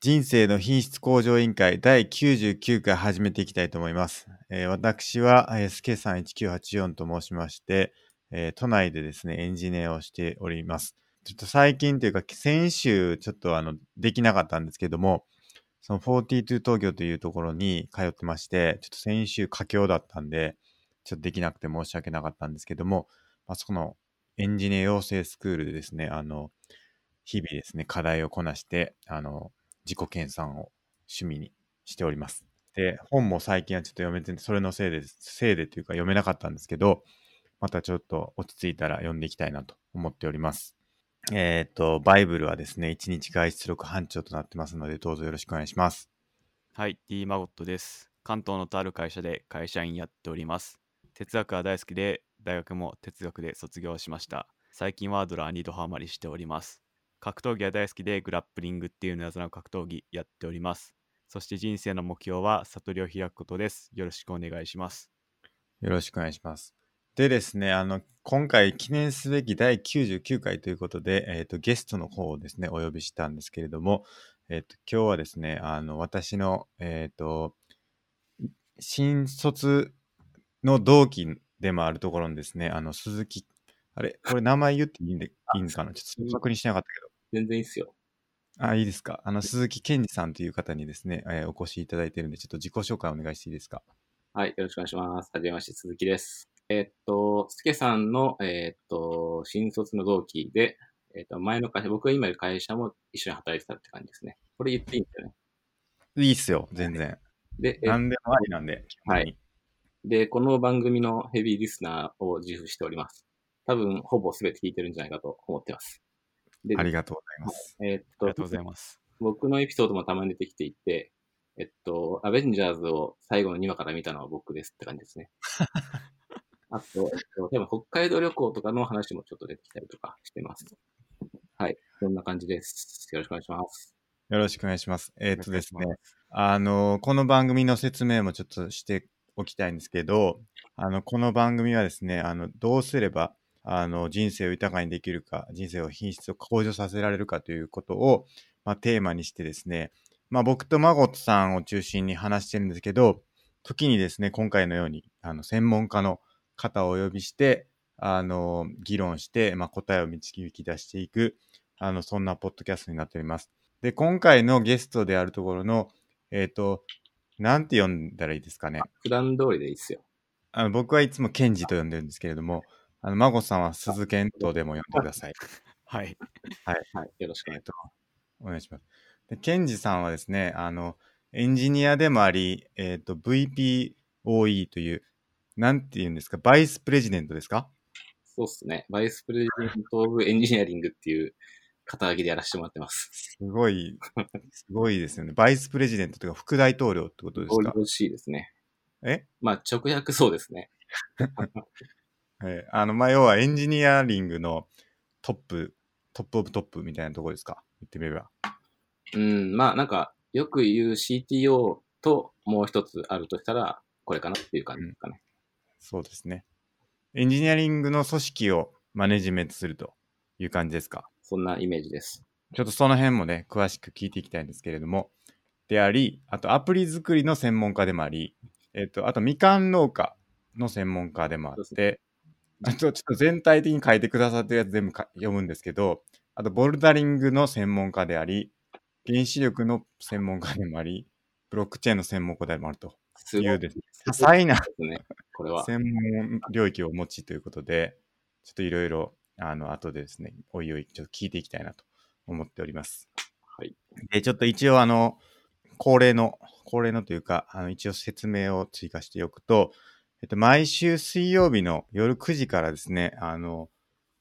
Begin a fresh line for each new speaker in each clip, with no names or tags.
人生の品質向上委員会第99回始めていきたいと思います。えー私は、えー、すけさん1984と申しまして、えー都内でですね、エンジニアをしております。ちょっと最近というか、先週ちょっとあの、できなかったんですけども、その42東京というところに通ってまして、ちょっと先週佳境だったんで、ちょっとできなくて申し訳なかったんですけども、まあ、そこのエンジニア養成スクールでですね、あの、日々ですね、課題をこなして、あの、自己研鑽を趣味にしております。で、本も最近はちょっと読めて、それのせいで、せいでというか読めなかったんですけど、またちょっと落ち着いたら読んでいきたいなと思っております。えっ、と、バイブルはですね、1日外出力班長となってますので、どうぞよろしくお願いします。
はい、D マゴットです。関東のとある会社で会社員やっております。哲学は大好きで、大学も哲学で卒業しました。最近はドラーにドハマりしております。格闘技は大好きで、グラップリングっていう謎の格闘技やっております。そして人生の目標は悟りを開くことです。よろしくお願いします。
よろしくお願いします。でですね、あの、今回記念すべき第99回ということで、えっ、と、ゲストの方をですね、お呼びしたんですけれども、えっ、と、今日はですね、あの、私の、えっ、と、新卒の同期でもあるところのですね、あの、鈴木、あれ、これ名前言っていいんで、いいんかなちょっと確認してなかったけど。
全然いいっすよ。
あ、いいですか。あの、鈴木健二さんという方にですね、えーお越しいただいてるんで、ちょっと自己紹介お願いしていいですか。
はい、よろしくお願いします。はじめまして、鈴木です。えーっと、すけさんの、えーっと、新卒の同期で、えーっと、前の会社、僕が今いる会社も一緒に働いてたって感じですね。これ言っていいんだよね。
いいっすよ、全然。
で、え
何でもありなんで。
はい。で、この番組のヘビーリスナーを自負しております。多分、ほぼ全て聞いてるんじゃないかと思ってます。で
ありがとうございます。
えーっ
あ
と
りがとうございます。
僕のエピソードもたまに出てきていて、えっと、アベンジャーズを最後の2話から見たのは僕ですって感じで すね。あと、えっと、多分北海道旅行とかの話もちょっと出てきたりとかしてます。はい。そんな感じです。よろしくお願いします。
よろしくお願いします。えーっ、とですね
お願いし、
あの、この番組の説明もちょっとしておきたいんですけど、あの、この番組はですね、あの、どうすれば、あの、人生を豊かにできるか、人生を品質を向上させられるかということを、まあ、テーマにしてですね、まあ、僕とマゴットさんを中心に話してるんですけど、時にですね、今回のように、あの、専門家の方をお呼びして、あの、議論して、まあ、答えを導き出していく、あの、そんなポッドキャストになっております。で、今回のゲストであるところの、えっ、と、なんて呼んだらいいですかね。
普段通りでいいっすよ。
あの僕はいつもケンジと呼んでるんですけれども、あの、マゴさんは鈴健とでも呼んでください。
はい。
はい。よろしく
え
お願い
っと、お願いします。で、ケンジさんはですね、あの、エンジニアでもあり、えっ、と、VPOE という、なんて言うんですか、バイスプレジデントですか
そうっすね。バイスプレジデント・オブ・エンジニアリングっていう肩書きでやらせてもらってます。
すごい、すごいですよね。バイスプレジデントというか、副大統領ってことです
おい
か
しいですね。
え
まあ、直訳そうですね。
えーあの、まあ、要はエンジニアリングのトップ、トップオブトップみたいなところですか言ってみれば。
うん、まあ、なんか、よく言う CTO ともう一つあるとしたら、これかなっていう感じですかね。
そうですね。エンジニアリングの組織をマネジメントするという感じですか。
そんなイメージです。
ちょっとその辺もね、詳しく聞いていきたいんですけれども、であり、あとアプリ作りの専門家でもあり、えっ、と、あとみかん農家の専門家でもあっ
そうです
て、あとちょっと全体的に書いてくださってるやつ全部か読むんですけど、あとボルダリングの専門家であり、原子力の専門家でもあり、ブロックチェーンの専門家でもあると。
すご
い
いうで
ですす多彩な
ね。これは。
専門領域をお持ちということで、ちょっといろいろ、あの、後でですね、おいおい、ちょっと聞いていきたいなと思っております。
はい。
で、ちょっと一応、あの、恒例の、恒例のというか、あの、一応説明を追加しておくと、えっと、毎週水曜日の夜9時からですね、あの、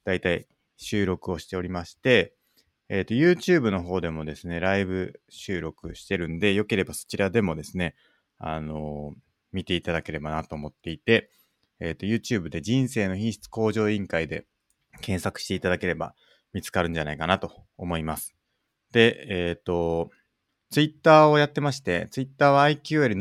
だいたい収録をしておりまして、えっと、YouTube の方でもですね、ライブ収録してるんで、よければそちらでもですね、あの、見ていただければなと思っていて、えっ、と、YouTube で人生の品質向上委員会で検索していただければ見つかるんじゃないかなと思います。で、えっ、と、Twitter をやってまして、Twitter は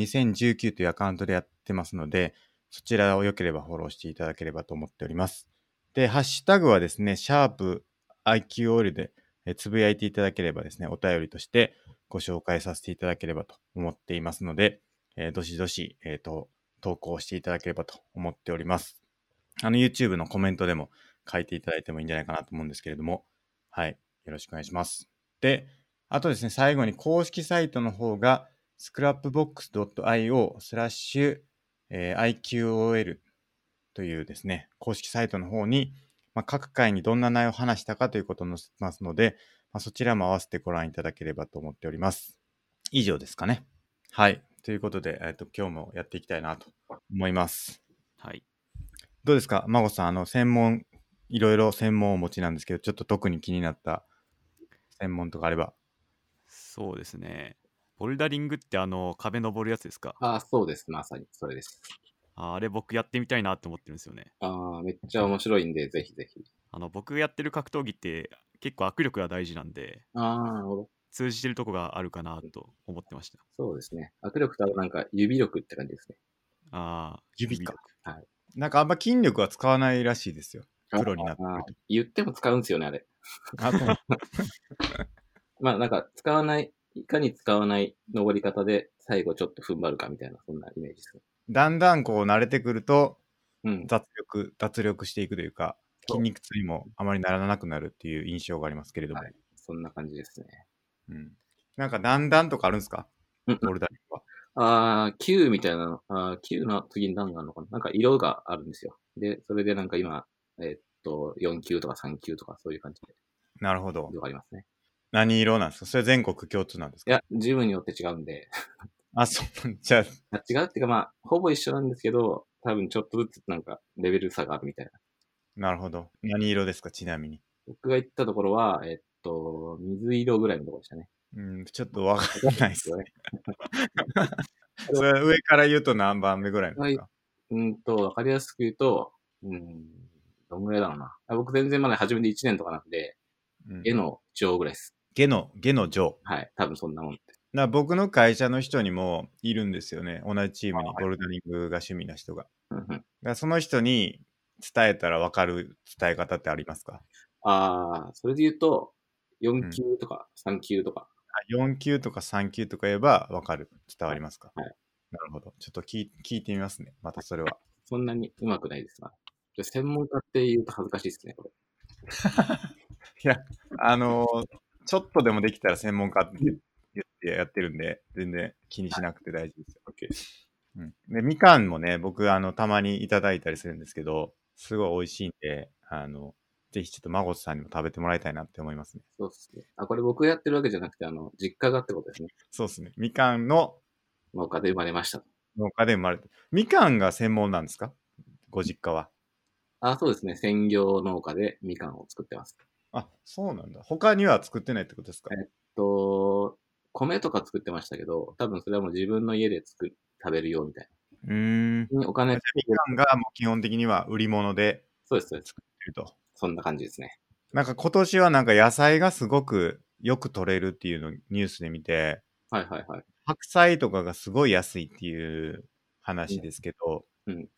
IQL2019 というアカウントでやってますので、そちらを良ければフォローしていただければと思っております。で、ハッシュタグはですね、シャープ i q o l でえーつぶやいていただければですね、お便りとして、ご紹介させていただければと思っていますので、えーどしどし、えっ、と、投稿していただければと思っております。あの、YouTube のコメントでも書いていただいてもいいんじゃないかなと思うんですけれども、はい。よろしくお願いします。で、あとですね、最後に公式サイトの方が、scrapbox.io スラッシュえー IQOL というですね、公式サイトの方に、まあ、各回にどんな内容を話したかということを載せてますので、まあ、そちらも合わせてご覧いただければと思っております。以上ですかね。はい。ということで、えっ、と、今日もやっていきたいなと思います。
はい。
どうですか孫さん、あの、専門、いろいろ専門をお持ちなんですけど、ちょっと特に気になった専門とかあれば。
そうですね。ボルダリングってあの壁登るやつですか
ああ、そうです。まさに、それです。
ああれ僕やってみたいなって思ってるんですよね。
ああ、めっちゃ面白いんで、ぜひぜひ。
あの僕がやってる格闘技って結構握力が大事なんで
ああ、なるほど。
通じてるとこがあるかなと思ってました。
そうですね。握力とあとなんか指力って感じですね。
ああ、
指か
力
はい
なんかあんま筋力は使わないらしいですよ。プロになってく
あ
る
あ言っても使うんですよね、あれ。
と。あと、
まあなんか使わない、いかに使わない登り方で最後ちょっと踏ん張るかみたいな、そんなイメージですね。
だんだんこう慣れてくると、
うん。
脱力、脱力していくというか、筋肉痛にもあまりならなくなるっていう印象がありますけれども。
はいそんな感じですね。
うん、なんか段々とかあるんですか
うん
ボルダリングは。
ああ、Q みたいなの、あー Q の次に何があるのかななんか色があるんですよ。で、それでなんか今、えーっと、4級とか3級とかそういう感じで
なるほど。
色がありますね。
何色なんですかそれ全国共通なんです
い
か
や、ジムによって違うんで、
あ、そう。じゃあ、
あ違うっていうかまあ、ほぼ一緒なんですけど、多分ちょっとずつなんかレベル差があるみたいな。
なるほど。何色ですかちなみに。
僕が行ったところは、えーっと、水色ぐらいのところでしたね。
うん、ちょっとわかんないです。
ね。
それは上から言うと何番目ぐらいなんですか、
うんと、わかりやすく言うと、うん、どんぐらいだろうな。あ僕全然まだ初めて1年とかなんで、
うん
絵の上ぐらいです。
下の、下の上。
はい。多分そんなもんって。
な僕の会社の人にもいるんですよね。同じチームに
あはい
ボルダリングが趣味な人が。
うんうん
だからその人に伝えたら分かる伝え方ってありますか
ああ、それで言うと、4級とか3級とか、
あ ?4 級とか3級とか言えば分かる。伝わりますか、
はい
なるほど。ちょっと聞い聞いてみますね。またそれ は。
そんなに上手くないですな。じゃあ専門家って言うと恥ずかしいですね、これ。
あのーちょっとでもできたら専門家って言ってやってるんで、全然気にしなくて大丈夫ですよ。うん、で、みかんもね、僕、あの、たまにいただいたりするんですけど、すごい美味しいんで、あの、ぜひちょっと孫さんにも食べてもらいたいなって思いますね。
そうですね。あ、これ僕がやってるわけじゃなくて、あの、実家がってことですね。
そうですね。みかんの
農家で生まれました。
農家で生まれて。みかんが専門なんですかご実家は。
あそうですね。専業農家でみかんを作ってます。
あ、そうなんだ。他には作ってないってことですか、
えと、米とか作ってましたけど、多分それはもう自分の家で作る、食べるよみたいう
ーん。
な。お金、
みかんがもう基本的には売り物で
そうです、そうです。
いると。
そんな感じですね。
なんか今年はなんか野菜がすごくよく取れるっていうのをニュースで見て、
はいはいはい。
白菜とかがすごい安いっていう話ですけど、
うんうん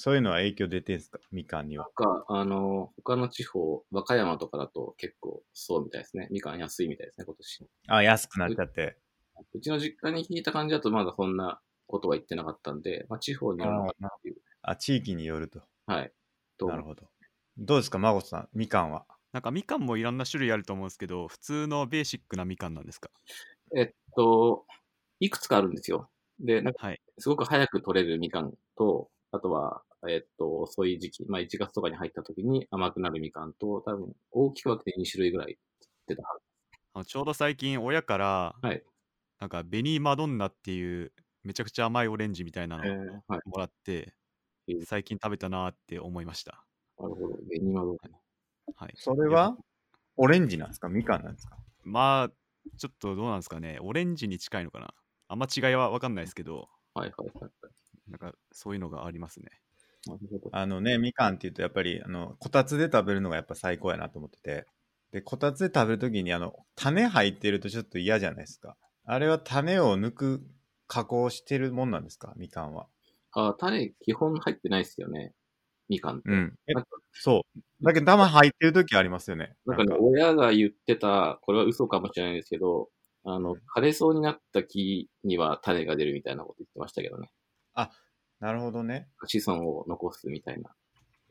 そういうのは影響出てんすかみかんには。
なんか、あの、他の地方、和歌山とかだと結構そうみたいですね。みかん安いみたいですね、今年。
あ、安くなっちゃって。
うちの実家に聞いた感じだとまだそんなことは言ってなかったんで、まあ地方にあるのかなっていう。
あ、地域によると。
はい。と
なるほど。どうですか、孫さん。みかんは。
なんかみかんもいろんな種類あると思うんですけど、普通のベーシックなみかんなんですか
えっと、いくつかあるんですよ。で、なんか
はい。
すごく早く取れるみかんと、あとは、えっと、遅い時期、まあ1月とかに入った時に甘くなるみかんと、多分大きく分けて2種類ぐらい出たはず。
あのちょうど最近親から、
はい
なんかベニーマドンナっていうめちゃくちゃ甘いオレンジみたいなの
えー
を
はい。
もらって、
えー
最近食べたなーって思いました。
なるほど。ベニマドンナ
はい。
それはオレンジなんですかみかんなんですか
まあ、ちょっとどうなんですかね。オレンジに近いのかな。あんま違いは分かんないですけど、
はいはいはい。
なんかそういうのがありますね。
なるほど。
あのね、みかんっていうと、やっぱり、あの、こたつで食べるのがやっぱ最高やなと思ってて。で、こたつで食べるときに、あの、種入ってるとちょっと嫌じゃないですか。あれは種を抜く加工してるもんなんですかみかんは。
あ、種基本入ってないですよね。みかんって。
うん。え
なんか
そう。だけど、玉入ってるときありますよね。
なんかね
な、んか
親が言ってた、これは嘘かもしれないですけど、あの、枯れそうになった木には種が出るみたいなこと言ってましたけどね。
なるほどね。
子孫を残すみたいな。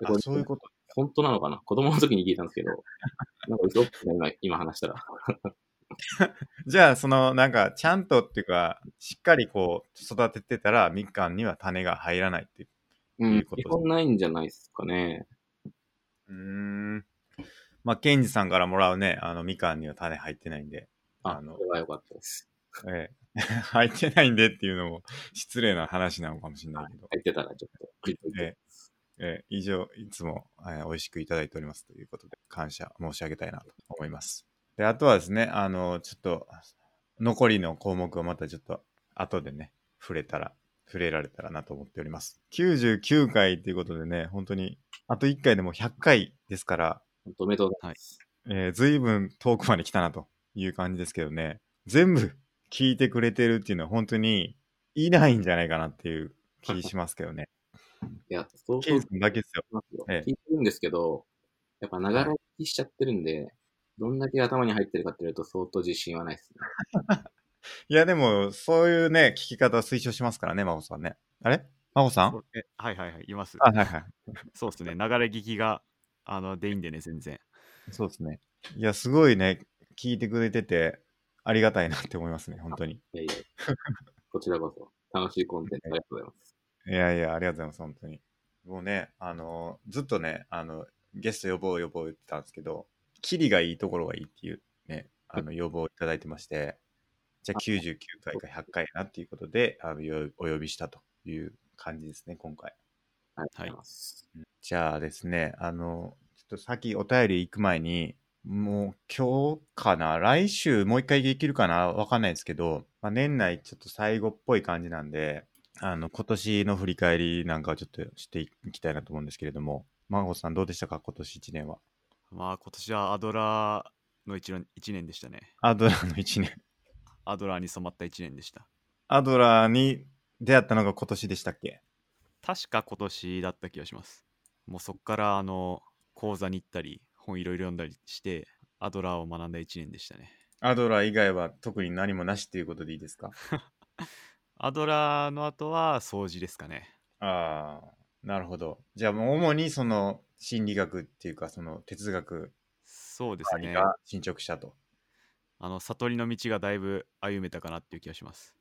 あそういうこと。
本当なのかな子供の時に聞いたんで すけど、なんか嘘っぽいな今、今話したら。
じゃあ、その、なんか、ちゃんとっていうか、しっかりこう、育ててたら、みかんには種が入らないっていう。
う
い
ん
う。こと
基本ないんじゃないですかね。
うーん。まあ、ケンジさんからもらうね、あの、みかんには種入ってないんで、
あ
あ、の
それは良かったです。
ええ、 入ってないんでっていうのも、失礼な話なのかもしれないけど、
入ってたらちょっと。
ええええ以上、いつも、ええ美味しくいただいておりますということで、感謝申し上げたいなと思います。で、あとはですね、あの、ちょっと、残りの項目をまたちょっと、後でね、触れたら、触れられたらなと思っております。99回ということでね、本当に、あと1回でも100回ですから、
本当おめでとうございます。
えー、ずいぶん遠くまで来たなという感じですけどね、全部聞いてくれてるっていうのは本当にいないんじゃないかなっていう気しますけどね。
い、や、 そう
ケイさんだけですよ。
ますよ。
ええ
聞いてるんですけど、やっぱ長らきしちゃってるんで、どんだけ頭に入ってるかっていうと相当自信はないですね。
いや、でも、そういうね、聞き方を推奨しますからね、真帆さんね。あれ真帆さん
えはいはいはい、います。
あ、はいはい。
そうですね、流れ聞きが、あの、でいいんでね、全然。
そうですね。いや、すごいね、聞いてくれてて、ありがたいなって思いますね、本当に。
いやいや。こちらこそ、楽しいコンテンツありがとうございます。
いやいや、ありがとうございます、本当に。もうね、あの、ずっとね、あの、ゲスト呼ぼう呼ぼう言ってたんですけど、キリがいいところがいいっていうね、あの、要望をいただいてまして、じゃあ99回か100回やなっていうことで、あの、よお呼びしたという感じですね、今回。
ありがとうございます。
じゃあですね、あの、ちょっと先お便り行く前に、もう今日かな、来週もう一回できるかな、わかんないですけど、まあ、年内ちょっと最後っぽい感じなんで、あの、今年の振り返りなんかをちょっとしていきたいなと思うんですけれども、マンゴーさんどうでしたか、今年1年は。
まあ、今年はアドラーの一年一年でしたね。
アドラーの1年。
アドラーに染まった一年でした。
アドラーに出会ったのが今年でしたっけ
確か今年だった気がします。もうそっから、あの、講座に行ったり、本いろいろ読んだりして、アドラーを学んだ一年でしたね。
アドラー以外は特に何もなしっていうことでいいですか
アドラーの後は掃除ですかね。
ああ、なるほど。じゃあもう主にその心理学っていうか、その哲学
そうですね。
が進捗したと。
あの、悟りの道がだいぶ歩めたかなっていう気がします。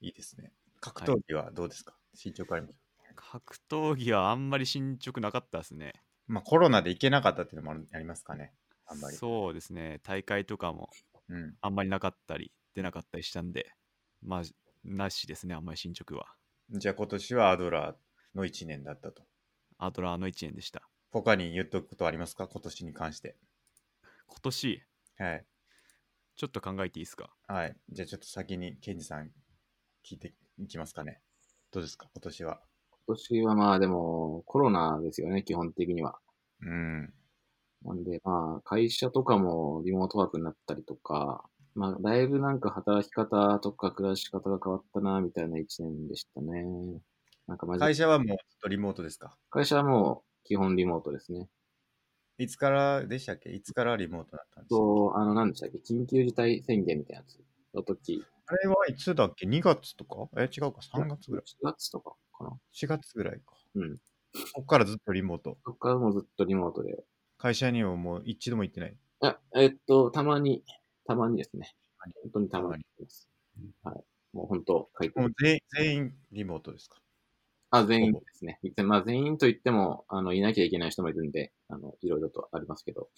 いいですね。格闘技はどうですか、進捗あります
格闘技はあんまり進捗なかったですね。
まあコロナで行けなかったっていうのもあるありますかね。あんまり。
そうですね。大会とかも
うん。
あんまりなかったり、出なかったりしたんで、まあ、なしですね、あんまり進捗は。
じゃあ今年はアドラーの1年だったと。
アドラーの1年でした。
他に言っとくことありますか今年に関して。
今年、
はい。
ちょっと考えていいですか
はい。じゃあちょっと先にケンジさん聞いていきますかね。どうですか今年は。
今年はまあでも、コロナですよね、基本的には。
うん。
なんで、まあ、会社とかもリモートワークになったりとか、まあ、だいぶなんか働き方とか暮らし方が変わったな、みたいな一年でしたね。なんかまじ
会社はもうずっとリモートですか
会社はもう基本リモートですね。
いつからでしたっけいつからリモートだったんですか
と、あの、なんでしたっけ緊急事態宣言みたいなやつの時、
あれはいつだっけ ?2 月とかえ、違うか ?3 月ぐらい
?4 月とかかな
?4 月ぐらいか。
うん。
そっからずっとリモート。
そっからもうずっとリモートで。
会社にはもう一度も行ってない。
あ、えっと、たまに、たまにですね。本当にたまにです。はい。もう本当、書いて
もう全員全員リモートですか。
あ、全員ですね。いつまあ、全員と言っても、あの、いなきゃいけない人もいるんで、あの、いろいろとありますけど、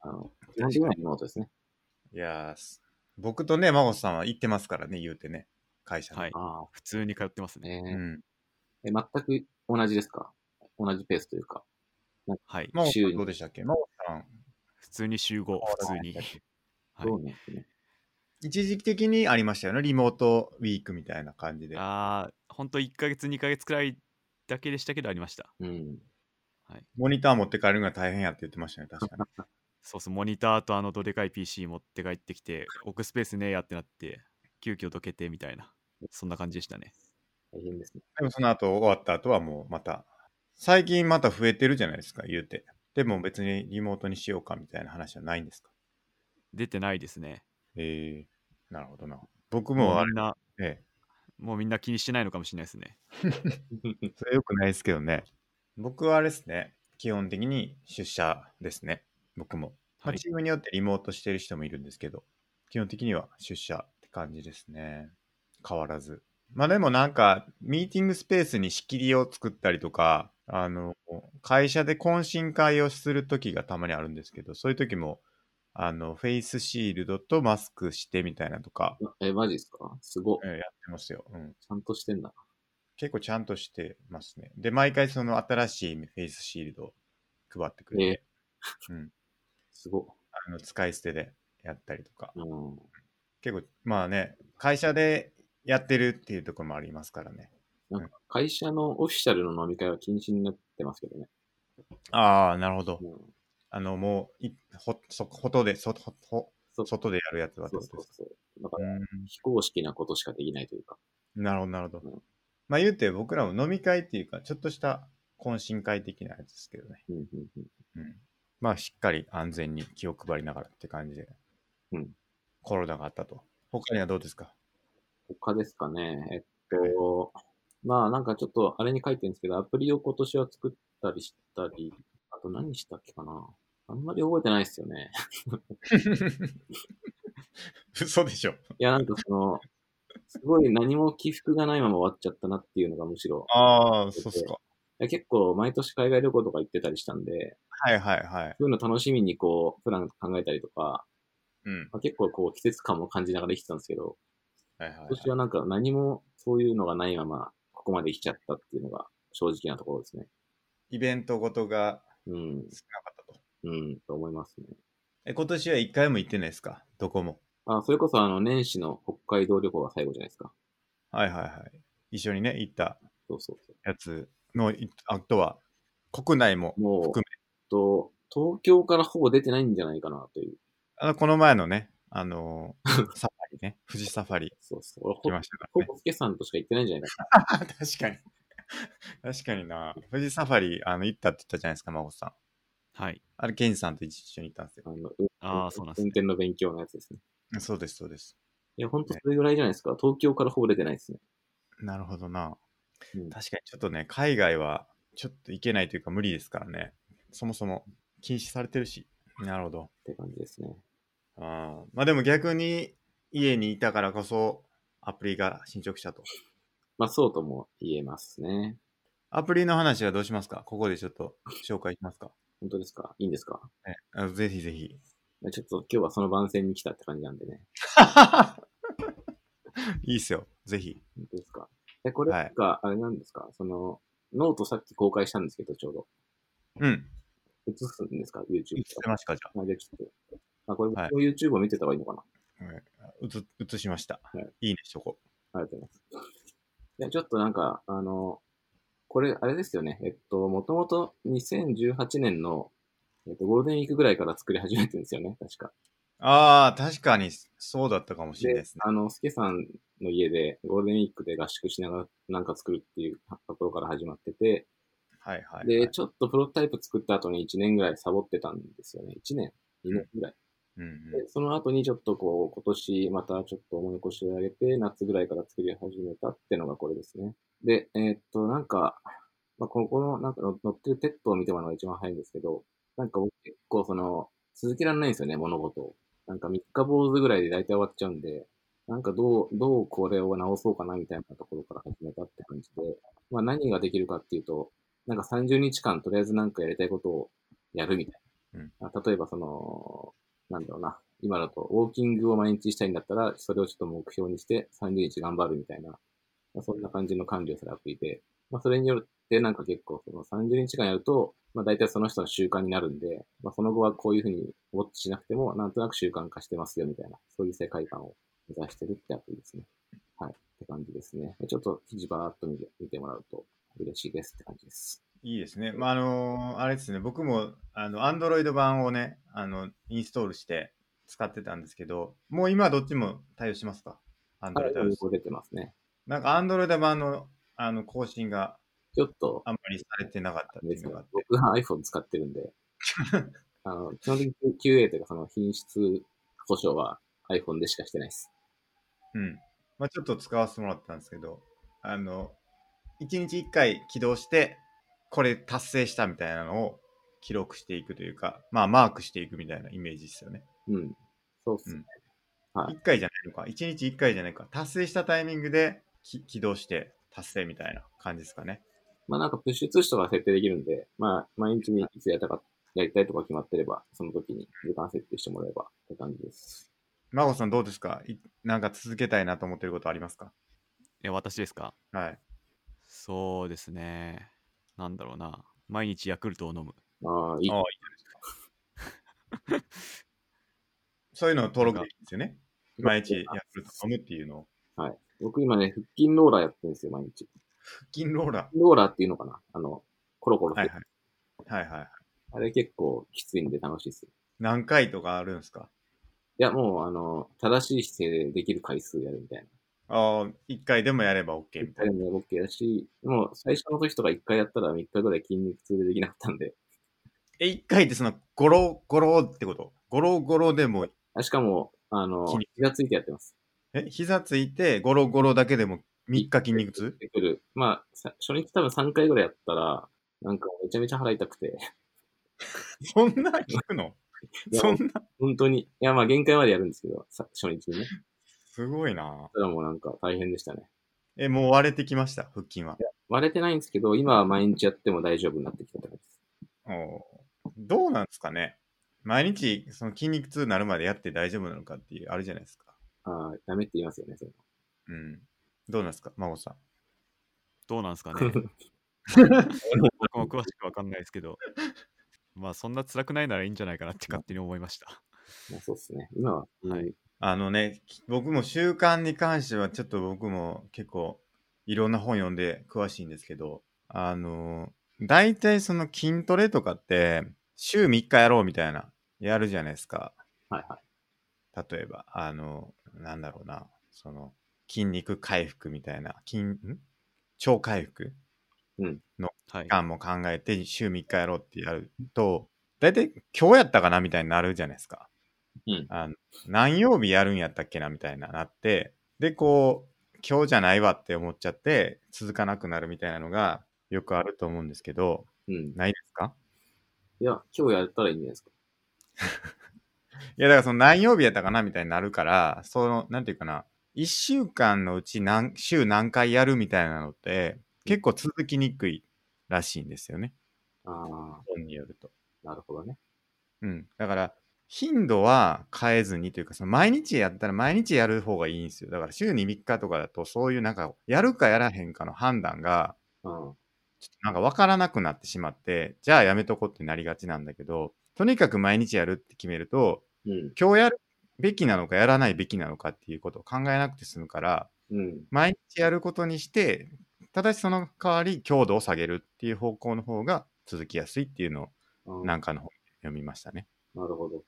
あの、基本的にはリモートですね。
いやー、す僕とね、真帆さんは行ってますからね、言うてね、会社に。
はい。
あ
普通に通ってます
あ、
ね。
え
う
ー
ん。
え全く同じですか同じペースというか。
はい。
真帆さ
週
ん
に
どうでしたっけ真帆さん、
普通に集合、普通に。はい
どうなんですかね。
一時的にありましたよね、リモートウィークみたいな感じで。
ああ、ほんと1ヶ月、2ヶ月くらいだけでしたけどありました。
うん。
モニター持って帰るのが大変やって言ってましたね、確かに。
そうそう、モニターとあのどでかい PC 持って帰ってきて、置くスペースねえやってなって、急遽どけてみたいな、そんな感じでしたね。
大変ですね。
でもその後終わった後はもうまた、最近また増えてるじゃないですか、言うて。でも別にリモートにしようかみたいな話はないんですか
出てないですね。
ええなるほどな。僕
も
も
う
あ
み
れ
ん、な、
え
もうみんな気にしてないのかもしれないですね。
え、それよくないですけどね。僕はあれですね、基本的に出社ですね。僕も。まあ
はい
チームによってリモートしてる人もいるんですけど、基本的には出社って感じですね。変わらず。まあでもなんか、ミーティングスペースに仕切りを作ったりとか、あの、会社で懇親会をするときがたまにあるんですけど、そういうときも、あの、フェイスシールドとマスクしてみたいなとか、
え、マジですかすごい。
うんやってますよ。うん。
ちゃんとしてんだ。
結構ちゃんとしてますね。で、毎回その新しいフェイスシールドを配ってくれて、うん、
すご
あの使い捨てでやったりとか
い。。うん。
結構、まあね、会社でやってるっていうところもありますからね。
なんか会社のオフィシャルの飲み会は禁止になってますけどね。
ああ、なるほど
う。ん、
あの、もうい、ほ、そ、ほとで、そ、ほ、ほ、
そうそう
外でやるやつはって
そう
ことです
そう。だか
う
ら、非公式なことしかできないというか。
んなるほど、なるほ
うん
ど。まあ言うて、僕らも飲み会っていうか、ちょっとした懇親会的なやつですけどね。
うんうんう
う
ん
んまあ、しっかり安全に気を配りながらって感じで、
うん
コロナがあったと。他にはどうです か
他ですかね。えっと、まあなんかちょっとあれに書いてるんですけど、アプリを今年は作ったりしたり、あと何したっけかな。あんまり覚えてないですよね。
嘘でしょ。
いやなんかその、すごい何も起伏がないまま終わっちゃったなっていうのがむしろ、
ああ、そうっすか。
いや結構毎年海外旅行とか行ってたりしたんで、
はいはいはい。
そういうの楽しみにこう、プラン考えたりとか、
うん。
まあ、結構こう季節感も感じながら生きてたんですけど、
はいはい、はい
今年はなんか何もそういうのがないまま、ここまで来ちゃったっていうのが正直なところですね。
イベントごとが
うん、
少なかったと。
うん、と思いますね。
え、今年は一回も行ってないですかどこも。
あ、それこそあの、年始の北海道旅行が最後じゃないですか。
はいはいはい。一緒にね、行った
そうそうそ
やつの、いあとは、国内も
う。、もう、
含め
と、東京からほぼ出てないんじゃないかなという。
あのこの前のね、あの ーサファリね、富士サファリ
そうそう。俺
来
ほ
ましたから
ほ
ね。
ぼ助さんとしか行ってないんじゃないかな。
あ確かに。 確かにな。富士サファリ、あの、行ったって言ったじゃないですか、孫さん。
はい。
あれ、ケンジさんと一緒に行ったんですよ。
あの、
ああ、そうなんです
運
ね。
転の勉強のやつですね。
そうです、そうです。
いや、ほんとそれぐらいじゃないですか。東京からほぼ出てないですね。
なるほどな。
うん
確かに、ちょっとね、海外は、ちょっと行けないというか無理ですからね。そもそも、禁止されてるし。なるほど。
って感じですね。
あーまあでも逆に、家にいたからこそ、アプリが進捗したと。
まあ、そうとも言えますね。
アプリの話はどうしますかここでちょっと紹介しますか、
本当ですかいいんですか
ね、あのぜひぜ ひ。
ちょっと今日はその番宣に来たって感じなんでね。
いいっすよ。ぜひ。
本当ですかえ、これ
はい
が、あれなんですか、その、ノートさっき公開したんですけど、ちょうど。
うん。
映すんですか
映
?YouTube
ってますかじゃあ
あ、じゃあちょっと。あ、これ、
はい
僕も YouTube を見てた方がいいのかな、
うつ、映しました。、
は
い
い
ねしとこ
ありがとうございます。いや、ちょっとなんか、あの、これ、あれですよね。えっと、もともと2018年の、えっと、ゴールデンウィークぐらいから作り始めてるんですよね、確か。
う。ああ、確かにそうだったかもしれない
で
ですね。
あの、スケさんの家で、ゴールデンウィークで合宿しながらなんか作るっていうところから始まってて、
はいはい、は
で、
い。
ちょっとプロトタイプ作った後に1年ぐらいサボってたんですよね。1年 ?2 年ぐらい。
うんうん、
で、その後にちょっとこう、今年またちょっと思い起こしを上げて、夏ぐらいから作り始めたってのがこれですね。で、えーっと、なんか、まあ、ここの、なんかの乗ってるテッドを見てもらうのが一番早いんですけど、なんか僕結構その、続けられないんですよね、物事を。なんか3日坊主ぐらいで大体終わっちゃうんで、なんかどう、どうこれを直そうかなみたいなところから始めたって感じで、まあ何ができるかっていうと、なんか30日間とりあえずなんかやりたいことをやるみたいな。あ例えばその、なんだろうな。今だと、ウォーキングを毎日したいんだったら、それをちょっと目標にして30日頑張るみたいな、まあ、そんな感じの管理をするアプリで、まあ、それによってなんか結構、その30日間やると、まあ大体その人の習慣になるんで、まあその後はこういうふうにウォッチしなくても、なんとなく習慣化してますよみたいな、そういう世界観を目指してるってアプリですね。はい。って感じですね。ちょっと記事ばーっと見て見てもらうと嬉しいですって感じです。
いいですね。まあ、あのーあれですね、僕も、あの、アンドロイド版をね、あの、インストールして使ってたんですけど、もう今どっちも対応してますかアンド
は
ロ
い
イド。
出てますね。
なんか、アンドロイド版の、あの、更新が
ちょっと、
あんまりされてなかったってい
です
うのがあって。
僕は iPhone 使ってる んで、あの、基本的に QA というか、その品質保証は iPhone でしかしてないです。
うん。まあ、ちょっと使わせてもらったんですけど、あの、1日1回起動して、これ達成したみたいなのを記録していくというか、まあ、マークしていくみたいなイメージですよね。
うん。そうっすね。はい
1回じゃないのか、1日1回じゃないか、達成したタイミングでき起動して達成みたいな感じですかね。
まあなんかプッシュ通知とか設定できるんで、まあ毎日にいつやりたかやりたいとか決まってれば、その時に時間設定してもらえばって感じです。
マゴさんどうですかいなんか続けたいなと思ってることありますか
え、私ですか
はい。
そうですね。なんだろうな。毎日ヤクルトを飲む。
ああ、いい。
ああそういうのを登録できるんですよね。毎日ヤクルト飲むっていうのを。
僕今ね、腹筋ローラーやってるんですよ、毎日。
腹筋ローラ
ローラーっていうのかなあの、コロコロ
ー。
す
はい
る。
はい。はいはい。
あれ結構きついんで楽しいですよ。
何回とかあるんですか
いや、もうあの、正しい姿勢でできる回数やるみたいな。
ああ、1回でもやれば OK み
一
たい
回
な。
でも OK だし、もう最初の時とか一回やったら3日ぐらい筋肉痛でできなかったんで。
え、1回ってその、ゴロゴロってことゴロゴロでも、
あしかも、あの
筋、
気がついてやってます。
え、膝ついてゴロゴロだけでも3日筋肉痛
でくる。まあ、さ初日多分3回ぐらいやったら、なんかめちゃめちゃ腹痛くて。
そんな聞くの
いや
そんな、
本当に。いや、まあ限界までやるんですけど、さ初日にね。
すごいな
それはもうなんか大変でしたね。
え、もう割れてきました、腹筋は。
割れてないんですけど、今は毎日やっても大丈夫になってきたって感じです。
おーどうなんですかね毎日、その筋肉痛になるまでやって大丈夫なのかっていう、あるじゃないですか。
ああ、ダメって言いますよね、それ。
うん。どうなんですか孫さん。
どうなんですか ね僕も詳しくわかんないですけど。 まあそんな辛くないならいいんじゃないかなって勝手に思いました。
まあそうですね。今は、
は
あのね、き僕も習慣に関しては、ちょっと僕も結構いろんな本読んで詳しいんですけど、あのー、大体その筋トレとかって、週3日やろうみたいな、やるじゃないですか。
はいは
例えば、あの、なんだろうな、その、筋肉回復みたいな、筋、ん超回復
はい
期。間も考えて、週3日やろうってやると、大体今日やったかなみたいになるじゃないですか。
うん
あの何曜日やるんやったっけなみたいななって、で、こう、今日じゃないわって思っちゃって、続かなくなるみたいなのがよくあると思うんですけど、
い。うん。
ないですか
いや、今日やったらいいんじゃないですか。
いや、だからその何曜日やったかなみたいになるから、その、なんていうかな、一週間のうち何、週何回やるみたいなのって、結構続きにくいらしいんですよね。
あ
本によると。
あ、なるほどね。
うん。だから、頻度は変えずにというか、その毎日やったら毎日やる方がいいんですよ。だから週に3日とかだと、そういうなんか、やるかやらへんかの判断が、
うん。
ちょっとなんか分からなくなってしまって、じゃあやめとこうってなりがちなんだけど、とにかく毎日やるって決めると、
うん。
今日やるべきなのかやらないべきなのかっていうことを考えなくて済むから
うん。
毎日やることにしてただしその代わり強度を下げるっていう方向の方が続きやすいっていうの
う
を
ん、
な
なん
かの本読みましたね。
るほど。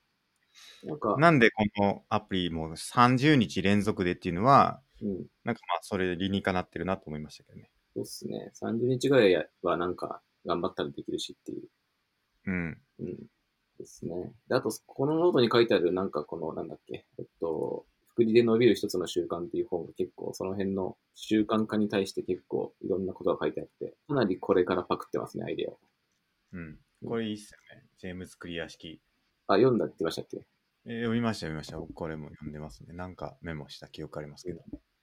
なんか、
なんでこのアプリも30日連続でっていうのは
うん。
なんかまあそれ理にかなってるなと思いましたけどね。
そうっすね。30日ぐらいはなんか頑張ったらできるしっていう。
うん。
うん。ですね。で、あと、このノートに書いてある、なんかこの、なんだっけ、えっと、福利で伸びる一つの習慣っていう本が結構、その辺の習慣化に対して結構いろんなことが書いてあって、かなりこれからパクってますね、アイデアを。
うん。これいいっすよね。ジェームズ・クリア式。
あ、読んだって言ってましたっけ
えー読みました読みました。僕これも読んでますね。なんかメモした記憶ありますけど。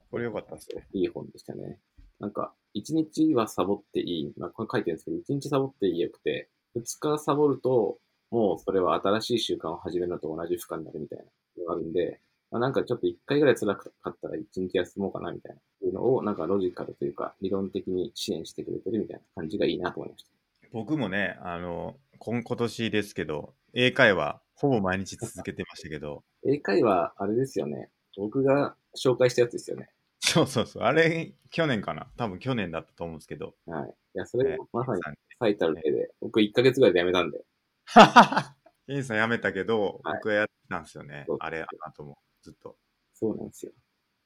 これ良かったですね。
いい本でしたね。なんか、1日はサボっていい。まあ、これ書いてるんですけど、1日サボっていいよくて、2日サボると、もうそれは新しい習慣を始めるのと同じ負荷になるみたいなのがあるんで、まあ、なんかちょっと1回ぐらい辛かったら1日休もうかなみたいな、いうのを、なんかロジカルというか、理論的に支援してくれてるみたいな感じがいいなと思いまし
僕もね、あの、今今年ですけど、英会話、ほぼ毎日続けてましたけど、
た。英会話、あれですよね。僕が紹介したやつですよね。
そうそうそう、あれ、去年かな多分去年だったと思うんですけど、
はい。いや、それもまさに
さん
最たる例で、僕1ヶ月ぐらいでやめたんで、
ははは ケンジさん辞めたけど、
はい
僕はやってたんですよね
そう。
あれ、あの後も、ずっと。
そうなんですよ。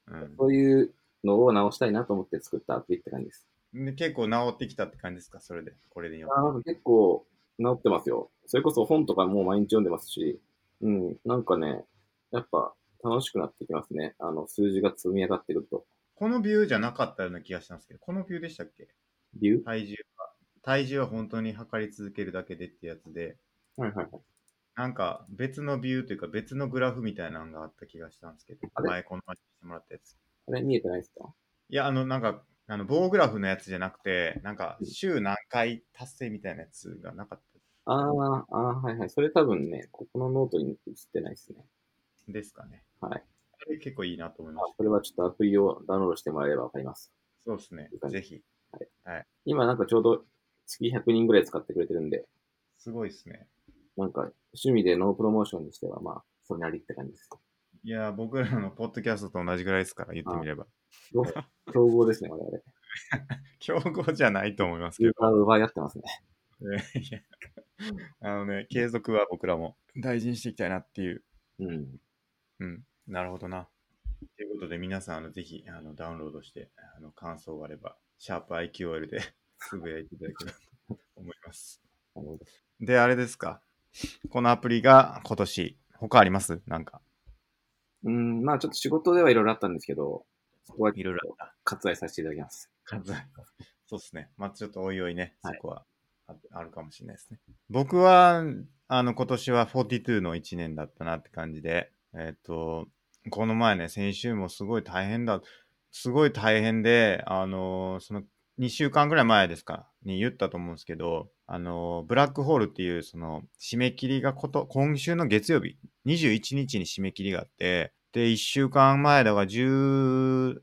うん
そういうのを直したいなと思って作ったアプリって感じです。
で結構治ってきたって感じですかそれで、これでよ。
あー結構治ってますよ。それこそ本とかもう毎日読んでますし、うん、なんかね、やっぱ楽しくなってきますね。あの、数字が積み上がってくると。
このビューじゃなかったような気がしたんですけど、このビューでしたっけ
ビュー
体重は。体重は本当に測り続けるだけでってやつで、
はいはいはい。
なんか別のビューというか別のグラフみたいなのがあった気がしたんですけど、
あれ
前この話してもらったやつ。
あれ見えてないですか
いや、あの、なんか、あの棒グラフのやつじゃなくて、なんか週何回達成みたいなやつがなかった
ああ、ああ、はいはい。それ多分ね、ここのノートに映ってないですね。
ですかね。
はい。
あれ結構いいなと思い
あ
ました。
これはちょっとアプリをダウンロードしてもらえればわかります。
そうですね。ぜひ。
今なんかちょうど月100人ぐらい使ってくれてるんで、
すごいですね。
なんか趣味でノープロモーションにしてはまあ、それなりって感じです。
いやー、僕らのポッドキャストと同じぐらいですから、言ってみれば。
ご競合です ね、我々。
競合じゃないと思いますけ
ユ
ど
ー。ザーを奪い合ってますね。
えいや あのね、継続は僕らも大事にしていきたいなっていう。
うん。
うん、なるほどな。ということで、皆さん、あのぜひあのダウンロードして、あの感想があれば、シャープ i q l で つぶやいていただければと思います。
なるほど
で、あれですか。このアプリが今年、他ありますなんか。
うん、まあちょっと仕事ではいろいろあったんですけど、そこはい
ろいろあった。
割愛させていただきます。
数 そうですね。まあちょっとおいおいね、そ
はい
こはああるかもしれないですね。僕は、あの、今年は42の1年だったなって感じで、えっ、と、この前ね、先週もすごい大変だ、すごい大変で、あの、その、2週間ぐらい前ですか、に言ったと思うんですけど、あの、ブラックホールっていう、その、締め切りがこと、今週の月曜日、21日に締め切りがあって、で、1週間前だから13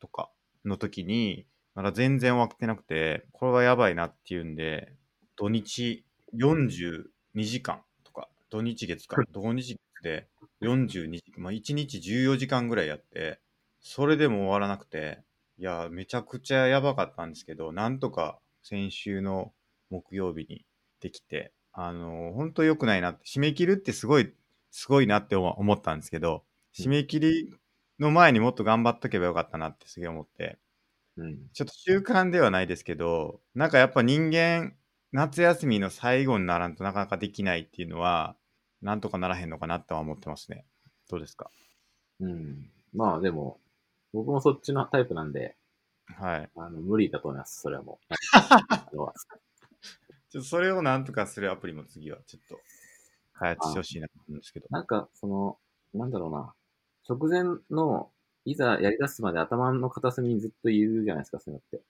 とか、の時に、まだ全然終わってなくて、これはやばいなっていうんで、土日42時間とか、土日月か、土日月で42時間、まあ1日14時間ぐらいやって、それでも終わらなくて、いや、めちゃくちゃやばかったんですけど、なんとか先週の木曜日にできて、あの、本当良くないなって、締め切るってすごい、すごいなって思思ったんですけど、締め切りの前にもっと頑張っとけばよかったなってすげえ思って、
うん。
ちょっと習慣ではないですけど、なんかやっぱ人間、夏休みの最後にならんとなかなかできないっていうのは、なんとかならへんのかなとは思ってますね。どうですか
うん。まあでも、僕もそっちのタイプなんで、
はい。
あの、無理だと思います、それはもう。あ の
ちょっとそれをなんとかするアプリも次はちょっと開発してほしいなと思うんですけど。
なんか、その、なんだろうな。直前の、いざやり出すまで頭の片隅にずっといるじゃないですか、そういうのって。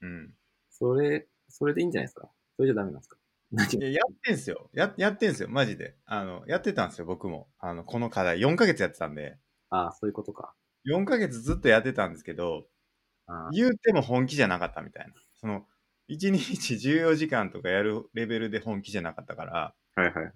うん。
それ、それでいいんじゃないですかそれじゃダメなんですか
いややってんすよ。や、やってんすよ。マジで。あの、やってたんですよ、僕も。あの、この課題。4ヶ月やってたんで。
ああ、そういうことか。
4ヶ月ずっとやってたんですけど、
ああ
言うても本気じゃなかったみたいな。その、1日14時 間とかやるレベルで本気じゃなかったから、
はいはいはい。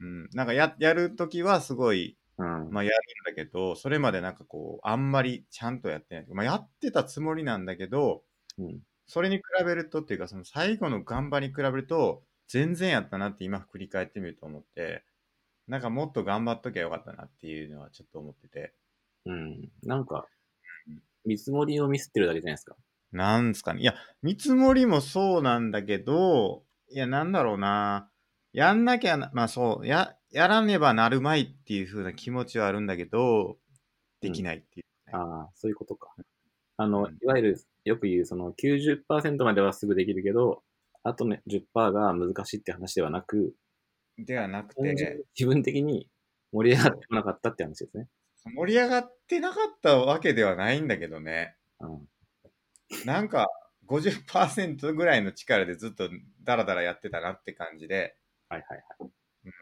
うん、なんかややるときはすごい、
うん。
まあやるんだけど、それまでなんかこう、あんまりちゃんとやってない。まあやってたつもりなんだけど、
うん
それに比べるとっていうか、その最後の頑張りに比べると、全然やったなって今振り返ってみると思って、なんかもっと頑張っときゃよかったなっていうのはちょっと思ってて。
うん。なんか、見積もりをミスってるだけじゃないですか。
なんですかね。いや、見積もりもそうなんだけど、いや、なんだろうな。やんなきゃな、まあそう、や、やらねばなるまいっていう風な気持ちはあるんだけど、できないっていう、ね
ああ、そういうことか。あの、
うん
いわゆる、よく言う、その90%まではすぐできるけど、あとね、10%が難しいって話ではなく、
ではなく
単純
て
に、自分的に盛り上がってこなかったって話ですね。
盛り上がってなかったわけではないんだけどね。
うん。
なんか、50%ぐらいの力でずっとダラダラやってたなって感じで、
はいはいはい。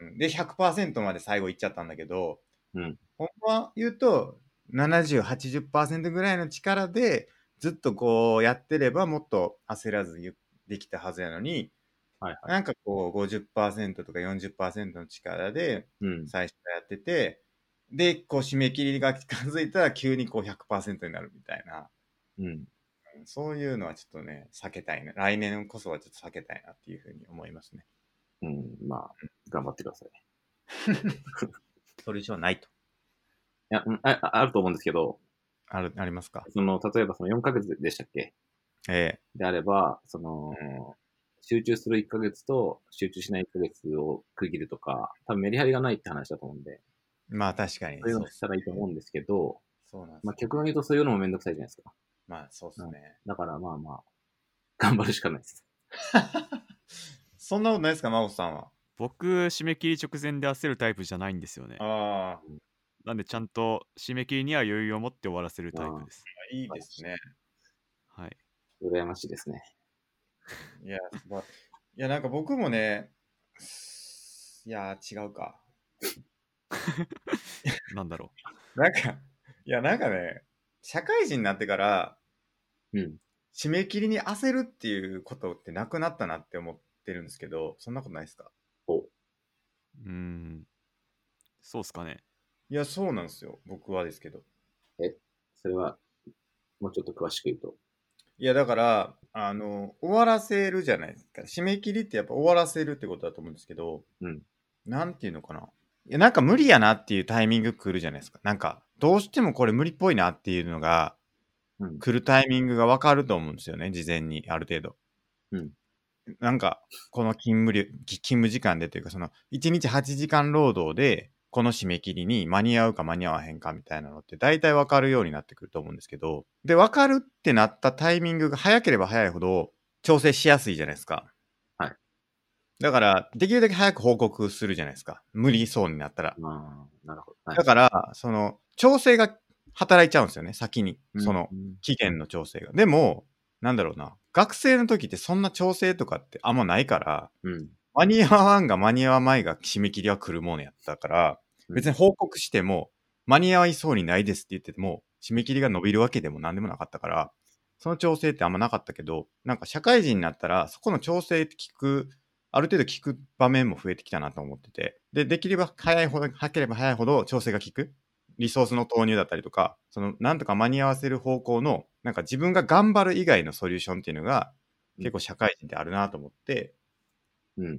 うんで、100%まで最後いっちゃったんだけど、
うん
ほんまは言うと、70、80%ぐらいの力で、ずっとこうやってればもっと焦らずゆできたはずやのに、
はいはい。
なんかこう50%とか40%の力で
うん。
最初からやってて、で、こう締め切りが近づいたら急にこう100%になるみたいな、
うん。
うんそういうのはちょっとね、避けたいな。来年こそはちょっと避けたいなっていうふうに思いますね。
うん。まあ、頑張ってください。い
それ以上はないと。
や、うんあああると思うんですけど、
ある、ありますか
その、例えばその4ヶ月でしたっけ
え
であれば、その、集中する1ヶ月と集中しない1ヶ月を区切るとか、多分メリハリがないって話だと思うんで、
えまあ確かに。
そういうのをしたらいいと思うんですけど、
そうなんです
ま
よ
あ、極論言うとそういうのもめんどくさいじゃないですか。
まあそうですね。
だからまあまあ、頑張るしかないです。
そんなことないですか、真帆さんは。
僕、締め切り直前で焦るタイプじゃないんですよね。
ああ、
なんで、ちゃんと締め切りには余裕を持って終わらせるタイプです。
いいですね。
はい。
羨ましいですね。
いや、すごい。いや、なんか僕もね、いや、違うか。
なんだろ
なんか、いや、なんかね、社会人になってから、
うん。
締め切りに焦るっていうことってなくなったなって思ってるんですけど、そんなことないですか
う。うーん。そうっすかね。
いや、そうなんですよ。僕はですけど。
それは、もうちょっと詳しく言うと。
いや、だから、あの、終わらせるじゃないですか。締め切りってやっぱ終わらせるってことだと思うんですけど、
うん。
なんていうのかな。いや、なんか無理やなっていうタイミング来るじゃないですか。なんか、どうしてもこれ無理っぽいなっていうのが、
うん。
来るタイミングがわかると思うんですよね、事前に、ある程度。
うん。なん
なんか、この勤務量、き勤務時間でというか、その、1日8時間労働で、この締め切りに間に合うか間に合わへんかみたいなのって、大体わかるようになってくると思うんですけど、で、わかるってなったタイミングが早ければ早いほど、調整しやすいじゃないですか。
はい。
だから、できるだけ早く報告するじゃないですか。無理そうになったら。
まあ、なるほど。はい
だから、その、調整が働いちゃうんですよね、先に。その、
うん
期限の調整が。でも、なんだろうな。学生の時ってそんな調整とかってあんまないから、
うん。
間に合わんが間に合わないが締め切りは来るものやったから、
うん
別に報告しても、間に合いそうにないですって言ってても、締め切りが伸びるわけでも何でもなかったから、その調整ってあんまなかったけど、なんか社会人になったら、そこの調整って聞く、ある程度聞く場面も増えてきたなと思ってて、で、できれば早いほど、早ければ早いほど調整が効く。リソースの投入だったりとか、その、なんとか間に合わせる方向の、なんか自分が頑張る以外のソリューションっていうのが、結構社会人であるなと思って、
うん。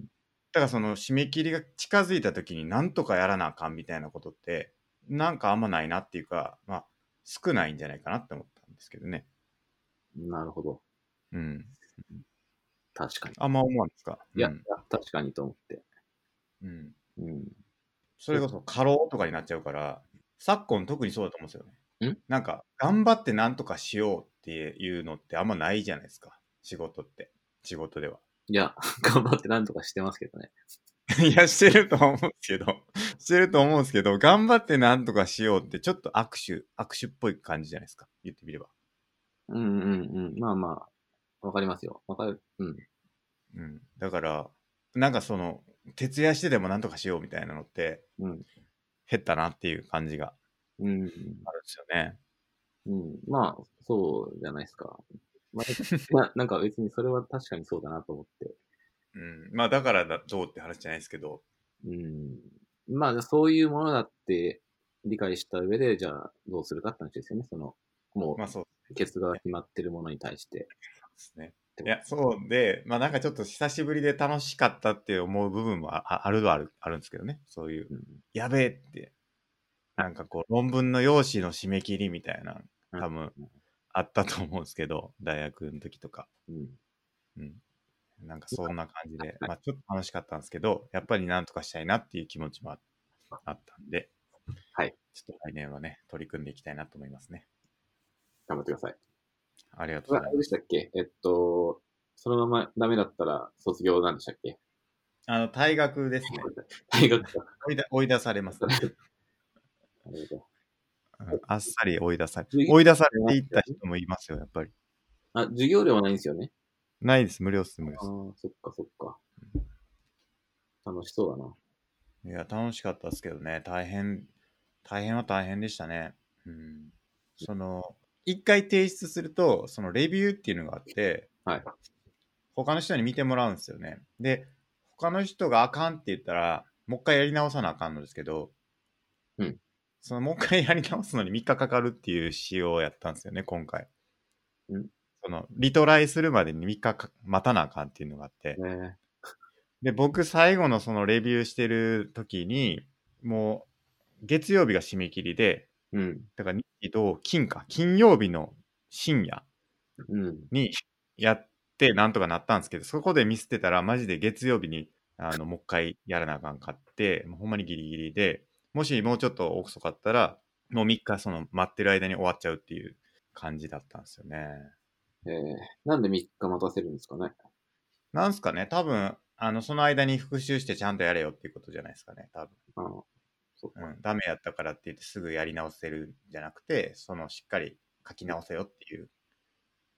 だからその締め切りが近づいた時になんとかやらなあかんみたいなことってなんかあんまないなっていうかまあ少ないんじゃないかなって思ったんですけどね
なるほど。
うん
確かに。
あんま思わんですか
いや、
う
いや
ん
確かにと思って。
うん、
うん。
それこそ過労とかになっちゃうから昨今特にそうだと思うんですよね
ん
なんか頑張ってなんとかしようっていうのってあんまないじゃないですか仕事って仕事では
いや、 頑張ってなんとかしてますけどね。
いやしてると思うんですけどしてると思うんですけど頑張ってなんとかしようってちょっと握手握手っぽい感じじゃないですか言ってみれば
うんうんうん。まあまあ、わかりますよ。わかる。うん。
うん、だからなんかその徹夜してでもなんとかしようみたいなのって
うん。
減ったなっていう感じが
う
あ
ん。
るんですよね。
うん。まあ、そうじゃないですか。まあ、ななんか別にそれは確かにそうだなと思って。
うん、まあだからだどうって話じゃないですけど、
うん。まあ、そういうものだって理解した上で、じゃあどうするかって話ですよね。その、も
まあそう
う、ケツが決まってるものに対して。
ですね。いやそうでまあなんかちょっと久しぶりで楽しかったって思う部分もあああるはあるあるんですけどねそういう
うん。
やべえってなんかこう論文の用紙の締め切りみたいな多分あったと思うんですけど大学の時とか。
うん。
うん。なんかそんな感じで、まあちょっと楽しかったんですけど、やっぱりなんとかしたいなっていう気持ちもああったんで、
はい。
ちょっと来年はね、取り組んでいきたいなと思いますね。
頑張ってください。
ありがとう
こ
ござ
れ
い
あれ
ま。
ですしたっけえっと、そのままダメだったら卒業なんでしたっけ
あの、退学ですね。
大学か。
追いだ追い出されます ね。
なるほど
うんあっさり追い出され、
次
追い出されていった人もいますよ、やっぱり。
あ、授業料はないんですよね。
ないです、無料です、無料
ああ
で、
そっかそっか。楽しそうだな。
す。いや、楽しかったですけどね、大変、大変は大変でしたね。うん。その、一回提出すると、そのレビューっていうのがあって、
はい。
他の人に見てもらうんですよね。で、他の人があかんって言ったら、もう一回やり直さなあかんのですけど、
うん。
そのもう一回やり直すのに3日かかるっていう仕様をやったんですよね、今回。
うん
その、リトライするまでに3日か待たなあかんっていうのがあって。
ね
で、僕最後のそのレビューしてる時に、もう、月曜日が締め切りで、
えうん。
だから日と金か、金曜日の深夜。
うん。
にやってなんとかなったんですけどそこでミスってたらマジで月曜日にあのもう一回やらなあかんかってもうほんまにギリギリでもしもうちょっと遅かったら、もう3日その待ってる間に終わっちゃうっていう感じだったんですよね。
えー、なんで3日待たせるんですかね。
なんすかね、多分、あの、その間に復習してちゃんとやれよっていうことじゃないですかね、多分。
あのそう
う
か。
ん、ダメやったからって言ってすぐやり直せるんじゃなくて、そのしっかり書き直せよっていう、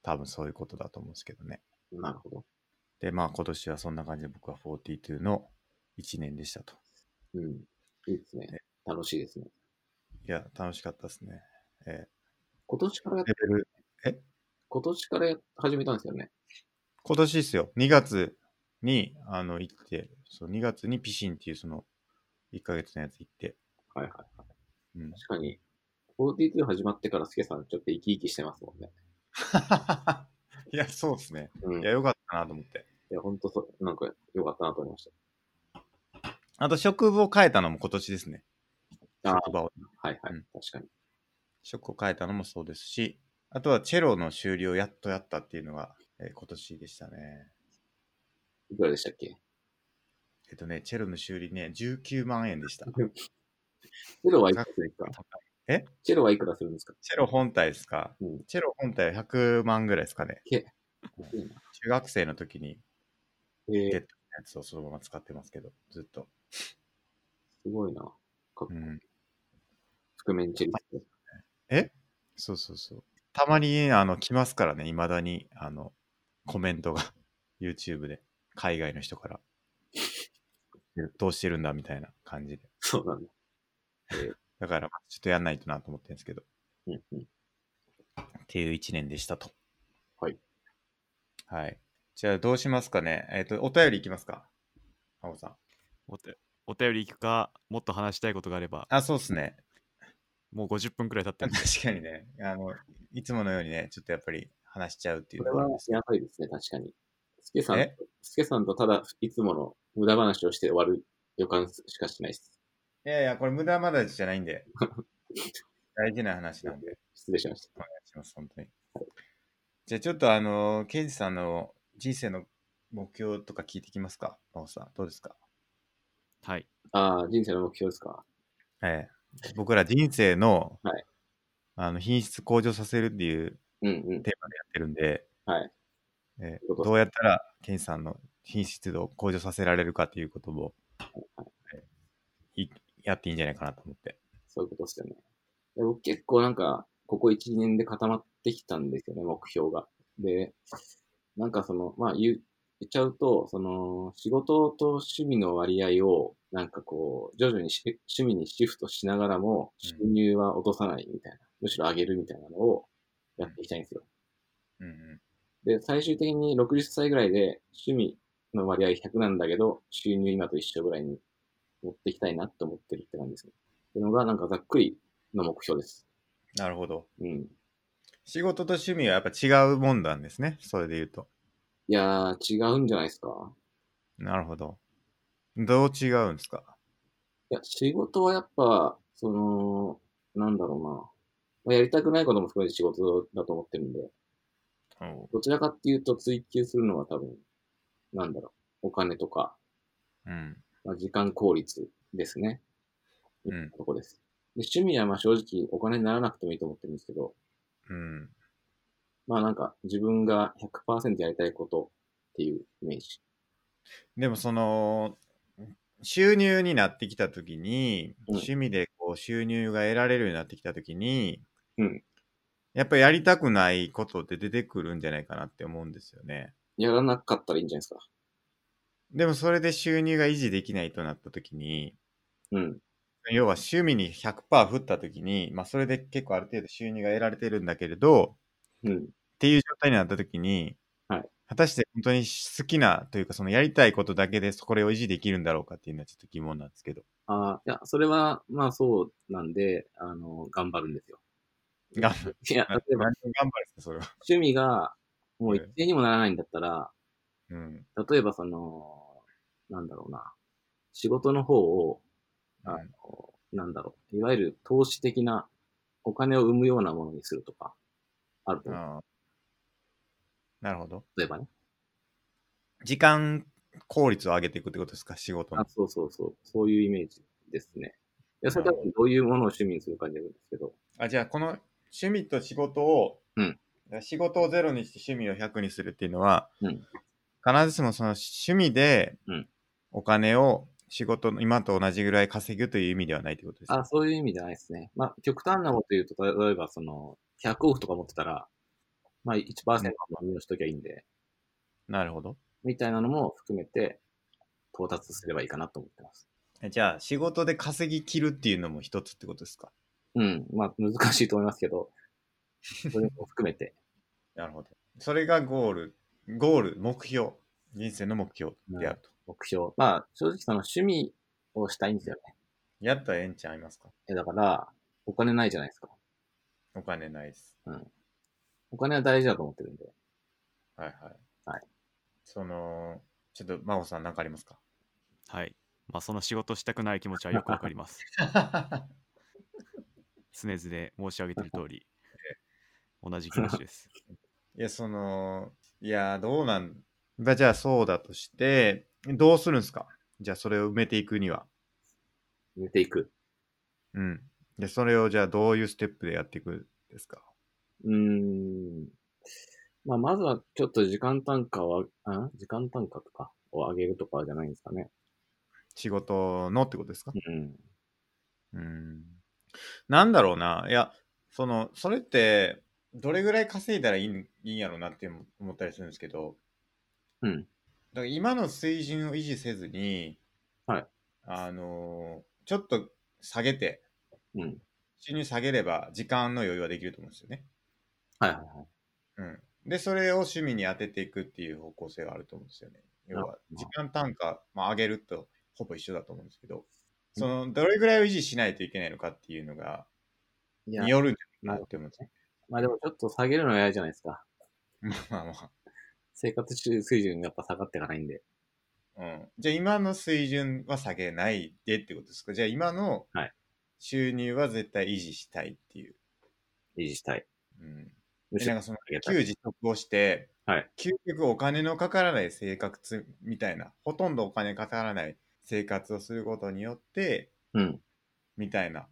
多分そういうことだと思うんですけどね。
なるほど。
で、まあ今年はそんな感じで僕は42の1年でしたと。
うん。いいですね
ね。
楽しいですね。
いや、楽しかったですね。え
今年からやっ
ーレベル、
今年からや始めたんですよね。
今年ですよ、2月に、あの、行って、そう、2月にピシンっていうその、1ヶ月のやつ行って、
はいはいはい。
うん。
確かに、42始まってからスケさんちょっと生き生きしてますもんね。
いや、そうですね。
うん。
い
い
や、よかったなと思って。
や、ほんとそう、なんか良かったなと思いまし
あと、職部を変えたのも今年ですね。
た。ああ
職場を。
ー、はいはい、
うん
確かに。
職を変えたのもそうですし、あとはチェロの修理をやっとやったっていうのが、えー今年でしたね。
いくらでしたっけ
えっとね、チェロの修理ね、19万円でした。
チェロはいくらするんですか
え
チェロはいくらするんですか
チェロ本体ですか
うん。
チェロ本体は100万ぐらいですかね。
いいな
中学生の時に
え
ゲッ
ー
トのやつをそのまま使ってますけど、ずっと。
すごいな。かっこ
う
いい。
ん。
覆面チェリスト。
そうそうそう。たまに、あの、来ますからね、未だに、あの、コメントが、YouTube で、海外の人から。どうしてるんだみたいな感じで。
そうなんだ。
だから、ちょっとやんないとなと思ってるんですけど。
うんうん。
っていう一年でしたと。
はい。
はい。じゃあどうしますかね。えっ、と、お便りいきますか。あおさん。
おてお便り行くか、もっと話したいことがあれば、
あ、そうですね。
もう50分くらい経って
確
る。
かにね。あの、いつものようにね、ちょっとやっぱり話しちゃうっていう
これ
ところ
は
なんです。
やばいですね、確かに。スケさん
え、
スケさんとただいつもの無駄話をして終わる予感しかしないです。
いやいや、これ無駄まだじゃないん で。大事な話なんで、
失礼しました。
お願いします、本当に。じゃあちょっとあの、ケイジさんの人生の目標とか聞いてきますか。あおさん、どうですか
はい。
ああ、人生の目標ですか。
ええ、僕ら人生の,、
はい
あの品質向上させるっていう
うんうん。
テーマでやってるんで、
はい。
ええ
そういうこと
どうやったらケンさんの品質度を向上させられるかということを、ええいやっていいんじゃないかなと思って。
そういうことですよね。で僕結構なんか、ここ1、2年で固まってきたんですよね、目標が。で、なんかその、まあ言う言っちゃうと、その、仕事と趣味の割合を、なんかこう、徐々にし趣味にシフトしながらも、収
うん
入は落とさないみたいな、むしろ上げるみたいなのをやっていきたいんですよ。
うんうん
で、最終的に60歳ぐらいで趣味の割合100なんだけど、収入今と一緒ぐらいに持っていきたいなと思ってるって感じですね。っていうのが、なんかざっくりの目標です。
なるほど。
うん。
仕事と趣味はやっぱ違うもんなんですね。それで言うと。
いやー、違うんじゃないですか。
なるほど。どう違うんですか
いや、仕事はやっぱ、その、なんだろうな。まあやりたくないことも含めて仕事だと思ってるんで、
おう
どちらかっていうと追求するのは多分、なんだろう、お金とか、
うん。
まあ、時間効率ですね。
うん。
とこです。で趣味はまあ正直お金にならなくてもいいと思ってるんですけど、
うん。
まあなんか自分が100%やりたいことっていうイメージ。
でもその収入になってきた時に、
うん
趣味でこう収入が得られるようになってきた時に、
うん
やっぱやりたくないことって出てくるんじゃないかなって思うんですよね。
やらなかったらいいんじゃないですか。
でもそれで収入が維持できないとなった時に
うん。
要は趣味に100%振った時に、まあ、それで結構ある程度収入が得られてるんだけれど
うん。
っていう状態になった時に、
はい
果たして本当に好きなというかそのやりたいことだけでこれを維持できるんだろうかっていうのはちょっと疑問なんですけど
ああ、いや、それはまあそうなんで、あの、頑張るんですよ。
頑
いや、
何
例えば
頑張るんですかそれは。
趣味がもう一定にもならないんだったら、
うん。
例えばその、なんだろうな。仕事の方を、あの、なんだろう。いわゆる投資的なお金を生むようなものにするとか、あると思う。
ああなるほど。
例えばね。
時間効率を上げていくってことですか、仕事
あ
の。
そうそうそう。そういうイメージですね。や、それ多分どういうものを趣味にするかによるんですけど、
あ、じゃあ、この趣味と仕事を、
うん
仕事をゼロにして趣味を100にするっていうのは、
うん
必ずしもその趣味で
うん
お金を仕事の今と同じぐらい稼ぐという意味ではないということですか
あ、そういう意味じゃないですね。まあ、極端なこと言うと、例えば、その、100億とか持ってたら、まあ、1%は運用しときゃいいんで、
なるほど。
みたいなのも含めて、到達すればいいかなと思ってます。
えじゃあ、仕事で稼ぎ切るっていうのも一つってことですか
うん。まあ、難しいと思いますけど、それも含めて。
なるほど。それがゴール、ゴール、目標、人生の目標であると。
目標。まあ、正直その趣味をしたいんですよね。
やったらええんちゃいますか
え、だから、お金ないじゃないですか。
お金ないです。
お金は大事だと思ってるんで。
はいはい。
はい。
その、ちょっと、真帆さん何かありますか
はい。まあ、その仕事したくない気持ちはよくわか ります。常々申し上げている 通り、同じ気持ちです。
いや、その、いや、どうなんが、じゃあそうだとして、どうするんですかじゃあそれを埋めていくには。
埋めていく。
うん。で、それをじゃあどういうステップでやっていくんですか
うーん。まあ、まずはちょっと時間単価を、あ時間単価とかを上げるとかじゃないんですかね。
仕事のってことですか
うん。
うん。なんだろうな。いや、その、それって、どれぐらい稼いだらいいんいいんやろうなって思ったりするんですけど、
うん。
だから今の水準を維持せずに、
はい。
あのーちょっと下げて、
うん。
収入下げれば時間の余裕はできると思うんですよね。
はいはいはい。
うん。で、それを趣味に当てていくっていう方向性があると思うんですよね。要は、
あ
時間単価、まあ、上げるとほぼ一緒だと思うんですけど、その、どれぐらいを維持しないといけないのかっていうのが、
い
に
や、
よるんじゃないかなって思うん ですね。
まあでもちょっと下げるのは嫌じゃないですか。
まあまあ。
生活水準がやっぱ下がっていかないんで。
うん。じゃあ今の水準は下げないでってことですかじゃあ今の
はい
収入は絶対維持したいっていう。
維持したい。
うん。
む
で
し
なん
ろ
かその、
下げたい。
旧自得をして、
はい
究極お金のかからない生活みたいな、ほとんどお金かからない生活をすることによって、
うん。
みたいな。
あ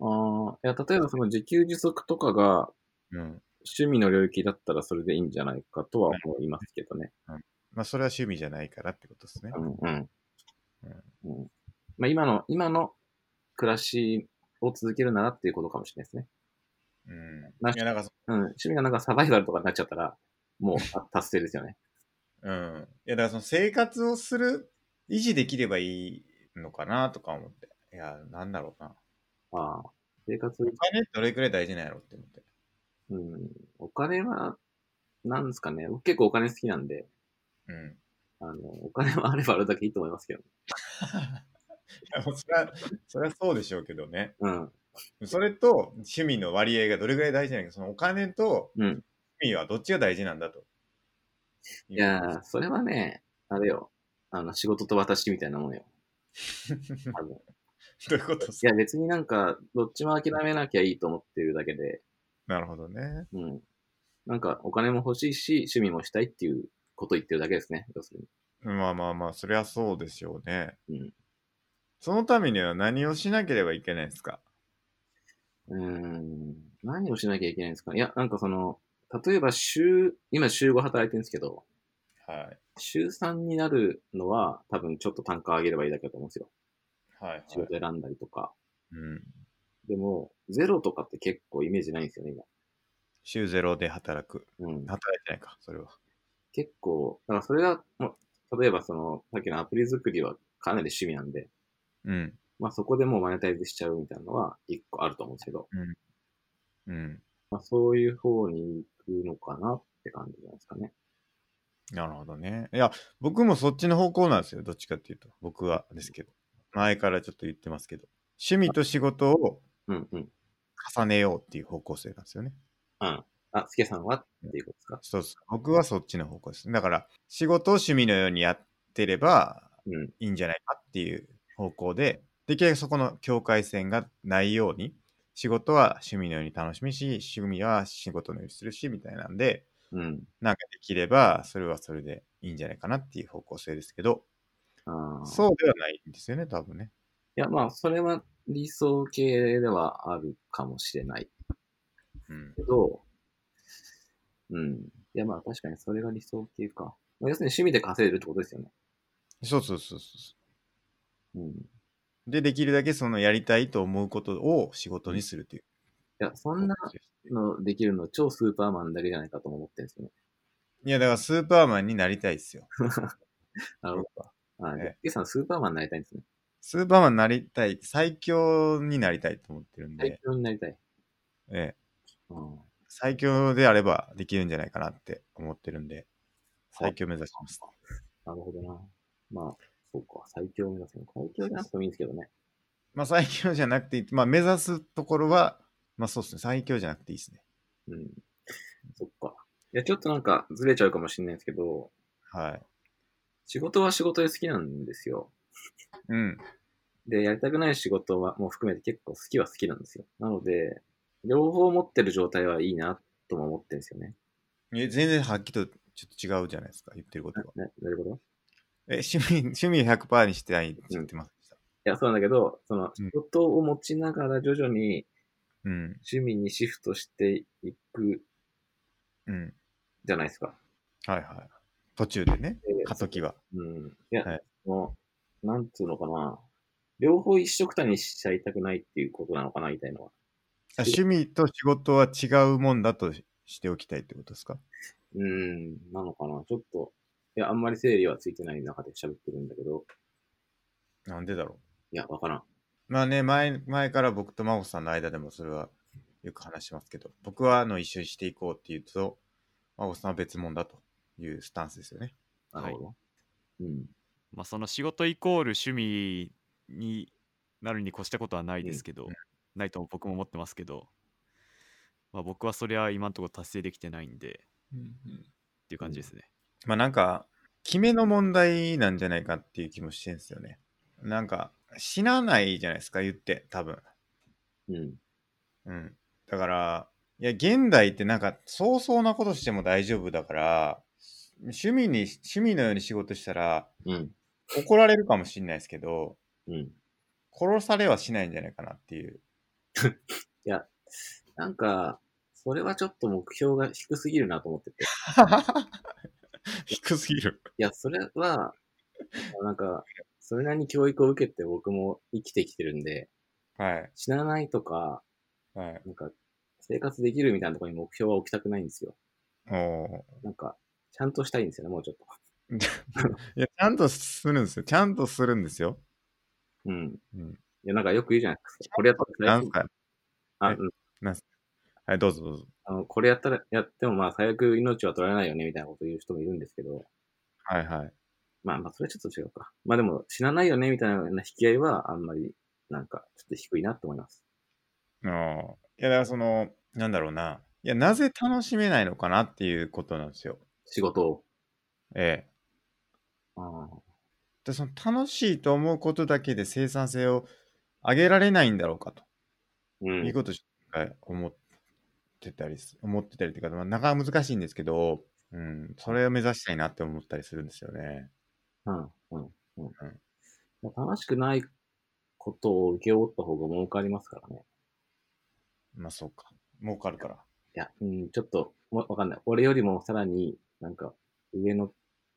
あ、いや、例えばその自給自足とかが
うん。
趣味の領域だったらそれでいいんじゃないかとは思いますけどね。
まあ、それは趣味じゃないからってことですね。
うんうん。うん。まあ今の、今の暮らしを続けるならっていうことかもしれないですね。
うん。
ない
や、なんかそ、
うん。趣味がなんかサバイバルとかになっちゃったら、もうあ達成ですよ ね。
うん。いや、だからその生活をする、維持できればいいのかなとか思って。いや、なんだろうな。
ああ。生活
お、金どれくらい大事なんやろって思って。
うん。お金は、なんですかね。僕結構お金好きなんで、
うん。 い
あの、お金はあればあるだけいいと思いますけど。
や、もうそれは、それはそうでしょうけどね。
うん。
それと趣味の割合がどれくらい大事なのか、そのお金と
うん。
趣味はどっちが大事なんだと。い
いやー、それはね、あれよ。あの、仕事と私みたいなも んよ。多分
どういうことです
い
か
や、別になんか、どっちも諦めなきゃいいと思ってるだけで、
なるほどね。
うん。なんか、お金も欲しいし、趣味もしたいっていうことを言ってるだけですね。要するに。
まあまあまあ、そりゃそうでしょうね。
うん
そのためには何をしなければいけないですか
うーん。何をしなきゃいけないんですかいや、なんかその、例えば週、今週5働いてるんですけど、
はい。
週3になるのは、多分ちょっと単価上げればいいだけだと思うんですよ。
はい、はい。
仕事選んだりとか。
うん。
でも、ゼロとかって結構イメージないんですよね、
週ゼロで働く。
今。うん。
働いてないか、それは。
結構、だからそれが、もう例えばその、さっきのアプリ作りはかなり趣味なんで、
うん。
まあそこでもうマネタイズしちゃうみたいなのは一個あると思うんですけど、
うん。
まあそういう方に行くのかなって感じじゃないですかね。
なるほどね。いや、僕もそっちの方向なんですよ。どっちかっていうと。僕はですけど。前からちょっと言ってますけど。趣味と仕事を
うんうん。
重ねようっていう方向性なんですよね。
うん。あ、すけさんはっていうことですか
そうです。僕はそっちの方向です。だから、仕事を趣味のようにやってれば
うん。
いいんじゃないかっていう方向で、できるだけそこの境界線がないように、仕事は趣味のように楽しみし、趣味は仕事のようにするし、みたいなんで、
うん。
なんかできれば、それはそれでいいんじゃないかなっていう方向性ですけど、
あー
そうではないんですよね、多分ね。
や、まあ、それは理想系ではあるかもしれない
うん
けど、うん。いや、まあ、確かにそれが理想系か。まあ要するに趣味で稼いでるってことですよね。
そうそうそうそ。
うん。いう
で、できるだけそのやりたいと思うことを仕事にするという。
や、そんな
う
のできるの超スーパーマンだけじゃないかとも思ってるんですよね。
んいや、だからスーパーマンになりたいですよ。
なるほど。あ、じゃあ
え、
K さんスーパーマンになりたいんですね。
スーパーマンになりたい、最強になりたいと思ってるん
最
で、
強になりたい。
ええ、
うん。
最強であればできるんじゃないかなって思ってるんで、最強目指します。
なるほどな。まあ、そうか。最強を目指すの。最強じゃなくてもいいんですけどね。
まあ、最強じゃなくていい、まあ、目指すところは、まあそうですね、最強じゃなくていいですね。
うん。そっか。いや、ちょっとなんかずれちゃうかもしれないですけど、
はい。
仕事は仕事で好きなんですよ。
うん。
で、やりたくない仕事はもう含めて結構好きは好きなんですよ。なので、両方持ってる状態はいいなとも思ってるんですよね。
え全然はっきりとちょっと違うじゃないですか、言ってることが。
ななるほど。い
え、趣味、趣味100%にしてないって言ってました。
や、そうなんだけど、その、仕事を持ちながら徐々に
うん。
趣味にシフトしていく
うん。
じゃないですか。
はいはい。途中でね、
で
過渡期は。
うん。いや、
はい
その、なんつうのかな。両方一緒くたにしちゃいたくないっていうことなのかな、みたいなのは。
あ趣味と仕事は違うもんだとししておきたいってことですか
うん、なのかな。ちょっと、いや、あんまり整理はついてない中で喋ってるんだけど、
なんでだろ
いや、わからん。
う。まあね、前、前から僕と真帆さんの間でもそれはよく話しますけど、僕はあの一緒にしていこうっていうと、真帆さんは別物だというスタンスですよね。
なるほど。うん。
まあ、その仕事イコール趣味になるに越したことはないですけど、
うん
ないと僕も思ってますけど、まあ、僕はそれは今のところ達成できてないんでっていう感じですね。
まあなんか、決めの問題なんじゃないかっていう気もしてんですよね。なんか、死なないじゃないですか、言って、多分。
うん。
うん。だから、いや、現代ってなんか、早々なことしても大丈夫だから、趣味に、趣味のように仕事したら、
うん。
怒られるかもしれないですけど、
うん。い
殺されはしないんじゃないかなっていう。
や、なんか、それはちょっと目標が低すぎるなと思ってて。い
低すぎる。
や、それは、なんか、それなりに教育を受けて僕も生きてきてるんで、
はい。
死なないとか、
はい。
なんか、生活できるみたいなところに目標は置きたくないんですよ。
お
なんか、ちゃんとしたいんですよね、もうちょっと。
ーいや、ちゃんとするんですよ。ちゃんとするんですよ。
うん。
うん。
いや、なんかよく言うじゃないですか。これやったら
なん
最
す
悪、
か
あ、
え
うん。
はい、どうぞどうぞ。
あの、これやったら、やってもまあ最悪命は取られないよね、みたいなこと言う人もいるんですけど、
はいはい。
まあまあ、それはちょっと違うか。まあでも、死なないよね、みたいな引き合いは、あんまり、なんか、ちょっと低いなと思います。
あーいや、だからその、なんだろうな。いや、なぜ楽しめないのかなっていうことなんですよ。
仕事を。
ええ。
ああ
でその楽しいと思うことだけで生産性を上げられないんだろうかと
う。
いうんことを思ってたりす、思ってたりというか、まあ、なかなか難しいんですけど、うん、それを目指したいなって思ったりするんですよね。
うん。うん。うん。まあ楽しくないことを受け負った方が儲かりますからね。
まあそうか。儲かるから。
いや、うん、ちょっと、わわかんない。俺よりもさらに、なんか、上の、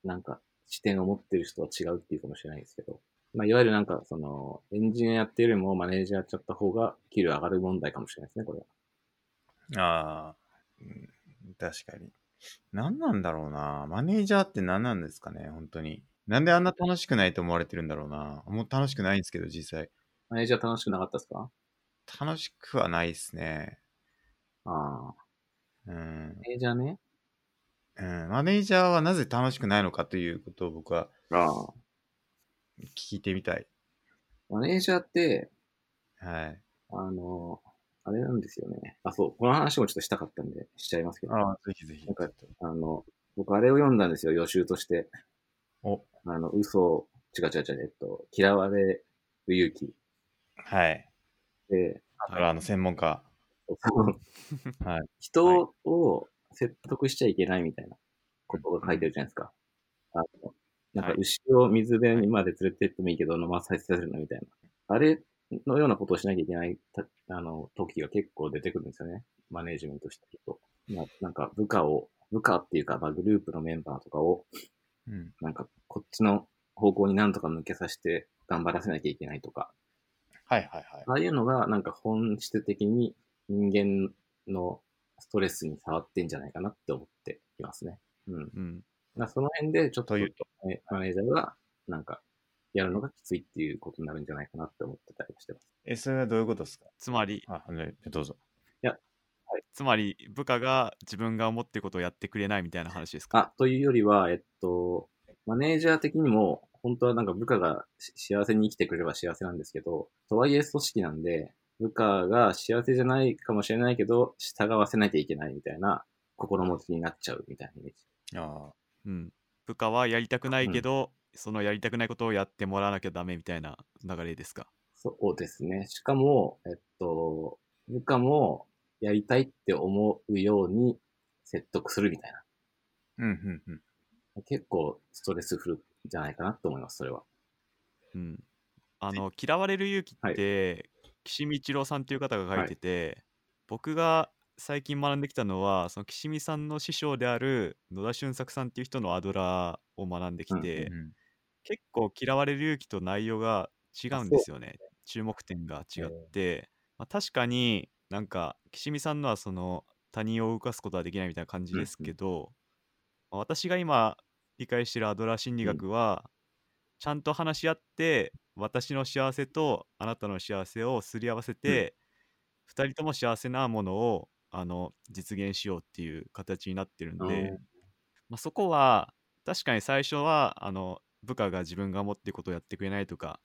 なんか、視点を持ってる人は違うっていうかもしれないですけど。まあ、いわゆるなんか、その、エンジニアやってるよりもマネージャーやっちゃった方が、給料上がる問題かもしれないですね、これは。
ああ、うん確かに。何なんだろうな。マネージャーって何なんですかね、本当に。なんであんな楽しくないと思われてるんだろうな。もう楽しくないんですけど、実際。
マネージャー楽しくなかったですか
楽しくはないですね。
ああ。
うん
マ。ネージャーね。
うん、マネージャーはなぜ楽しくないのかということを僕は
ああ。
聞いてみたい。
マネージャーって、
はい。
あの、あれなんですよね。あ、そう。この話もちょっとしたかったんで、しちゃいますけど。
ああ、ぜひぜひ。
なんかあの、僕あれを読んだんですよ、予習として。
お、
あの、嘘を、違う違う違う、えっと、嫌われる勇気。
はい。
で、
だからあの、専門家。はい。
人を説得しちゃいけないみたいなことが書いてるじゃないですか。あのなんか
はい
牛を水辺にまで連れて行ってもいいけど飲まさせるなみたいな。あれのようなことをしなきゃいけないた、あの、時が結構出てくるんですよね。マネージメントしてると。まあ、なんか部下を、部下っていうか、まあ、グループのメンバーとかを、
うん。
なんかこっちの方向になんとか向けさせて頑張らせなきゃいけないとか、
はいはいはい。
ああいうのがなんか本質的に人間のストレスに触ってんじゃないかなって思っていますね。うん。
うん。
まあ、その辺でちょっと
という
ねマネージャーがなんかやるのがきついっていうことになるんじゃないかなって思ってたりしてます。
え、それはどういうことですか
つまり、
あ、ね、どうぞ。
つまり部下が自分が思ってることをやってくれないみたいな話ですか
あ、というよりは、えっと、マネージャー的にも、本当はなんか部下がし幸せに生きてくれれば幸せなんですけど、とはいえ組織なんで、部下が幸せじゃないかもしれないけど、従わせなきゃいけないみたいな心持ちになっちゃうみたいなイメージ。
あ
うん。部下はやりたくないけど、そのやりたくないことをやってもらわなきゃダメみたいな流れですか
そうですね。しかも、えっと、部下もやりたいって思うように説得するみたいな。
うん、うん、うん。
結構ストレスフルじゃないかなと思います、それは。
うん、あの嫌われる勇気
はい
って、岸見一郎さんっていう方が書
はいい
てて、僕が最近学んできたのはその岸見さんの師匠である野田俊作さんっていう人のアドラーを学んできて、
うん
結構嫌われる勇気と内容が違うんですよね注目点が違って、まあ、確かになんか岸見さんのはその他人を動かすことはできないみたいな感じ
うん
ですけど、まあ私が今理解してるアドラー心理学は、ちゃんと話し合って私の幸せとあなたの幸せをすり合わせて、二人とも幸せなものをあの実現しようっていう形になってるんで、
うん
まあ、そこは確かに最初はあの部下が自分が思ってることをやってくれないとか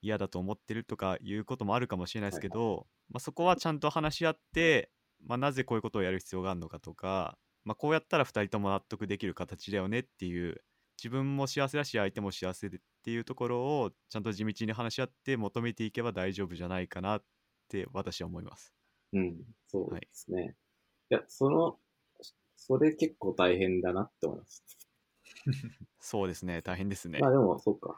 嫌だと思ってるとかいうこともあるかもしれないですけど、まあ、そこはちゃんと話し合って、まあ、なぜこういうことをやる必要があるのかとか、まあ、こうやったら2人とも納得できる形だよねっていう自分も幸せだし相手も幸せでっていうところをちゃんと地道に話し合って求めていけば大丈夫じゃないかなって私は思います。
うん、そうですね。い、や、その、それ結構大変だなって思います。
そうですね大変ですね。
まあでも、そうか。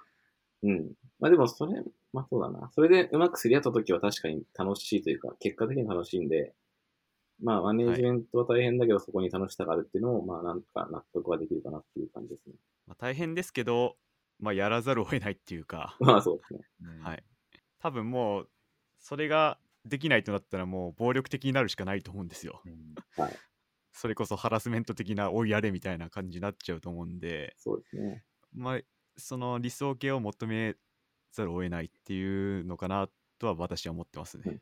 うん。まあでも、それ、まあそうだな。それでうまくすり合った時は確かに楽しいというか、結果的に楽しいんで、まあマネージメントは大変だけど、そこに楽しさがあるっていうのも、まあなんとか納得はできるかなっていう感じですね。
まあ、大変ですけど、まあ、やらざるを得ないっていうか。
まあそうですね。
うん
はい。多分もうそれができないとなったらもう暴力的になるしかないと思うんですよ
うん
それこそハラスメント的な「おいやれ」みたいな感じになっちゃうと思うんで
そうですね。
まあその理想形を求めざるを得ないっていうのかなとは私は思ってますね、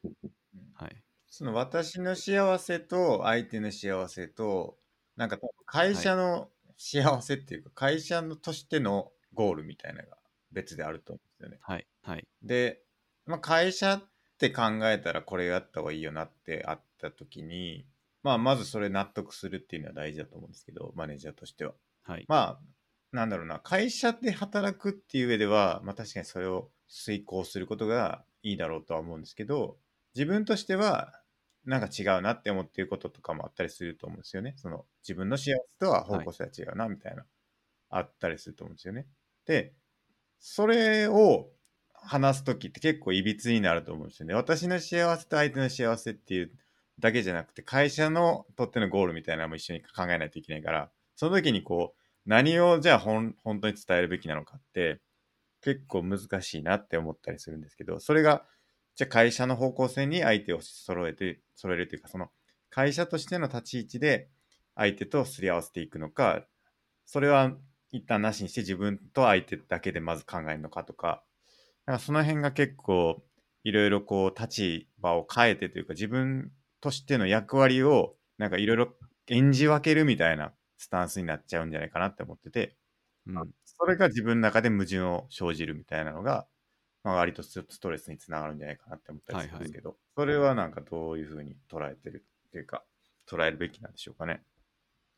はい、
その私の幸せと相手の幸せと、なんか会社の幸せっていうか、会社のとしてのゴールみたいなのが別であると思うんですよね。
はいはい
で、まあ、会社って考えたらこれやった方がいいよなってあった時に、まあ、まずそれ納得するっていうのは大事だと思うんですけど、マネージャーとしては。
はい
まあ、なんだろうな、会社で働くっていう上では、まあ確かにそれを遂行することがいいだろうとは思うんですけど、自分としては、なんか違うなって思っていることとかもあったりすると思うんですよね。その自分の幸せとは方向性は違うな、みたいな、あったりすると思うんですよね。で、それを話すときって結構いびつになると思うんですよね。私の幸せと相手の幸せっていうだけじゃなくて、会社のとってのゴールみたいなのも一緒に考えないといけないから、その時にこう、何をじゃあほん本当に伝えるべきなのかって結構難しいなって思ったりするんですけどそれがじゃあ会社の方向性に相手を揃えて揃えるというかその会社としての立ち位置で相手とすり合わせていくのかそれは一旦なしにして自分と相手だけでまず考えるのかとかなんかその辺が結構いろいろこう立場を変えてというか自分としての役割をなんかいろいろ演じ分けるみたいなスタンスになっちゃうんじゃないかなって思ってて、
うん、
それが自分の中で矛盾を生じるみたいなのが、まあ、割とストレスにつながるんじゃないかなって思ったりするんですけど、それはなんかどういうふうに捉えてるっていうか、捉えるべきなんでしょうかね。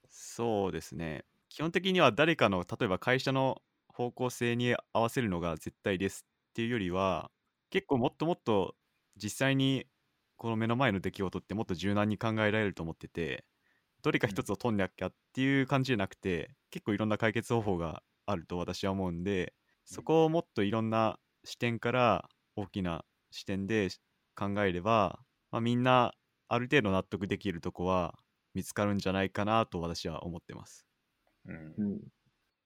そうですね基本的には誰かの例えば会社の方向性に合わせるのが絶対ですっていうよりは結構もっともっと実際にこの目の前の出来事ってもっと柔軟に考えられると思っててどれか一つを取んなきゃっていう感じじゃなくて結構いろんな解決方法があると私は思うんでそこをもっといろんな視点から大きな視点で考えれば、まあ、みんなある程度納得できるとこは見つかるんじゃないかなと私は思ってます。
うん
う。ん。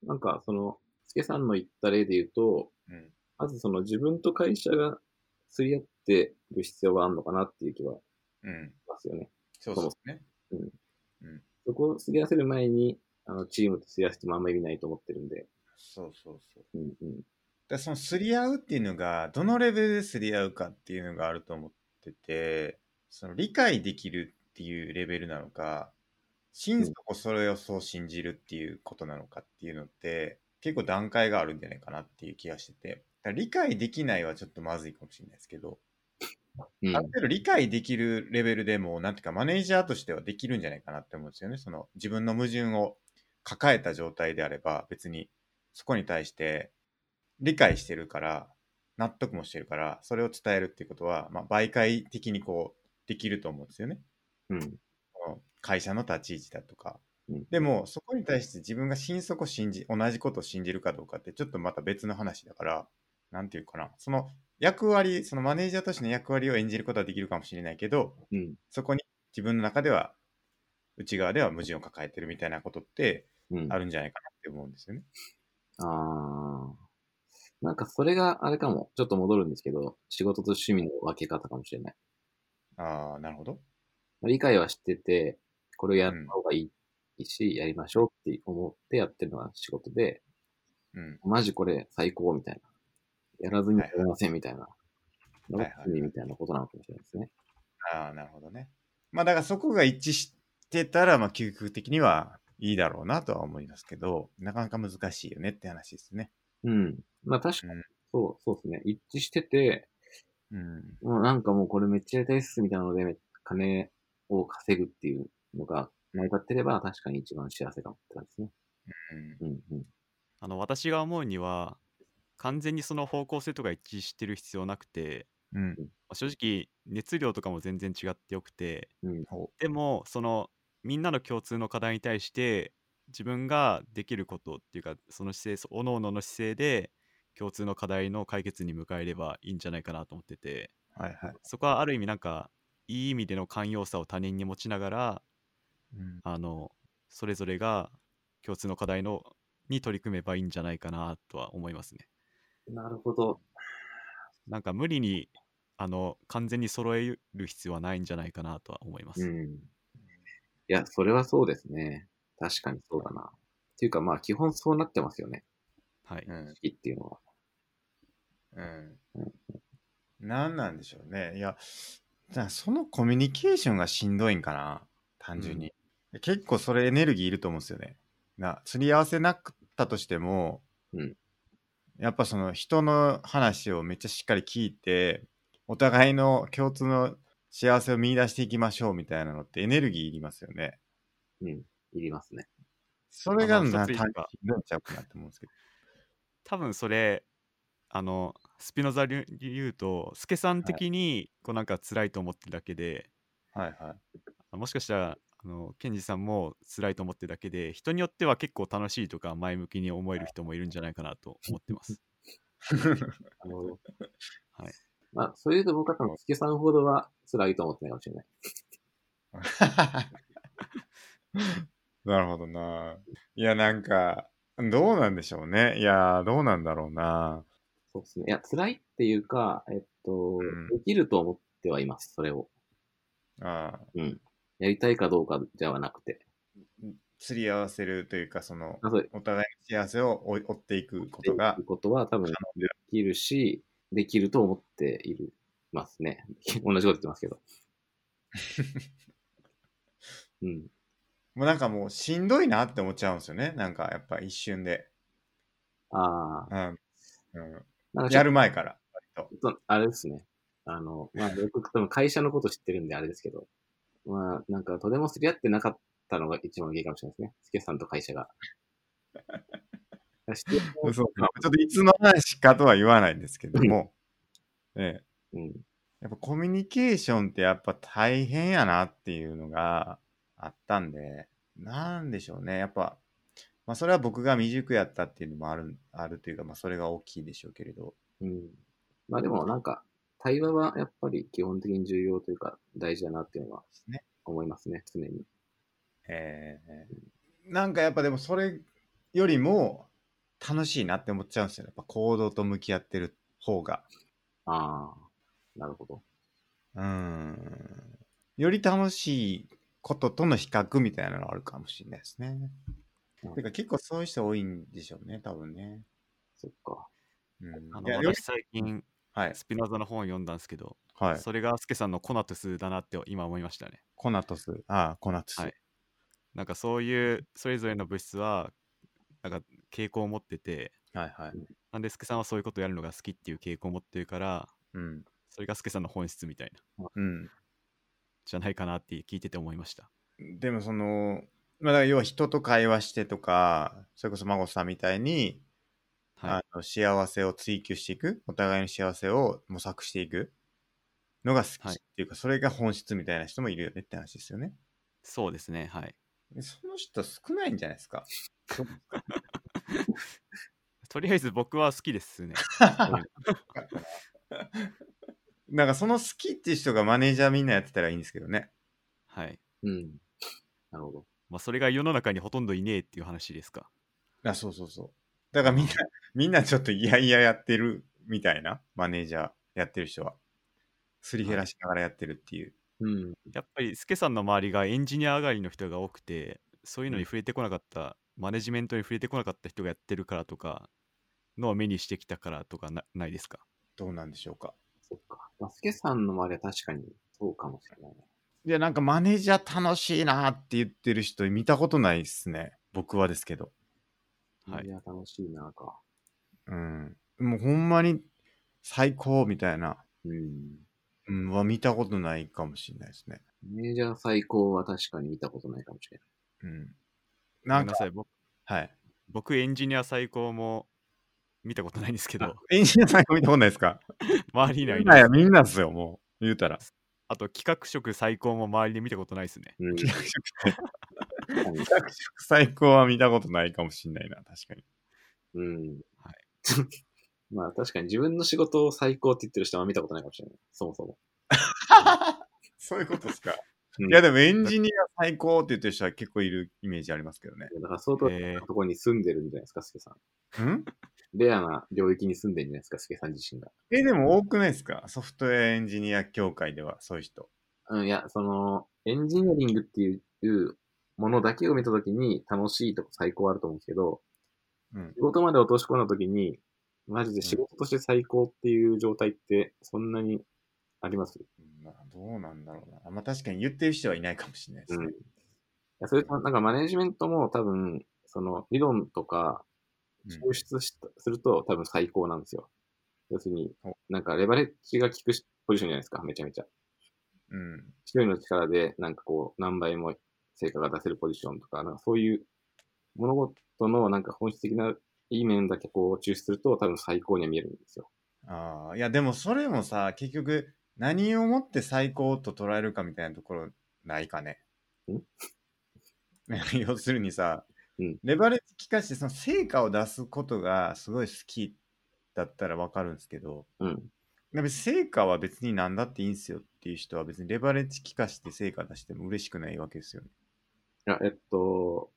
なんか、その、スケさんの言った例で言うと、
うん。
まずその自分と会社が釣り合ってる必要があるのかなっていう気はし
うん。
ますよね。
そうそうですね。
そこをすり合わせる前に、あの、チームとすり合わせてもあんまり意味ないと思ってるんで。
そうそうそう。
うんうん。
だからそのすり合うっていうのがどのレベルですり合うかっていうのがあると思っててその理解できるっていうレベルなのか心底それをそう信じるっていうことなのかっていうのって結構段階があるんじゃないかなっていう気がしててだから理解できないはちょっとまずいかもしれないですけど、
うん
ある程度理解できるレベルでもなんていうかマネージャーとしてはできるんじゃないかなって思うんですよねその自分の矛盾を抱えた状態であれば別にそこに対して理解してるから納得もしてるからそれを伝えるっていうことは、まあ、媒介的にこうできると思うんですよね。
うん。
この会社の立ち位置だとか。
うん
でもそこに対して自分が心底信じ同じことを信じるかどうかってちょっとまた別の話だから何て言うかなその役割そのマネージャーとしての役割を演じることはできるかもしれないけど
うん。
そこに自分の中では内側では矛盾を抱えてるみたいなことって
うん。
あるんじゃないかなって思うんですよね。
あーなんかそれがあれかも。ちょっと戻るんですけど、仕事と趣味の分け方かもしれない。
ああなるほど。
理解はしてて、これをやった方がいいし、やりましょうって思ってやってるのが仕事で、
うん。
マジこれ最高みたいな。やらずにやりませんみたいな。
いはい
趣味みたいなことなのかもしれないですね。
ああ、なるほどね。まあだからそこが一致してたら、まあ究極的にはいいだろうなとは思いますけど、なかなか難しいよねって話ですね。
うん。まあ確かに、そう、そうですね。一致してて、
うん。
もうなんかもうこれめっちゃやりたいっすみたいなので、金を稼ぐっていうのが成り立ってれば確かに一番幸せかもって感じですね。
うん。
うんうん。
あの私が思うには完全にその方向性とか一致してる必要なくて、
うん。
まあ正直熱量とかも全然違ってよくて
うん
ほ
でもそのみんなの共通の課題に対して自分ができることっていうかその姿勢おのおのの姿勢で共通の課題の解決に向かえればいいんじゃないかなと思ってて
う。はいはい。
そこはある意味なんかいい意味での寛容さを他人に持ちながら
うん。
あのそれぞれが共通の課題のに取り組めばいいんじゃないかなとは思いますね。
なるほど。
なんか無理にあの完全に揃える必要はないんじゃないかなとは思います。
うん。いや、それはそうですね。確かにそうだな。っていうかまあ基本そうなってますよね。
はい、
うん。
好きっていうのは。
うん。なんなんでしょうね。いや、じゃあそのコミュニケーションがしんどいんかな。単純に。結構それエネルギーいると思うんですよね。な、釣り合わせなかったとしても、
うん
やっぱその人の話をめっちゃしっかり聞いて、お互いの共通の幸せを見出していきましょうみたいなのってエネルギーいりますよね。
うん。いりますね。
それが
あの
な、単
一ついい
純
か
にしんどいんちゃうかなって思うんですけど。
多分それあのスピノザ流で言うとスケさん的にこうなんか辛いと思ってるだけで、
はいはい。
もしかしたらあのケンジさんも辛いと思ってるだけで人によっては結構楽しいとか前向きに思える人もいるんじゃないかなと思ってます。
なるほど。
はい。
まあ、そういうと僕は多分、月さんほどは辛いと思ってないかもしれない。
なるほどな。いや、なんか、どうなんでしょうね。いや、どうなんだろうな。
そうですね。いや、辛いっていうか、えっと、
ん
できると思ってはいます、それを。
ああ
うん。やりたいかどうかじゃなくて。
釣り合わせるというか、その、
あそう
お互いの幸せを追い追っていくことが
できる、ことは多分できるし、できると思っているますね。 同じこと言ってます けど。うん。
もうなんかもうしんどいなって思っちゃうんですよね。なんかやっぱ一瞬で。
ああ。
うん。う
な
ん、
んかちょ
やる前から。
ちょっと、あれですね。あの、まあ、僕、多分会社のこと知ってるんであれですけど、まあ、なんか、とてもすり合ってなかったのが一番大きいかもしれないですね。スケさんと会社 が。知ってる
そうちょっといつの話かとは言わないんですけども。ええ。
うん。
やっぱコミュニケーションってやっぱ大変やなっていうのがあったんで、なんでしょうね。やっぱ、まあそれは僕が未熟やったっていうのもある、あるというか、まあそれが大きいでしょうけれど。
うん。まあでも、なんか、対話はやっぱり基本的に重要というか大事だなっていうのは
すね
思いますね、常に。
えーなんかやっぱでもそれよりも楽しいなって思っちゃうんですよね。やっぱ行動と向き合ってる方が。
ああ、なるほど。
うん。より楽しいこととの比較みたいなのがあるかもしれないですね。
うん
てか結構そういう人多いんでしょうね、多分ね。
そっか。
うんい
あ
や
の
より
私最近
はい。
スピノザの本を読んだんですけど、
はい。
それがスケさんのコナトゥスだなって今思いましたね。
コナトス。ああ、コナトス。
はいなんかそういうそれぞれの物質はなんか傾向を持ってて、
はいはい。
なんでスケさんはそういうことをやるのが好きっていう傾向を持ってるから、
うん。
それがスケさんの本質みたいな、
うん。
じゃないかなって聞いてて思いました。
でもその、まあ、だから要は人と会話してとか、それこそ孫さんみたいに、
は
あの幸せを追求していく、お互いの幸せを模索していくのが好き
はい
っていうか、それが本質みたいな人もいるよねって話ですよね。
い。そうですね。はい。
でその人少ないんじゃないです か。
とりあえず僕は好きですね。
なんかその好きっていう人がマネージャーみんなやってたらいいんですけどね。
はい。
うん。なるほど。
まあそれが世の中にほとんどいねえっていう話ですか。
あ、そうそうそう。だからみんな、 みんなちょっといやいややってるみたいな、マネージャーやってる人は。すり減らしながらやってるっていう。
うん。
やっぱりスケさんの周りがエンジニア上がりの人が多くて、そういうのに触れてこなかった、マネジメントに触れてこなかった人がやってるからとか、のを目にしてきたからとかなないですか
どうなんでしょうか。
そっか。バスケさんの周りは確かにそうかもしれないね。
いや、なんかマネージャー楽しいなって言ってる人見たことないっすね。僕はですけど。
はい
いや、楽しいなか。
うん。もうほんまに最高みたいな、
うん。
うん、は見たことないかもしれないですね。
マネージャー最高は確かに見たことないかもしれ
うん。
ご
なん
めん
か
な、さい僕、
はい。
僕エンジニア最高も見たことないんです けど、
エンジニアさんが見たことないですか
周りにはい
みん
な
ないや、みんなっすよ、もう。言うた ら。
あと企画職最高も周りで見たことないですね。
ない。うん
企画職
確かに。
企画職最高は見たことないかもしれないな、確かに。
うん。。
はい
まあ確かに自分の仕事を最高って言ってる人は見たことないかもしれない。そもそも。
そういうことですか。
うん
いや、でもエンジニア最高って言ってる人は結構いるイメージありますけどね。
だから相当
えー
なところに住んでるんじゃないですか、スケさん。
うん
レアな領域に住んでるんじゃないですか、スケさん自身が。
え、でも多くないですかソフトウェアエンジニア協会ではそういう人。
うん、いや、その、エンジニアリングっていうものだけを見たときに楽しいとこ最高あると思うんですけど、
うん
仕。事まで落とし込んだときに、マジで仕事として最高っていう状態ってそんなにあります、
まあ、どうなんだろうな。まあ確かに言ってる人はいないかもしれないです
うん。
ね
い。や、それとなんかマネジメントも多分、その理論とか抽出したすると多分最高なんですよ。要するに
ほ、
なんかレバレッジが効くしポジションじゃないですか、めちゃめちゃ。
うん。うん
一人の力で、なんかこう、何倍も成果が出せるポジションとか、なんかそういう物事のなんか本質的ないい面だけこう抽出すると多分最高には見えるんですよ。
ああ、いやでもそれもさ、結局何をもって最高と捉えるかみたいなところないかね。
ん
要するにさ、
うん
レバレッジ効かしてその成果を出すことがすごい好きだったらわかるんですけど、
うん。
でも成果は別に何だっていいんすよっていう人は別にレバレッジ効かして成果出しても嬉しくないわけですよね。
いや、えっと、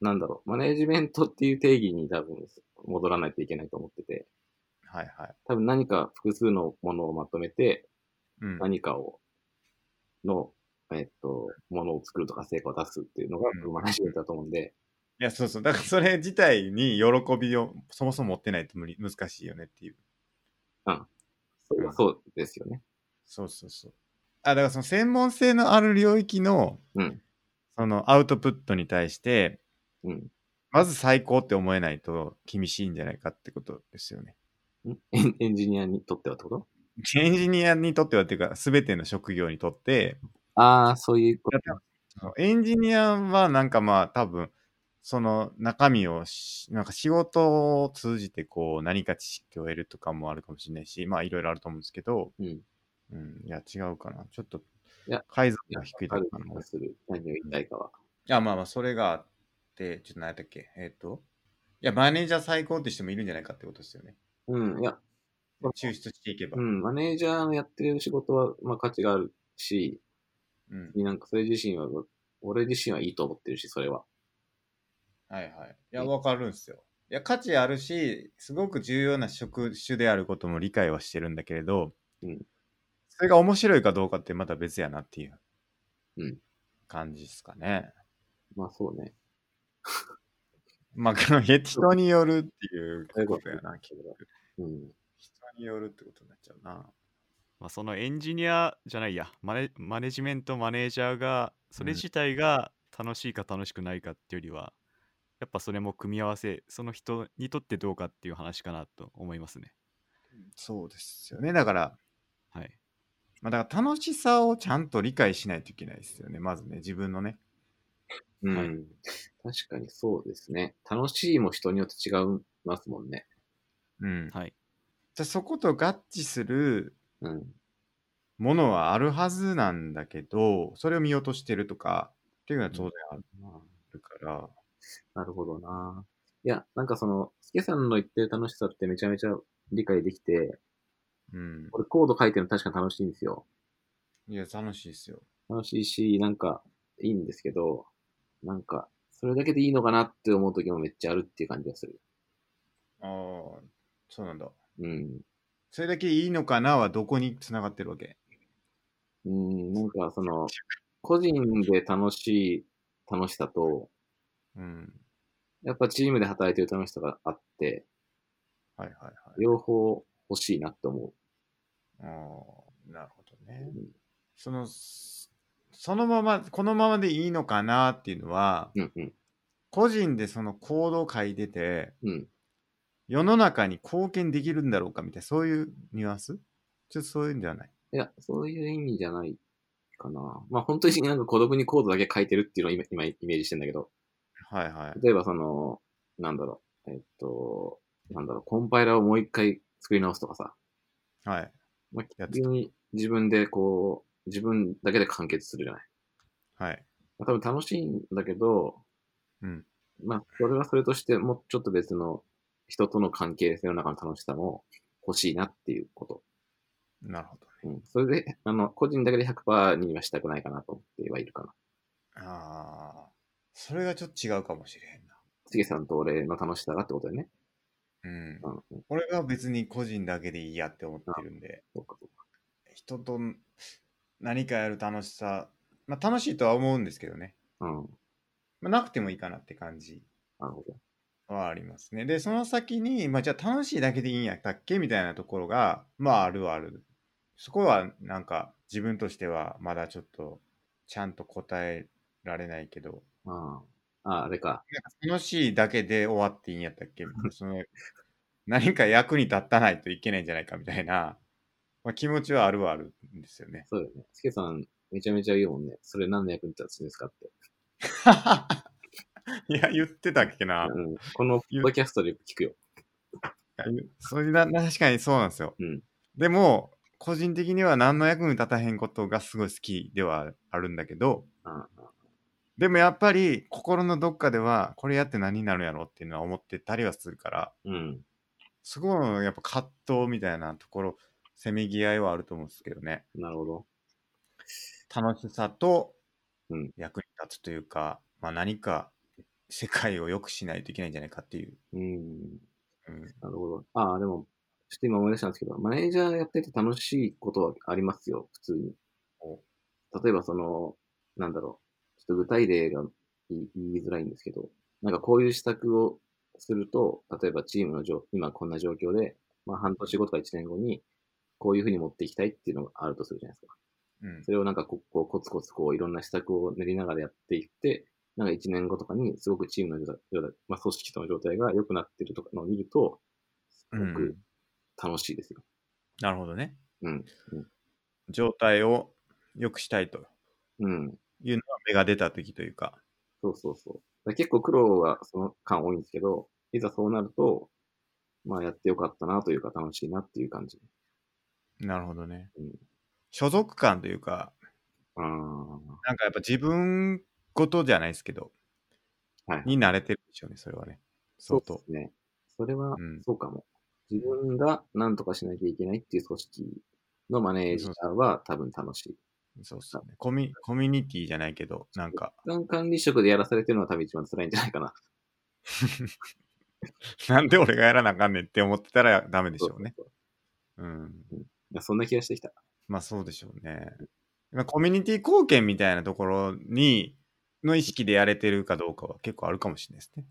なんだろう、マネジメントっていう定義に多分戻らないといけないと思ってて、
はいはい。
多分何か複数のものをまとめて、
うん。
何かを、の、えっと、ものを作るとか成果を出すっていうのが
うん
マネジメントだと思うんで、
いや、そうそう。だからそれ自体に喜びをそもそも持ってないと無理、難しいよねっていう。
それはそうですよね。
そうそうそう。あ、だからその専門性のある領域の、
うん
そのアウトプットに対して、
うん。
まず最高って思えないと厳しいんじゃないかってことですよね。
んエンエンジニアにとってはってこと
エンジニアにとってはっていうか、すべての職業にとって、
ああ、そういうこと。
エンジニアはなんかまあ多分、その中身をし、なんか仕事を通じてこう何か知識を得るとかもあるかもしれないし、まあいろいろあると思うんですけど、
うん。
うん、いや違うかな。ちょっと
や、
解像
い
度
や
が低い
わ
だっ
る
た
気
の
がする。何を言いたいかは。
いや、まあまあ、それがあって、ちょっと何やったっけえっ、と。いや、マネージャー最高って人もいるんじゃないかってことですよね。
うん。いや、
抽出していけば。
うん、マネージャーのやってる仕事は、まあ価値があるし、
うん
なんかそれ自身は、俺自身はいいと思ってるし、それは。
はいはい。いや、わかるんですよ。いや、価値あるし、すごく重要な職種であることも理解はしてるんだけれど、
うん
それが面白いかどうかってまた別やなっていう
うん
感じですかね。
まあそうね。
まあ、この人によるっていうことやな、結局。
うん。
人によるってことになっちゃうな。
まあ、そのエンジニアじゃないやマネ、マネジメントマネージャーが、それ
うん
自体が楽しいか楽しくないかっていうよりは、やっぱそれも組み合わせ、その人にとってどうかっていう話かなと思いますね。
そうですよね。だから、
はい。
まあ、だから楽しさをちゃんと理解しないといけないですよね。まずね、自分のね。
うん。
はい
確かにそうですね。楽しいも人によって違いますもんね。
うん。じゃ
はい。
あそこと合致する
うん。
ものはあるはずなんだけど、それを見落としてるとかっていうのは当然あ
まあ
るから。
なるほどな。いや、なんかその、スケさんの言ってる楽しさってめちゃめちゃ理解できて、
うん。
俺コード書いてるの確かに楽しいんですよ。
いや、楽しいですよ。
楽しいし、なんかいいんですけど、なんか、それだけでいいのかなって思う時もめっちゃあるっていう感じがする。
ああ、そうなんだ。
うん。
それだけいいのかなはどこに繋がってるわけ
うん、なんかその、個人で楽しい楽しさと、
うん。
やっぱチームで働いてる楽しさがあって、
はいはいはい。
両方欲しいなって思
ああ、なるほど
う。
ね。その、そそのまま、このままでいいのかなっていうのは、
うん、うん、
個人でその行動を書いてて、
うん。
世の中に貢献できるんだろうかみたいな、そういうニュアンスちょっとそういうんではない。
いや、そういう意味じゃないかな。まあ本当になんか孤独にコードだけ書いてるっていうのを今、今イメージしてんだけど、
はいはい。
例えばその、なんだろう、えっと、なんだろう、コンパイラーをもう一回作り直すとかさ、
はい。
まあ、
やっ
普
て
通
た
に自分でこう、自分だけで完結するじゃない。
はい。
まあ、多分楽しいんだけど、
うん。
まあ、それはそれとして、もうちょっと別の人との関係性の中の楽しさも欲しいなっていうこと。
なるほど。
うん。それで、あの、個人だけで100%にはしたくないかなと思ってはいるかな。
ああ。それがちょっと違うかもしれへんな。
つげさんと俺の楽しさがってことだよね。
うん
う。ん。うん
俺は別に個人だけでいいやって思ってるんで、
そうか、そうか。
人と何かやる楽しさ、まあ楽しいとは思うんですけどね。
うん。
まあ、なくてもいいかなって感じ
なるほど。
はありますね。で、その先に、まあ、じゃあ楽しいだけでいいんやったっけみたいなところが、まあ、あるはある。そこは、なんか、自分としては、まだちょっと、ちゃんと答えられないけど、
ああ。ああ、あれか。
なんか楽しいだけで終わっていいんやったっけみたいな、その、何か役に立たないといけないんじゃないかみたいな、まあ、気持ちはあるはあるんですよ ね。
そうだよね。つげさん、めちゃめちゃ言うもんね。それ何の役に立つんですかって。
いや、言ってたっけな。
うん。このポッドキャストでよく聞くよ。
それな確かにそうなんですよ。
うん
でも個人的には何の役に立たへんことがすごい好きではあるんだけど
うん。
でもやっぱり心のどっかではこれやって何になるんやろっていうのは思ってたりはするから
うん。
そこのやっぱ葛藤みたいなところせめぎ合いはあると思うんですけどね
なるほど。
楽しさと
うん
役に立つというか、まあ、何か世界を良くしないといけないんじゃないかっていう、
うん。
うん、
なるほど。ああ、でも、ちょっと今思い出したんですけど、マネージャーやってて楽しいことはありますよ、普通に
お。
例えばその、なんだろう。ちょっと具体例が言い言いづらいんですけど、なんかこういう施策をすると、例えばチームの状、今こんな状況で、まあ半年後とか1年後に、こういうふうに持っていきたいっていうのがあるとするじゃないですか。
うん
そ、れをなんかこう、こうコツコツこういろんな施策を練りながらやっていって、なんか1年後とかにすごくチームの状態、まあ組織との状態が良くなってるとかのを見ると、す
う
ごく
ん
楽しいですよ。
なるほどね
うん。
状態を良くしたいと
うん。
いうのは芽が出た時というか。
そうそうそう。だから結構苦労はその間多いんですけど、いざそうなると、まあやってよかったなというか楽しいなっていう感じ。
なるほどね。
うん
所属感というか、
ああ。
なんかやっぱ自分ごとじゃないですけど、
はい。
に慣れてるでしょうね、それはね。
そ
相
うで
当。
すね。それは
うん、
そうかも。自分が何とかしなきゃいけないっていう組織のマネージャーは多分楽しい。
そうっすね。コミ、コミュニティじゃないけど、なん か、
一旦管理職でやらされてるのは多分一番辛いんじゃないかな。
なんで俺がやらなあかんねんって思ってたらダメでしょうね。
そうそう
うん。
そういやそんな気がしてきた。
まあそうでしょうね。まあ、コミュニティ貢献みたいなところに、の意識でやれてるかどうかは結構あるかもしれないですね。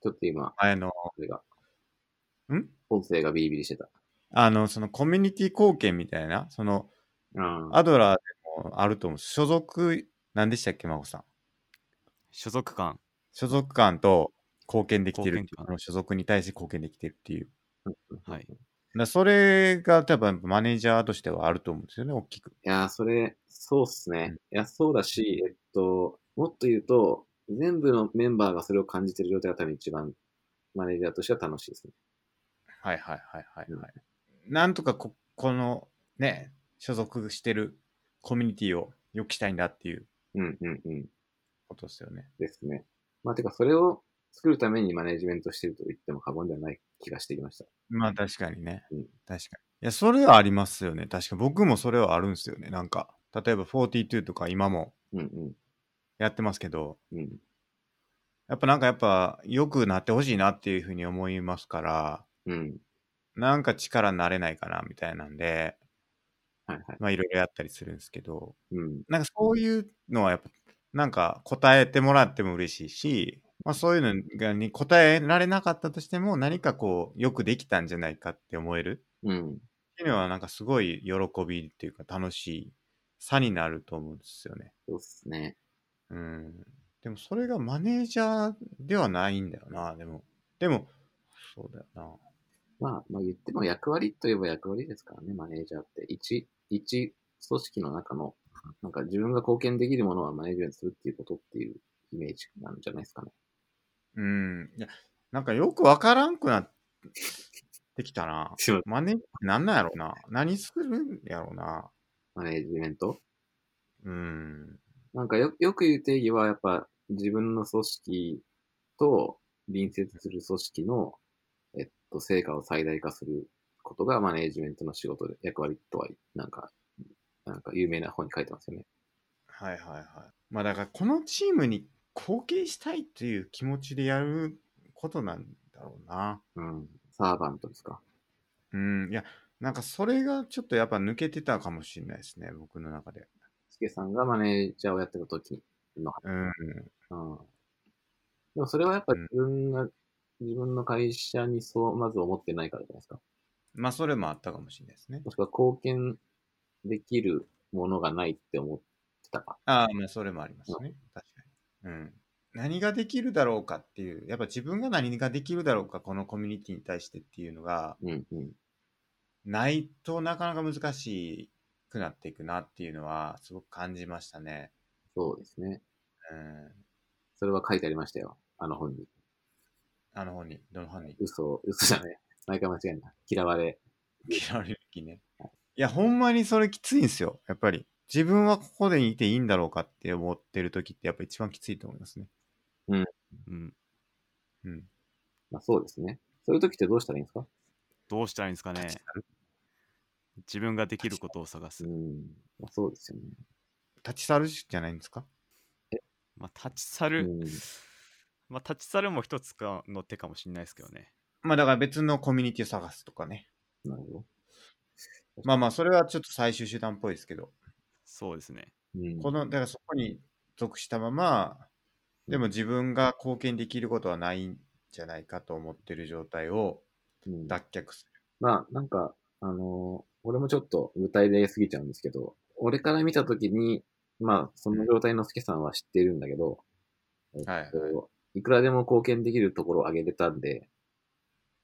ちょっと今、
前の、
それが、
ん
音声がビリビリしてた。
あの、そのコミュニティ貢献みたいな、その、
うん。
アドラーでもあると思う。所属、何でしたっけ、真帆さん。
所属感。
所属感と貢献できてるってい
貢献感
う、この所属に対して貢献できてるっていう。
はい。
だからそれが多分マネージャーとしてはあると思うんですよね、大きく。
いやー、それ、そうっすね
うん。
いや、そうだし、えっと、もっと言うと、全部のメンバーがそれを感じてる状態が多分一番、マネージャーとしては楽しいですね。
はいはいはいはい、はいなんとかこ、このね、所属してるコミュニティを良くしたいんだっていう
うんうんうん。
ことですよね。
ですね。まあ、てか、それを作るためにマネージメントしてると言っても過言ではない気がしてきました。
まあ確かにね。
うん
確かに。いや、それはありますよね。確か僕もそれはあるんですよね。なんか、例えば42とか今も
うん
やってますけど、
うん。うん。
やっぱなんかやっぱ良くなってほしいなっていうふうに思いますから、
うん。
なんか力になれないかなみたいなんで、
はいはい。
まあいろいろやったりするんですけど、
うん。
なんかそういうのはやっぱ、なんか答えてもらっても嬉しいし、まあそういうのがに答えられなかったとしても何かこうよくできたんじゃないかって思える
うん。
っていうのはなんかすごい喜びっていうか楽しい差になると思うんですよね。
そうっすね。
うん。でもそれがマネージャーではないんだよな、でも。でも、そうだよな。
まあ、まあ言っても役割といえば役割ですからね、マネージャーって。一、一組織の中の、なんか自分が貢献できるものはマネージメントするっていうことっていうイメージなんじゃないですかね。
うん。いや、なんかよくわからんくなってきたな。
すいません
マネージャーってなんなんやろうな。何するんやろうな。
マネージメント
うん。
なんかよよく言う定義は、やっぱ自分の組織と隣接する組織の、えっと、成果を最大化することがマネージメントの仕事で、役割とは、なんか、なんか有名な本に書いてますよね。
はいはいはい。まあだからこのチームに貢献したいという気持ちでやることなんだろうな。
うん。サーバントですか。
うん。いや、なんかそれがちょっとやっぱ抜けてたかもしれないですね。僕の中で。
スケさんがマネージャーをやってた時の
うん。
うんでもそれはやっぱ
うん
自分が、自分の会社にそう、まず思ってないからじゃないですか。
まあそれもあったかもしれないですね。
もしくは貢献できるものがないって思ってたか。
ああ、まあそれもありますね。確かに。うん。何ができるだろうかっていう、やっぱ自分が何ができるだろうか、このコミュニティに対してっていうのが、
うんうん。
ないとなかなか難しくなっていくなっていうのは、すごく感じましたね。
そうですね。
うん。
それは書いてありましたよ。あの本に。
あの本に、どの本に
嘘、嘘じゃない。毎回間違えんな。嫌われ。
嫌われる気ね。いや、ほんまにそれきついんですよ。やっぱり。自分はここでいていいんだろうかって思ってる時って、やっぱ一番きついと思いますね。
うん。
うん。
まあそうですね。そういう時ってどうしたらいいんですか
どうしたらいいんですかね
立ち去る
自分ができることを探す
う。ん。まあそうですよね。
立ち去るじゃないんですか
まあ、立ち去る。
うん
まあ、立ち去るも一つかの手かもしれないですけどね。
まあだから別のコミュニティを探すとかね。
なるほど。
まあまあ、それはちょっと最終手段っぽいですけど、
そうですね。
うん。
この、だからそこに属したまま、でも自分が貢献できることはないんじゃないかと思ってる状態を
うん
脱却する。
まあ、なんか、あのー俺もちょっと具体で過ぎちゃうんですけど、俺から見たときに、まあ、その状態のスケさんは知ってるんだけど、
はい
えっといくらでも貢献できるところを上げれたんで、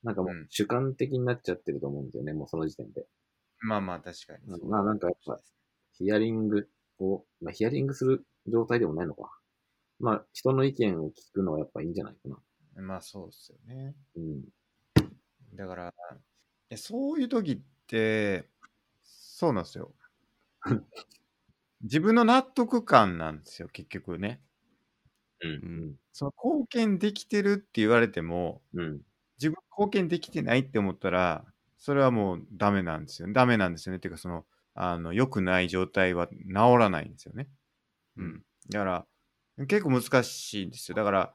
なんかもううん主観的になっちゃってると思うんですよね、もうその時点で。
まあまあ、確かにそう。
まあなんかやっぱ、ヒアリングを、まあ、ヒアリングする状態でもないのか。まあ、人の意見を聞くのはやっぱいいんじゃないかな。
まあそうですよね。
うん。
だから、いやそういう時って、そうなんですよ。自分の納得感なんですよ、結局ね。
う
うん
ん。
その貢献できてるって言われても、
うん。
自自分貢献できてないって思ったら、それはもうダメなんですよね。ダメなんですよね。っていうか、その、あの、良くない状態は治らないんですよね。うん。だから、結構難しいんですよ。だから、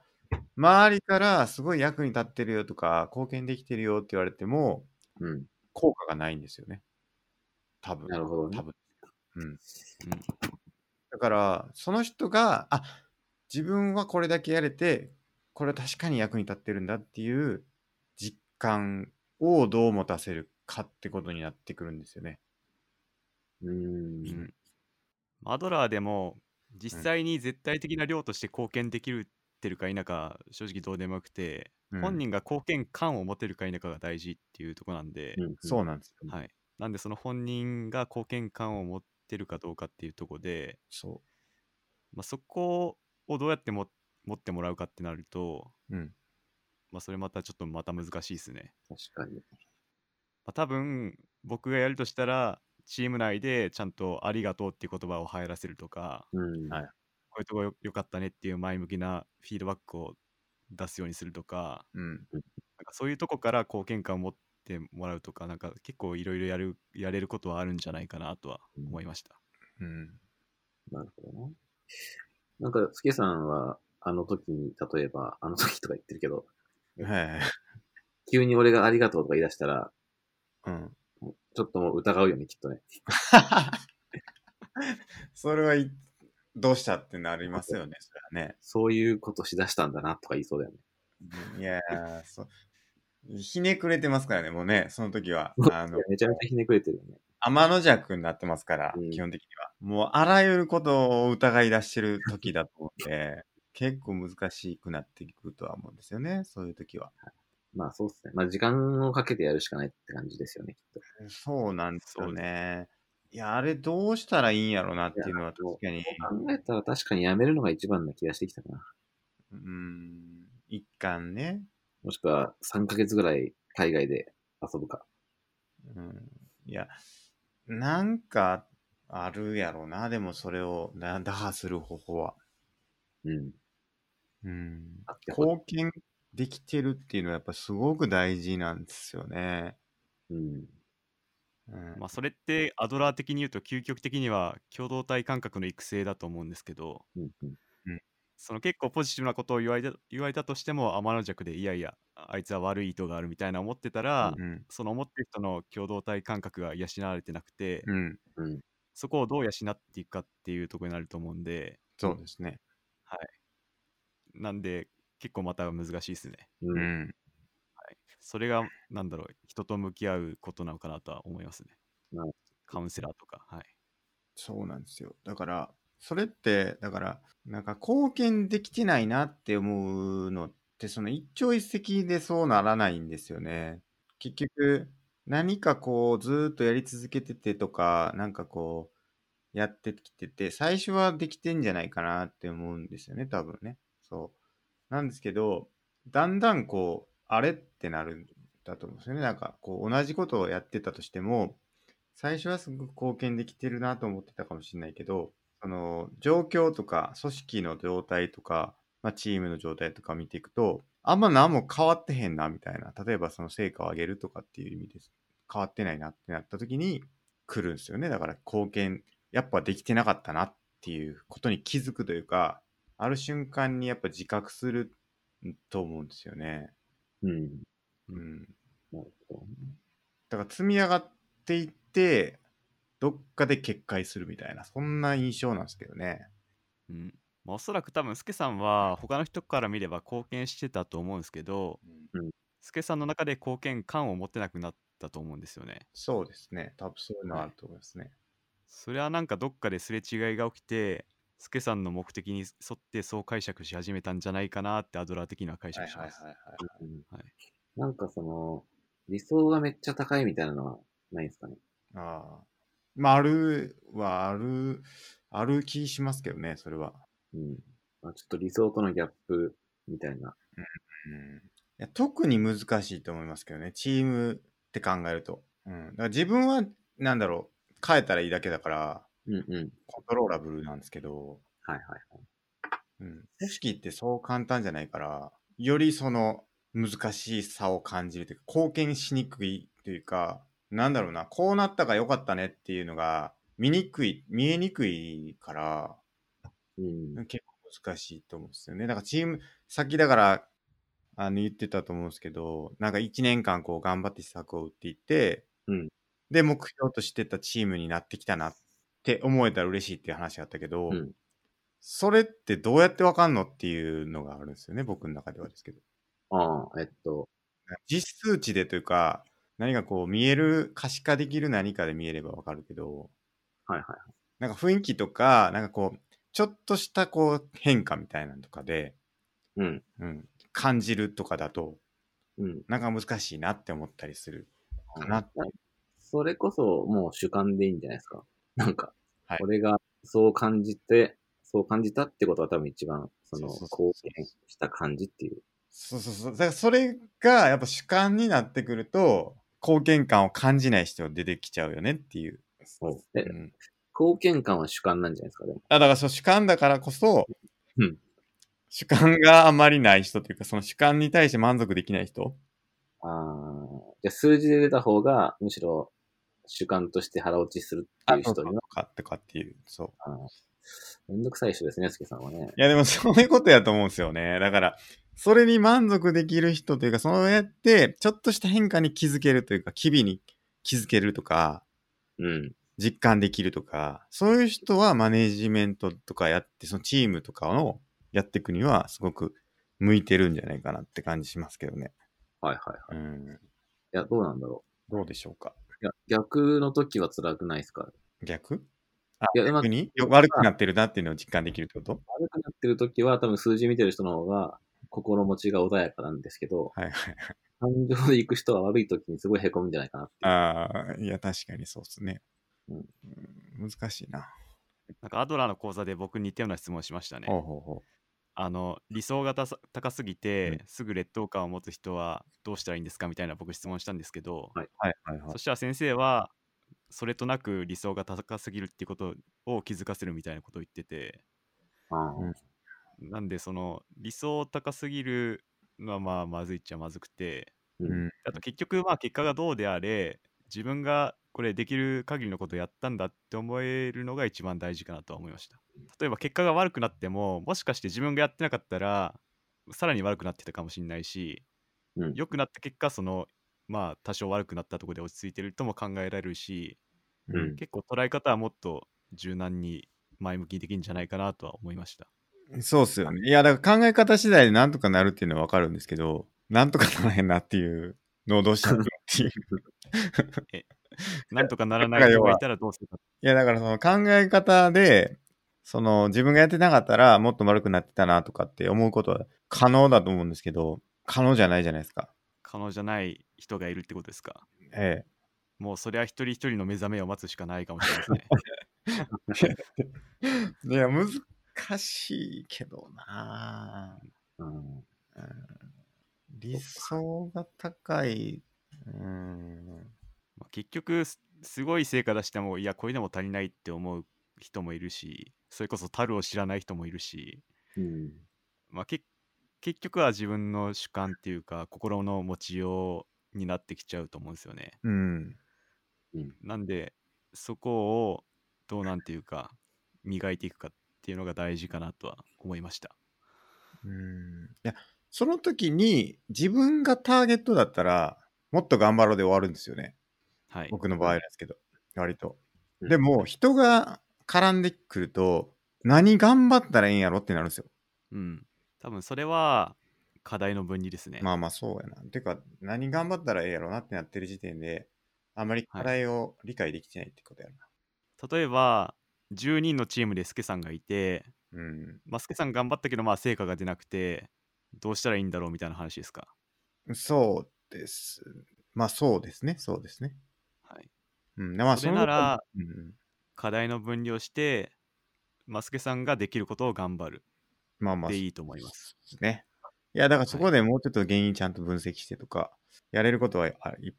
周りからすごい役に立ってるよとか、貢献できてるよって言われても、
うん。
効果がないんですよね。多分。
なる
多
ほどね。
分。うん。だから、その人が、あ、自分はこれだけやれて、これは確かに役に立ってるんだっていう実感をどう持たせるかってことになってくるんですよね。
う。
うんんアドラーでも実際に絶対的な量として貢献できるってるか否か正直どうでもよくて、
うん
本人が貢献感を持てるか否かが大事っていうとこなんで、
うん
そうなんですよ。
はい、なんでその本人が貢献感を持ってるかどうかっていうとこで、
そ
まあ、そこをどうやっても持ってもらうかってなると、
う。うん。
まあ、それまたちょっとまた難しいですね。
確かに。
まあ、多分僕がやるとしたらチーム内でちゃんと「ありがとう」っていう言葉を入らせるとか
うん。
はい
こういうとこよ良かったねっていう前向きなフィードバックを出すようにするとか
うん。
なんかそういうとこから貢献感を持ってもらうとかなんか結構いろいろやるやれることはあるんじゃないかなとは思いました。
うん。
なるほどね。なんか、スケさんは、あの時に、例えば、あの時とか言ってるけど、
はい。
急に俺がありがとうとか言い出したら、
うん。
ちょっともう疑うよね、きっとね。
それはいどうしたってなりますよね、それはね。
そういうことしだしたんだなとか言いそうだよね。
いやーそう。ひねくれてますからね、もうね、その時 は。あの、
めちゃめちゃひねくれてるよね。
天の弱になってますから、
うん
基本的には。もうあらゆることを疑い出してる時だと思 って、結構難しくなってくるとは思うんですよね、そういう時は。
まあそうっすね。まあ時間をかけてやるしかないって感じですよね、きっ
そうなんですよ
そう
ね。いや、あれどうしたらいいんやろうなっていうのは確かに、
と。考えたら確かにやめるのが一番な気がしてきたな。
うん、一貫ね、
もしくは3ヶ月ぐらい海外で遊ぶか。
うんいや、なんかあるやろな、でもそれをな打破する方法は。
うん。
うん、
あってほ
貢献できてるっていうのはやっぱすごく大事なんですよね。
うん。
うん
まあ、それってアドラー的に言うと究極的には共同体感覚の育成だと思うんですけど
うん。うん
その結構ポジティブなことを言われた言われたとしても天の弱でいやいやあいつは悪い意図があるみたいな思ってたら、
うん
その思ってる人の共同体感覚が養われてなくて、
うん、
うん。
そこをどう養っていくかっていうところになると思うんで
そうですね。
なんで結構また難しいですね
う。
うんん、
それがなんだろう人と向き合うことなのかなとは思いますね
なるほど
カウンセラーとかはい
そうなんですよ。だから、それって、だから、なんか貢献できてないなって思うのって、その一朝一夕でそうならないんですよね。結局、何かこう、ずーっとやり続けててとか、なんかこう、やってきてて、最初はできてんじゃないかなって思うんですよね、多分ね。そう。なんですけど、だんだんこう、あれってなるんだと思うんですよね。なんかこう、同じことをやってたとしても、最初はすごく貢献できてるなと思ってたかもしれないけど、その状況とか組織の状態とか、まあ、チームの状態とか見ていくと、あんま何も変わってへんなみたいな、例えばその成果を上げるとかっていう意味です。変わってないなってなった時に来るんですよね。だから貢献、やっぱできてなかったなっていうことに気づくというか、ある瞬間にやっぱ自覚すると思うんですよね。
うん。
うん。
なるほどね。
だから積み上がっていって、どっかで決壊するみたいな、そんな印象なんですけどね。
うんまあ、おそらく多分スケさんは他の人から見れば貢献してたと思うんですけどスケさんの中で貢献感を持ってなくなったと思うんですよね
そうですね。多分そういうのはあると思いますね。
それはなんかどっかですれ違いが起きてスケさんの目的に沿ってそう解釈し始めたんじゃないかなってアドラー的には解釈します、
い。
うん
はい
なんかその、理想がめっちゃ高いみたいなのはないですかね。
ああ。まあ、あるはある、ある気しますけどね、それは。
うん。まあ、ちょっと理想とのギャップみたいな。
うん、いや特に難しいと思いますけどね、チームって考えると。うん、だから自分は、なんだろう、変えたらいいだけだから、
うんうん。
コントローラブルなんですけど、
はいはいはい。
うん、組織ってそう簡単じゃないから、よりその難しさを感じるというか、貢献しにくいというか、なんだろうな、こうなったから良かったねっていうのが、見にくい、見えにくいから、
うん。
結構難しいと思うんですよね。だからチーム、さっきだから、あの、言ってたと思うんですけど、なんか1年間こう頑張って施策を打っていって、
うん
で、目標としてたチームになってきたなって思えたら嬉しいっていう話があったけど、
うん
それってどうやってわかんのっていうのがあるんですよね、僕の中ではですけど。
ああ、えっと、
実数値でというか、何かこう見える、可視化できる何かで見えればわかるけど、
はいはい。
なんか雰囲気とか、なんかこう、ちょっとしたこう変化みたいなのとかで、
うん。
うん、感じるとかだと、
うん。
なんか難しいなって思ったりするかなって。
それこそもう主観でいいんじゃないですか。なんか、
はい
俺がそう感じて、そう感じたってことは多分一番、その、
そうそうそう
貢献した感じっていう。
そうそうそう。だからそれがやっぱ主観になってくると、貢献感を感じない人が出てきちゃうよねっていう。
え
う、ん、
貢献感は主観なんじゃないですか、でも。
あだからそう主観だからこそ、
うん
主観があまりない人というか、その主観に対して満足できない人
ああ、じゃあ数字で出た方が、むしろ主観として腹落ちするっていう
と
人には、
かとかっていう。そう。
あーめんどくさい人ですね、すけさんはね。
いやでもそういうことやと思うんですよね。だから、それに満足できる人というか、そうやって、ちょっとした変化に気づけるというか、機微に気づけるとか、
うん。
実感できるとか、そういう人はマネジメントとかやって、そのチームとかをやっていくには、すごく向いてるんじゃないかなって感じしますけどね。
はいはいはい。
うん。
いや、どうなんだろ
どうでしょうか。
う。いや、逆の時は辛くないですか
逆あ、
いやうまく
逆によ悪くなってるなっていうのを実感できるってこと
悪くなってる時は多分数字見てる人の方が心持ちが穏やかなんですけど、
はいはい。
感情で行く人は悪い時にすごい凹むんじゃないかなっていう。
ああ、いや、確かにそうですね。
うん
うん難しいな。
なんかアドラーの講座で僕似たような質問しましたね。
ほうほうほう。
あの理想がたさ高すぎて、
うん
すぐ劣等感を持つ人はどうしたらいいんですかみたいな僕質問したんですけど、
はいはいはい
そ。したら先生はそれとなく理想が高すぎるっていうことを気づかせるみたいなことを言ってて
ああ
うん
なんでその理想高すぎるのはまあまずいっちゃまずくて
うん
あと結局まあ結果がどうであれ自分がこれできる限りのことをやったんだって思えるのが一番大事かなとは思いました例えば結果が悪くなってももしかして自分がやってなかったらさらに悪くなってたかもしれないし
うん
良くなった結果そのまあ多少悪くなったところで落ち着いてるとも考えられるし
う
うん
ん
結構捉え方はもっと柔軟に前向きにできるんじゃないかなとは思いました。
そうっすよね。いや、だから考え方次第でなんとかなるっていうのはわかるんですけど、なんとかならへんなっていうのをどうしたらいいのっていう。
なんとかならない人がいたらどうするか。
いや、だからその考え方で、その自分がやってなかったらもっと悪くなってたなとかって思うことは可能だと思うんですけど、可能じゃないじゃないですか。
可能じゃない人がいるってことですか。
え
もうそれは一人一人の目覚めを待つしかないかもしれないですね。
え。い や、難しいけどなぁ
うん
理想が高い。うん。
まあ結局すすごい成果出してもいやこれでも足りないって思う人もいるしそれこそ樽を知らない人もいるし、
うん
まあ、け結局は自分の主観っていうか心の持ちようになってきちゃうと思うんですよね。
うん。
なんでそこをどうなんていうか磨いていくかっていうのが大事かなとは思いました。
うんいや、その時に自分がターゲットだったら、もっと頑張ろうで終わるんですよね。
はい。
僕の場合ですけど、割と。
うん
でも、人が絡んでくると、何頑張ったらいいんやろってなるんですよ。
うん。多分それは課題の分離ですね。
まあまあ、そうやな。てか、何頑張ったらええやろなってなってる時点で、あまり課題を理解できてないってことや
例えば10人のチームでスケさんがいて、
な。
まあ、スケさん頑張ったけどまあ成果が出なくてどうしたらいいんだろうみたいな話ですか。
うん。そうです。まあ、そうですね。そうですね。
はい。
うん。まあ、
それなら
そのこと、うん。
課題の分離をして、まあ、スケさんができることを頑張る
まあまあ
で、いいと思います。
そうですね。いや、だからそこでもうちょっと原因ちゃんと分析してとか、やれることはい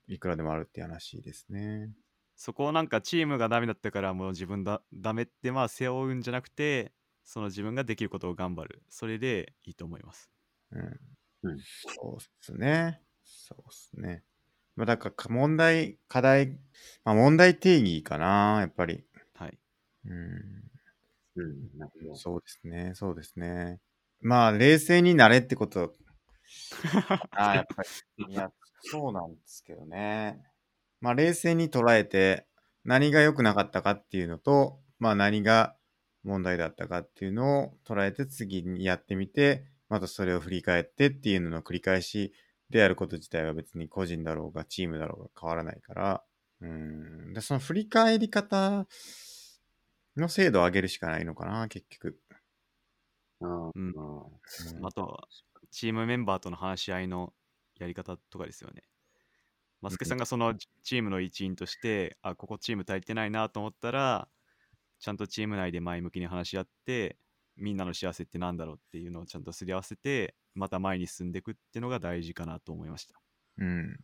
いくらでもあるっていう話ですね。
そこをなんかチームがダメだったからもう自分だダメってまあ背負うんじゃなくてその自分ができることを頑張るそれでいいと思います
うん。そうっすね。そうっすね。まあ、だからか、問題、課題、まあ、問題定義かな、やっぱり。
はい。
うん。
うん。なるほど。
そうですね、そうですね。まあ、冷静になれってこと。ああ、やっぱり。いや、そうなんですけどね。まあ、冷静に捉えて、何が良くなかったかっていうのと、まあ、何が問題だったかっていうのを捉えて、次にやってみて、またそれを振り返ってっていうのの繰り返しであること自体は別に個人だろうが、チームだろうが変わらないから、うん。で、その振り返り方の精度を上げるしかないのかな、結局。
あ
うん。
あ
うん
あとは、チームメンバーとの話し合いのやり方とかですよね。マスケさんがそのチチームの一員として、あ、ここチーム足りてないなと思ったら、ちゃんとチーム内で前向きに話し合って、みんなの幸せってなんだろうっていうのをちゃんとすり合わせて、また前に進んでいくっていうのが大事かなと思いました。
うん。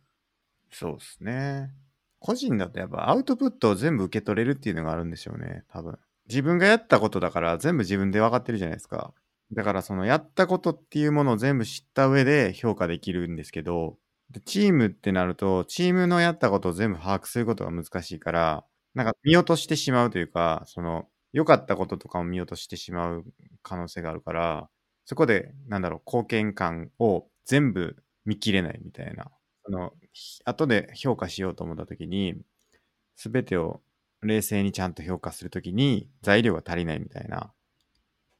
そうですね。個人だとやっぱアウトプットを全部受け取れるっていうのがあるんでしょうね、多分。自分がやったことだから全部自分で分かってるじゃないですか。だからそのやったことっていうものを全部知った上で評価できるんですけど、でチームってなると、チームのやったことを全部把握することが難しいから、なんか見落としてしまうというか、その良かったこととかも見落としてしまう可能性があるから、そこで、なんだろう、貢献感を全部見切れないみたいな。あの、ひ後で評価しようと思った時に、すべてを冷静にちゃんと評価するときに、材料が足りないみたいな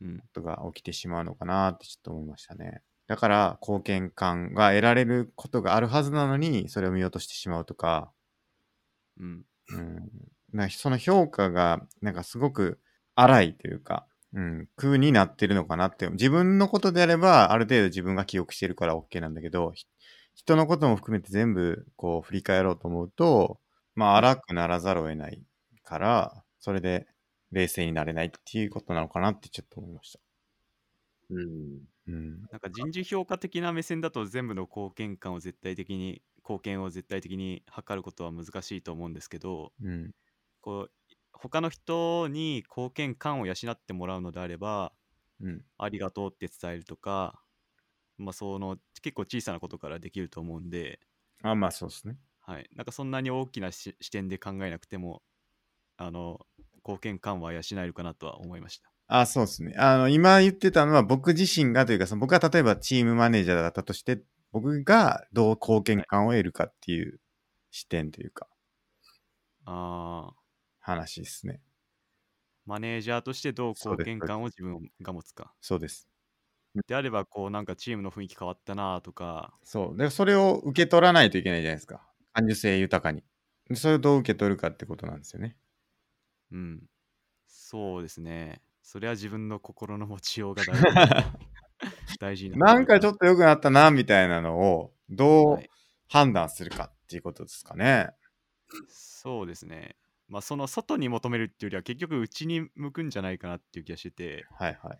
うん。
ことが起きてしまうのかなってちょっと思いましたね。だから、貢献感が得られることがあるはずなのに、それを見落としてしまうとか、
うん。
うん、なその評価が、なんかすごく荒いというか、うん、空になってるのかなって。自分のことであれば、ある程度自分が記憶してるから OK なんだけど、ひ人のことも含めて全部こう振り返ろうと思うと、まあ荒くならざるを得ないから、それで冷静になれないっていうことなのかなってちょっと思いました。
うん。
うん。
なんか人事評価的な目線だと全部の貢献感を絶対的に、貢献を絶対的に測ることは難しいと思うんですけど、
うん。
こう他の人に貢献感を養ってもらうのであれば
うん。
ありがとうって伝えるとか、まあ、その結構小さなことからできると思うんで、
あ、まあそうですね。
はい、なんかそんなに大きなし視点で考えなくてもあの貢献感は養えるかなとは思いました。
あ、そうですね。あの、今言ってたのは僕自身がというか、その僕が例えばチームマネージャーだったとして、僕がどう貢献感を得るかっていう視点というか、
あー
話ですね。
マネージャーとしてどう
そう
貢
です
献感を自分が持つか。
そうです。
であればこうなんかチームの雰囲気変わったなとか
そう。で、それを受け取らないといけないじゃないですか。感受性豊かに。でそれをどう受け取るかってことなんですよね。
うんそうですねそれは自分の心の持ちようが大事だ 大事な
なんかち
ところだ
ょっと良くなったな、みたいなのを、どう
はい
判断するかっていうことですかね。
そうですね。まあその外に求めるっていうよりは結局内に向くんじゃないかなっていう気がしてて、
はいはい。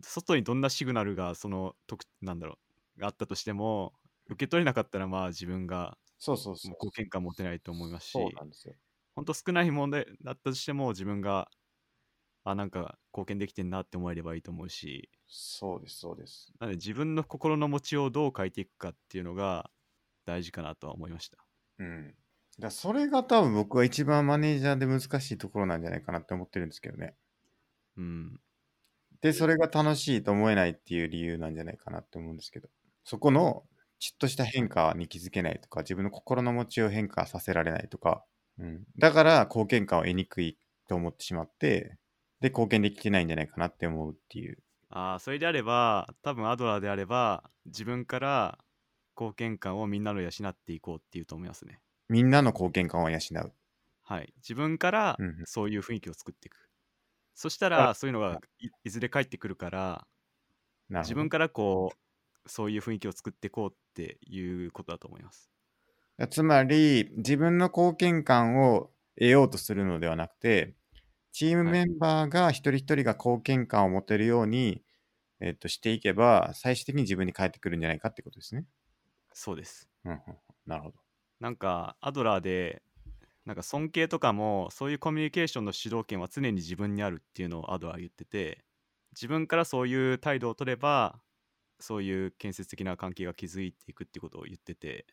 外にどんなシグナルがその特なんだろうがあったとしても受け取れなかったらまあ自分が
そうそうそう
もう。貢献感持てないと思いますし、
そうなんですよ。
本当少ない問題だったとしても自分があなんか貢献できてんなって思えればいいと思うし、
そうです、そうです。
なので自分の心の持ちようをどう変えていくかっていうのが大事かなとは思いました。
うん。だからそれが多分僕は一番マネージャーで難しいところなんじゃないかなって思ってるんですけどね。
うん、
で、それが楽しいと思えないっていう理由なんじゃないかなって思うんですけど。そこのちょっとした変化に気づけないとか、自分の心の持ちを変化させられないとか、うん。だから貢献感を得にくいと思ってしまって、で、貢献できてないんじゃないかなって思うっていう。
ああ、それであれば、多分アドラーであれば、自分から貢献感をみんなの養っていこうっていうと思いますね。
みんなの貢献感を養う。
はい。自分から
うんうん
そういう雰囲気を作っていく。そした
あ
ら、そういうのがいいずれ返ってくるから、
なるほど
自分からこう、そういう雰囲気を作っていこうっていうことだと思います。
だつまり、自分の貢献感を得ようとするのではなくて、チーム
は
メンバーが一人一人が貢献感を持てるように、えっと、していけば、最終的に自分に返ってくるんじゃないかってことですね。
そうです。
うんうんうん、なるほど。
なんか、アドラーで、なんか尊敬とかも、そういうコミュニケーションの主導権は常に自分にあるっていうのをアドラーは言ってて、自分からそういう態度を取れば、そういう建設的な関係が築いていくってことを言ってて、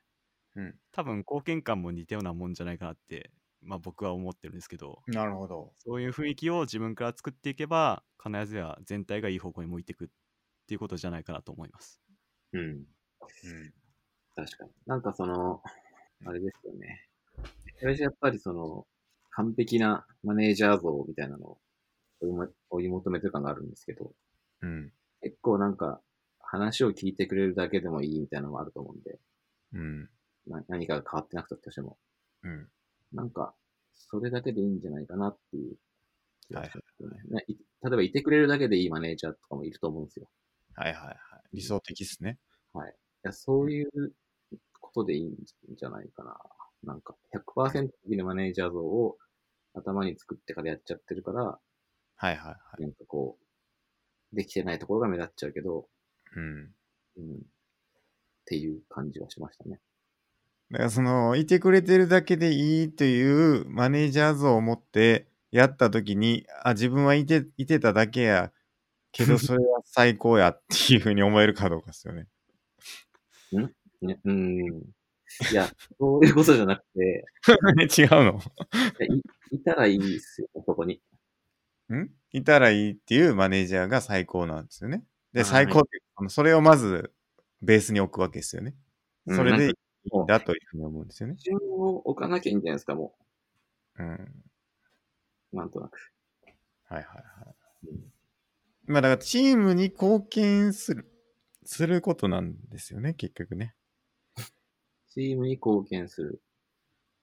うん
多分貢献感も似たようなもんじゃないかなって、まあ、僕は思ってるんですけど
なるほど。
そういう雰囲気を自分から作っていけば必ずや全体がいい方向に向いていくっていうことじゃないかなと思います。
うん。
うん。
確かに。なんかその、あれですよね。最初やっぱりその、完璧なマネージャー像みたいなのを追いも追い求めてる感があるんですけど、
うん。
結構なんか、話を聞いてくれるだけでもいいみたいなのもあると思うんで、
うん。
な何かが変わってなくたとしても、
うん。
なんか、それだけでいいんじゃないかなっていう気がしますよね、ねい例えばいてくれるだけでいいマネージャーとかもいると思うんですよ。
はいはいはい。理想的っすね。
いや、そういうことでいいんじゃないかな。なんか、100%的なマネージャー像を頭に作ってからやっちゃってるから、
はいはいはい。
なんかこう、できてないところが目立っちゃうけど、
うん。
うん、っていう感じはしましたね。
だからその、いてくれてるだけでいいというマネージャー像を持ってやったときに、あ、自分はいて、いてただけや、けどそれは最高やっていうふうに思えるかどうかですよね。
ねうん。いや、 そういうことじゃなくて、
違うの
いやいいたらいいっすよ、そこに。
んいたらいいっていうマネージャーが最高なんですよね。で、
はい
最高っていうか、あのそれをまずベースに置くわけですよね。
うん
それでい
なん
いんだというふうに思うんですよね。
基準を置かなきゃいいんじゃないですか、も。
うん。はいう
なんとなく。
はいはい。
うん
まあだからチームに貢献する、することなんですよね、結局ね。
チームに貢献する。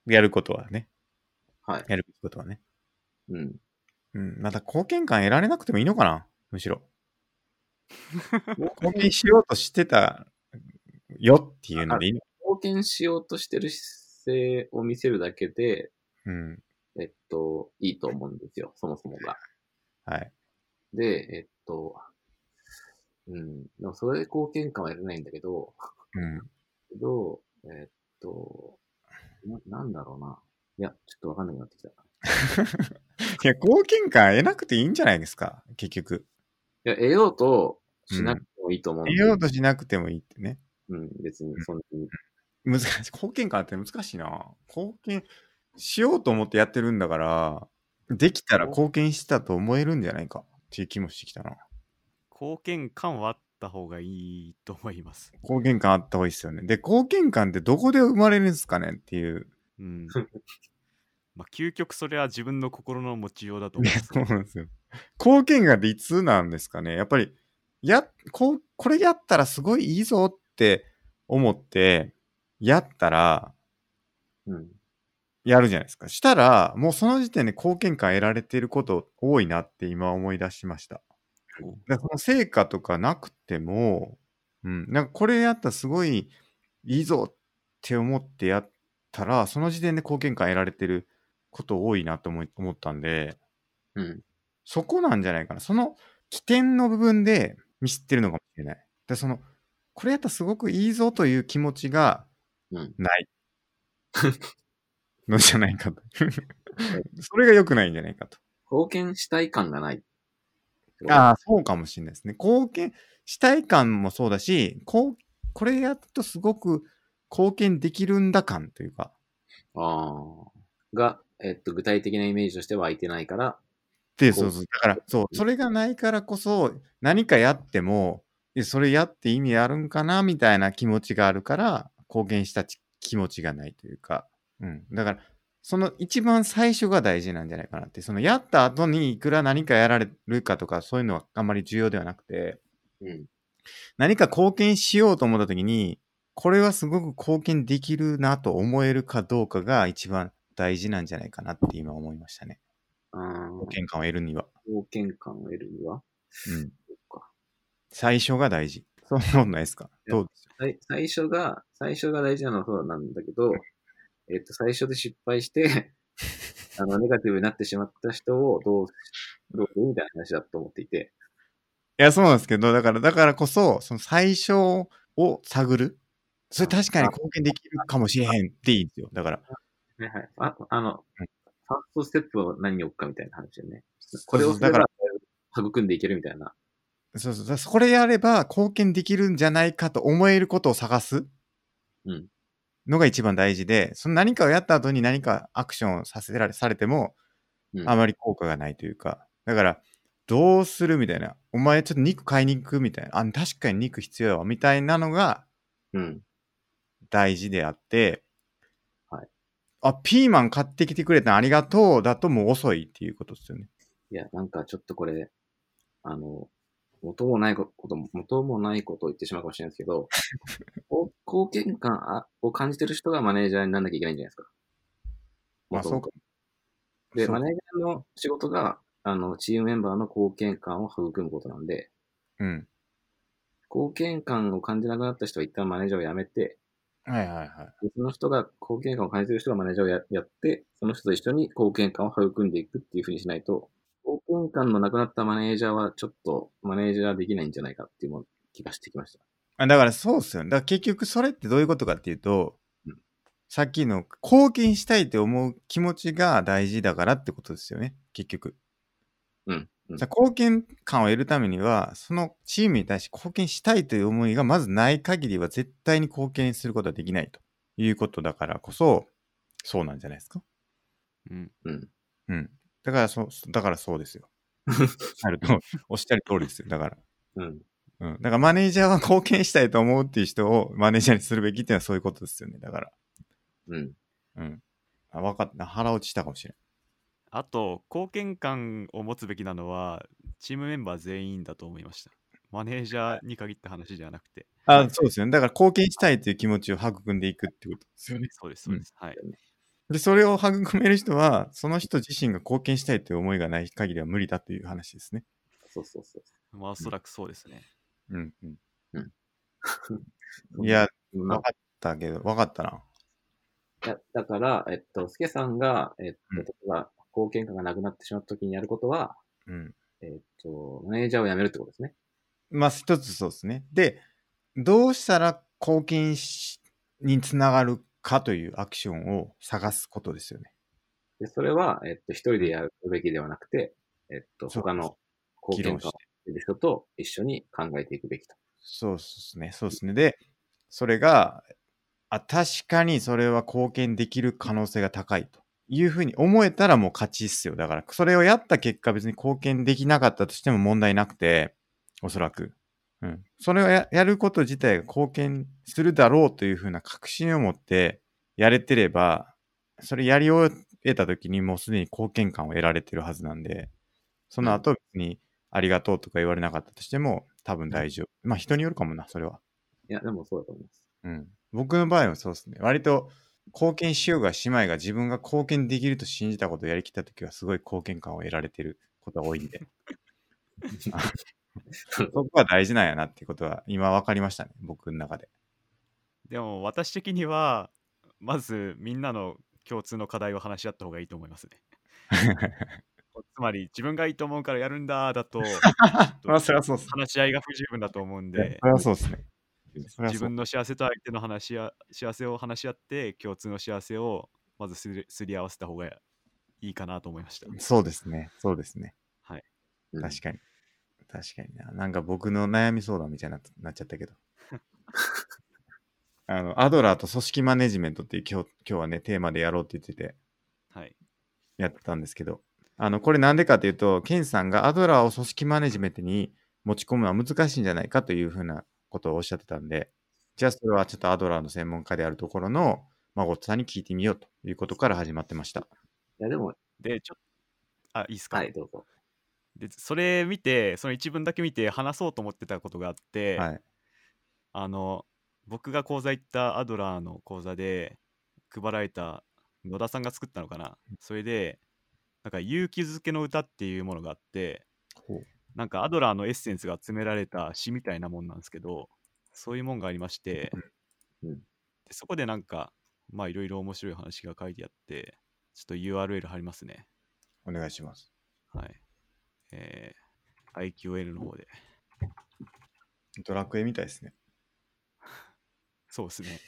やることはね。
はい。
やるべきことはね。
うん。
うん。また貢献感得られなくてもいいのかなむ しろ。貢献しようとしてたよっていうのでいいの
貢献しようとしてる姿勢を見せるだけで、
うん。
えっと、いいと思うんですよ、そもそもが。
はい。
で、えっと、うん、でもそれで貢献感は得られないんだけど、
うん。
けど、えっと、な、なんだろうな。いや、ちょっとわかんなくなってきた。い
いや、貢献感得なくていいんじゃないですか、結局。
や、得ようとしなくてもいいと思うん
得
で、
ようとしなくてもいいってね。
うん、別に、そんなに。
難しい。貢献感って難しいな。貢献しようと思ってやってるんだから、できたら貢献したと思えるんじゃないかっていう気もしてきたな。
貢献感はあった方がいいと思います。
貢献感あった方がいいですよね。で、貢献感ってどこで生まれるんですかねっていう。
うん、 まあ究極それは自分の心の持ちようだと思います
そうなんですよ。貢献感っていつなんですかねやっぱり、や、こう、これやったらすごいいいぞって思って、やったら、
うん。
やるじゃないですか。したら、もうその時点で貢献感得られてること多いなって今思い出しました。
お
だからその成果とかなくても、うん、なんかこれやったらすごいいいぞって思ってやったら、その時点で貢献感得られてること多いなと思い思ったんで、
うん。
そこなんじゃないかな。その起点の部分でミスってるのかもしれない。で、その、これやったらすごくいいぞという気持ちが
うん。
ない。のじゃないかと。 それが良くないんじゃないかと。
貢献したい感がない。
ああ、そうかもしれないですね。貢献したい感もそうだし、こうこれやっとすごく貢献できるんだ感というか、
あー。が、えっと、具体的なイメージとしては空いてないから、
で、
こ
そううそう。だから、そう、それがないからこそ、何かやっても、えそれやって意味あるんかなみたいな気持ちがあるから、貢献したち気持ちがないというか、うん。だから、その一番最初が大事なんじゃないかなって、そのやった後にいくら何かやられるかとか、そういうのはあんまり重要ではなくて、
うん。
何か貢献しようと思った時に、これはすごく貢献できるなと思えるかどうかが一番大事なんじゃないかなって今思いましたね。
あー
貢献感を得るには。
貢献感を得るには、
うん
そっか
最初が大事。そんなことないですか
いや
どうです
最最初が、最初が大事なのはそうなんだけど、えっと、最初で失敗して、あの、ネガティブになってしまった人をどう、どうするみたいな話だと思っていて、
いや、そうなんですけど、だから、だからこそ、その最初を探る。それ確かに貢献できるかもしれへんっていいんですよ。だから、
はいはい。ああの、ファーストステップを何に置くかみたいな話だよね。
そう
これをすれ
だから
ば、育んでいけるみたいな。
そうそう。だからそれやれば貢献できるんじゃないかと思えることを探す
うん
のが一番大事で、その何かをやった後に何かアクションをさせられ、されても、
うん
あまり効果がないというか。だから、どうするみたいな。お前ちょっと肉買いに行くみたいな。あ、確かに肉必要だわ。みたいなのが
うん。
大事であって、
はい。
あ、ピーマン買ってきてくれたのありがとうだともう遅いっていうことですよね。
いや、なんかちょっとこれ、あの、元もないこと、元もないことを言ってしまうかもしれないですけ ど、こう貢献感あを感じてる人がマネージャーにならなきゃいけないんじゃないですか。
まあ
元々
そ
で、
そう
マネージャーの仕事が、あの、チームメンバーの貢献感を育むことなんで、
うん。
貢献感を感じなくなった人は一旦マネージャーを辞めて、
はいはいはい。
別の人が、貢献感を感じてる人がマネージャーをややって、その人と一緒に貢献感を育んでいくっていうふうにしないと、貢献感のなくなったマネージャーはちょっとマネージャーできないんじゃないかっていうも気がしてきました。
あだからそうっすよね。だから結局それってどういうことかっていうと、
うん
さっきの貢献したいって思う気持ちが大事だからってことですよね。結局。
うん。うん
じゃあ貢献感を得るためには、そのチームに対して貢献したいという思いがまずない限りは絶対に貢献することはできないということだからこそ、そうなんじゃないですか。
うん。
うん。
うん。だからそう、だからそうです よ。なると、おっしゃる通りですよ。だから。
うん。
うん。だからマネージャーは貢献したいと思うっていう人をマネージャーにするべきっていうのはそういうことですよね。だから。
うん。
うん。あ、分かった。腹落ちしたかもしれん。
あと、貢献感を持つべきなのは、チームメンバー全員だと思いました。マネージャーに限った話じゃなくて。
あ、そうですよね。だから貢献したいという気持ちを育んでいくってことですよね。
そうです、そうです。はい。
で、それを育める人は、その人自身が貢献したいという思いがない限りは無理だという話ですね。
そうそうそう。
まあ、おそらくそうですね。
うん。う
うん
ん、いや、
うん
分かったけど、分かったな。
だだから、えっと、スケさんが、えっ
うん
と、例えば貢献感がなくなってしまった時にやることは、
うん。
えっと、マネージャーを辞めるってことですね。
まあ、一つそうですね。で、どうしたら貢献しにつながるかというアクションを探すことですよね。
で、それは、えっと、一人でやるべきではなくて、えっと、
そう
他の貢献感を
議論して
得る人と一緒に考えていくべきと。
そうですね、そうですね。で、それが、あ、確かにそれは貢献できる可能性が高いというふうに思えたらもう勝ちっすよ。だから、それをやった結果別に貢献できなかったとしても問題なくて、おそらく。うん。それをややること自体が貢献するだろうというふうな確信を持ってやれてれば、それやり終えた時にもうすでに貢献感を得られてるはずなんで、その後別にありがとうとか言われなかったとしても多分大丈夫。まあ人によるかもな、それは。
いや、でもそうだと思います。
うん。僕の場合はそうですね。割と貢献しようがしまいが自分が貢献できると信じたことをやりきったときはすごい貢献感を得られてることが多い んで。あそこは大事なんやなってことは今分かりましたね。僕の中で。
でも、私的には、まず、みんなの共通の課題を話し合った方がいいと思いますね。つまり、自分がいいと思うからやるんだだと、
まあそりゃそうっす
話し合いが不十分だと思うん
ね。いやそ。り
で
ゃそうですね。そりゃ
自
そう
分の幸せと相手の話し合幸せを話し合って共通の幸せをまずすりすり合わせた方がいいかなと思いました。
そうですね。そうですね。
うん
確かに。確かにな。なんか僕の悩み相談みたいになっなっちゃ ったけど。あの、アドラーと組織マネジメントっていう今日、今日はね、テーマでやろうって言ってて、
はい。
やってたんですけど、あの、これなんでかというと、ケンさんがアドラーを組織マネジメントに持ち込むのは難しいんじゃないかというふうなことをおっしゃってたんで、じゃあそれはちょっとアドラーの専門家であるところの、孫さんに聞いてみようということから始まってました。
いや、でも、
で、ちょっと、あ、いいですか、
はい、どうぞ。
で、それ見て、その一文だけ見て話そうと思ってたことがあって、
はい。
あの、僕が講座行ったアドラーの講座で配られた野田さんが作ったのかな。それで、なんか勇気づけの歌っていうものがあって、
ほう
なんかアドラーのエッセンスが詰められた詩みたいなもんなんですけど、そういうもんがありまして、
うん
でそこでなんか、まあいろいろ面白い話が書いてあって、ちょっと URL 貼りますね。
お願いします。
はい。えー、IQL の方で。
ドラクエみたいですね。
そうですね。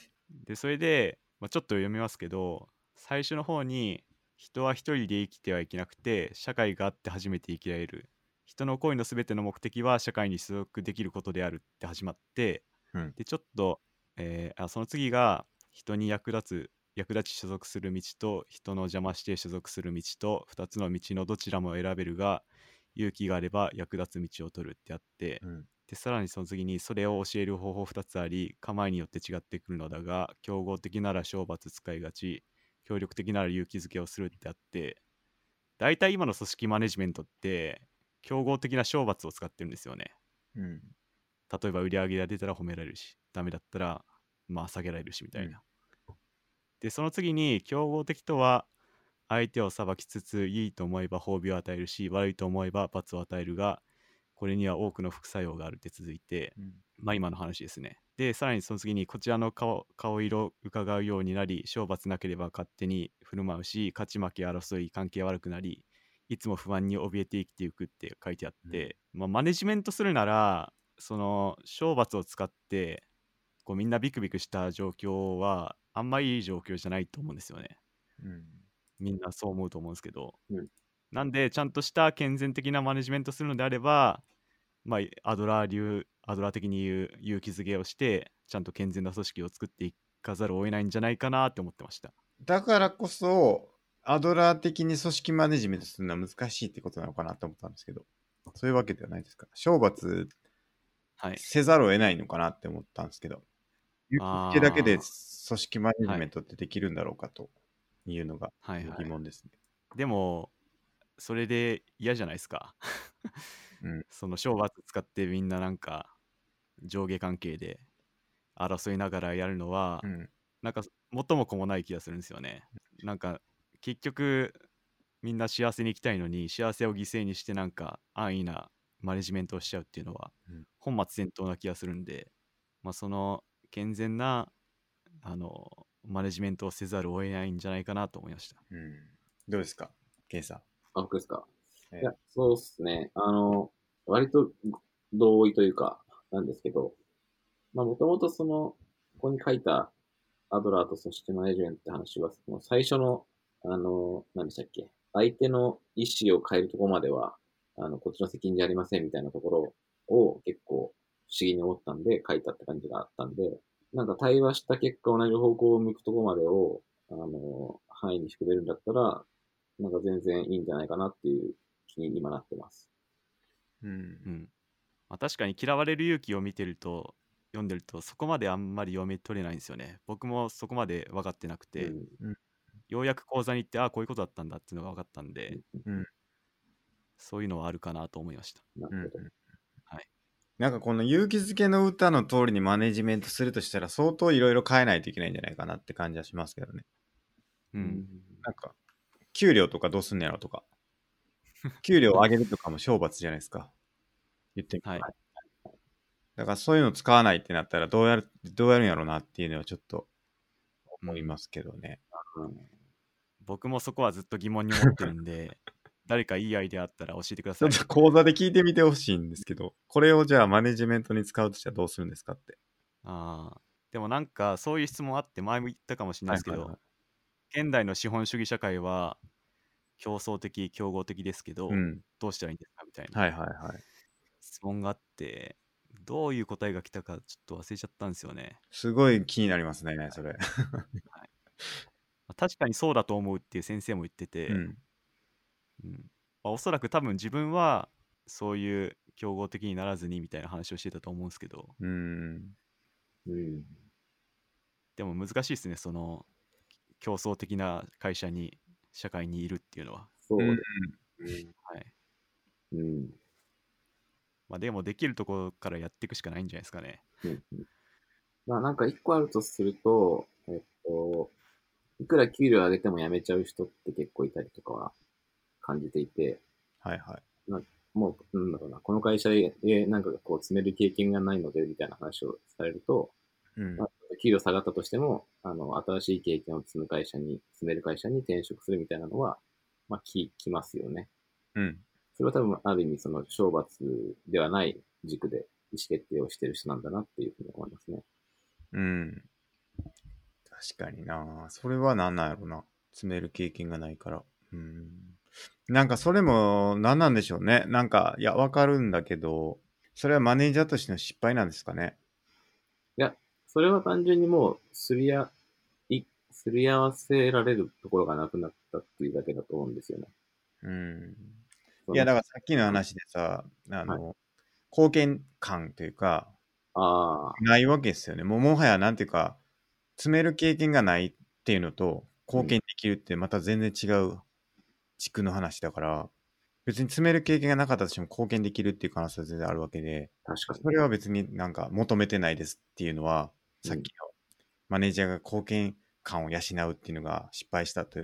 で、それで、まあ、ちょっと読みますけど、最初の方に、人は一人で生きてはいけなくて、社会があって初めて生きられる。人の行為の全ての目的は社会に所属できることであるって始まって、
うん
でちょっと、えーあその次が人に役立つ役立ち所属する道と人の邪魔して所属する道と2つの道のどちらも選べるが勇気があれば役立つ道を取るってあって、
うん。
でさらにその次にそれを教える方法2つあり構えによって違ってくるのだが競合的なら賞罰使いがち協力的なら勇気づけをするってあって大体今の組織マネジメントって競合的な賞罰を使ってるんですよね
うん。
例えば売り上げが出たら褒められるしダメだったらまあ下げられるしみたいな、でその次に競合的とは相手を裁きつついいと思えば褒美を与えるし悪いと思えば罰を与えるがこれには多くの副作用があるって続いて、
うん
まあ今の話ですね。で、さらにその次にこちらの顔顔色を伺うようになり、賞罰なければ勝手に振る舞うし、勝ち負け争い関係悪くなり、いつも不安に怯えて生きていくって書いてあって、まあマネジメントするなら、その賞罰を使って、こうみんなビクビクした状況はあんまいい状況じゃないと思うんですよね。
うん。
みんなそう思うと思うんですけど、
うん
なんでちゃんとした健全的なマネジメントするのであれば、まあ、アドラー流アドラー的に言う勇気づけをしてちゃんと健全な組織を作っていかざるを得ないんじゃないかなって思ってました
だからこそ、アドラー的に組織マネジメントするのは難しいってことなのかなと思ったんですけど、そういうわけではないですか。懲罰
はい
せざるを得ないのかなって思ったんですけど、勇気づけだけで組織マネジメントってできるんだろうかというのが
はいはい
疑問ですね。
でもそれで嫌じゃないですか、
うん
その賞罰使ってみんななんか上下関係で争いながらやるのは、
うん。
なんか元も子もない気がするんですよね。なんか結局みんな幸せに行きたいのに幸せを犠牲にしてなんか安易なマネジメントをしちゃうっていうのは
うん
本末転倒な気がするんで、まあ、その健全なあのマネジメントをせざるを得ないんじゃないかなと思いました。
うん、どうですか、ケイさん。
あ、僕ですか。
ええ
いや、そうっすね。あの、割と同意というか、なんですけど、まあ、もともとその、ここに書いたアドラーと組織マネジメントって話は、その最初の、あの、何でしたっけ、相手の意思を変えるところまでは、あの、こっちの責任じゃありませんみたいなところを結構不思議に思ったんで書いたって感じがあったんで、なんか対話した結果同じ方向を向くところまでを、あの、範囲に含めるんだったら、なんか全然いいんじゃないかなっていう気に今なってます。
うん
うんまあ、確かに嫌われる勇気を見てると読んでるとそこまであんまり読み取れないんですよね。僕もそこまで分かってなくて、
うん
ようやく講座に行ってああこういうことだったんだっていうのが分かったんで、
うん
そういうのはあるかなと思いました。
な
うん
るほど。
はい
なんかこの勇気づけの歌の通りにマネジメントするとしたら相当いろいろ変えないといけないんじゃないかなって感じはしますけどね。
う、
うん
なんか、給料とかどうすんのやろと か。給料上げるとかも懲罰じゃないですか。言ってみた
はい
ら。だからそういうの使わないってなったらどうやる、どうやるんやろうなっていうのはちょっと思いますけどね。
僕もそこはずっと疑問に思ってる んで誰かいいアイデアあったら教えてくだ
ち
さ
ょ
い
っと講座で聞いてみてほしいんですけど、これをじゃあマネジメントに使うとしたらどうするんですかって。
あーでもなんかそういう質問あって前も言ったかもしれないですけど、
はいはいは
現代の資本主義社会は競争的競合的ですけど、
うん。
どうしたらいいんですかみたいな
はいはいはい。
質問があってどういう答えが来たかちょっと忘れちゃったんですよね、
すごい気になりますね、それ。
まあ確かにそうだと思うっていう先生も言ってて、
うん。
うんまあ、おそらく多分自分はそういう競合的にならずにみたいな話をしてたと思うんですけど
うん。
うん。
でも難しいですねその競争的な会社に社会にいるっていうのは、
そう
うん
ですね。
はい
うん。
まあ、でもできるところからやっていくしかないんじゃないですかね
うんまあなんか一個あるとすると、えっと、いくら給料上げても辞めちゃう人って結構いたりとかは感じていて、
はいはい。
もう、なんだろうな、この会社でえなんかこう詰める経験がないのでみたいな話をされると、
うん
ま。あ給料下がったとしても、あの、新しい経験を積む会社に、積める会社に転職するみたいなのは、まあ、き、きますよね。
うん。
それは多分、ある意味、その、懲罰ではない軸で意思決定をしてる人なんだなっていうふうに思いますね。
うん。確かにな。それは何なんやろな。詰める経験がないから。うん。なんかそれも何なんでしょうね。なんか、いや、わかるんだけど、それはマネージャーとしての失敗なんですかね。
それは単純にもう、すりあ、い、すり合わせられるところがなくなったっていうだけだと思うんですよね。
うん。
その
いや、だからさっきの話でさ、あの、貢献感というか、
ああ、
ないわけですよね。もうもはや、なんていうか、詰める経験がないっていうのと、貢献できるってまた全然違う軸の話だから、別に詰める経験がなかったとしても貢献できるっていう可能性は全然あるわけで、
確
そ
かに。
れは別になんか求めてないですっていうのは、さっきのマネージャーが貢献感を養うっていうのが失敗したと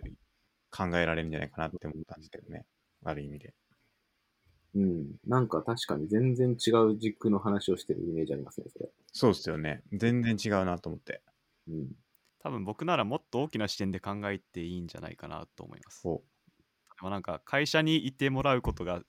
考えられるんじゃないかなって思ったんですけどね。ある意味で。
うん。なんか確かに全然違う軸の話をしてるイメージありますね、それ。
そうですよね。全然違うなと思って。
うん。
多分僕ならもっと大きな視点で考えていいんじゃないかなと思います。
そ
まあ、なんか会社にいてもらうことが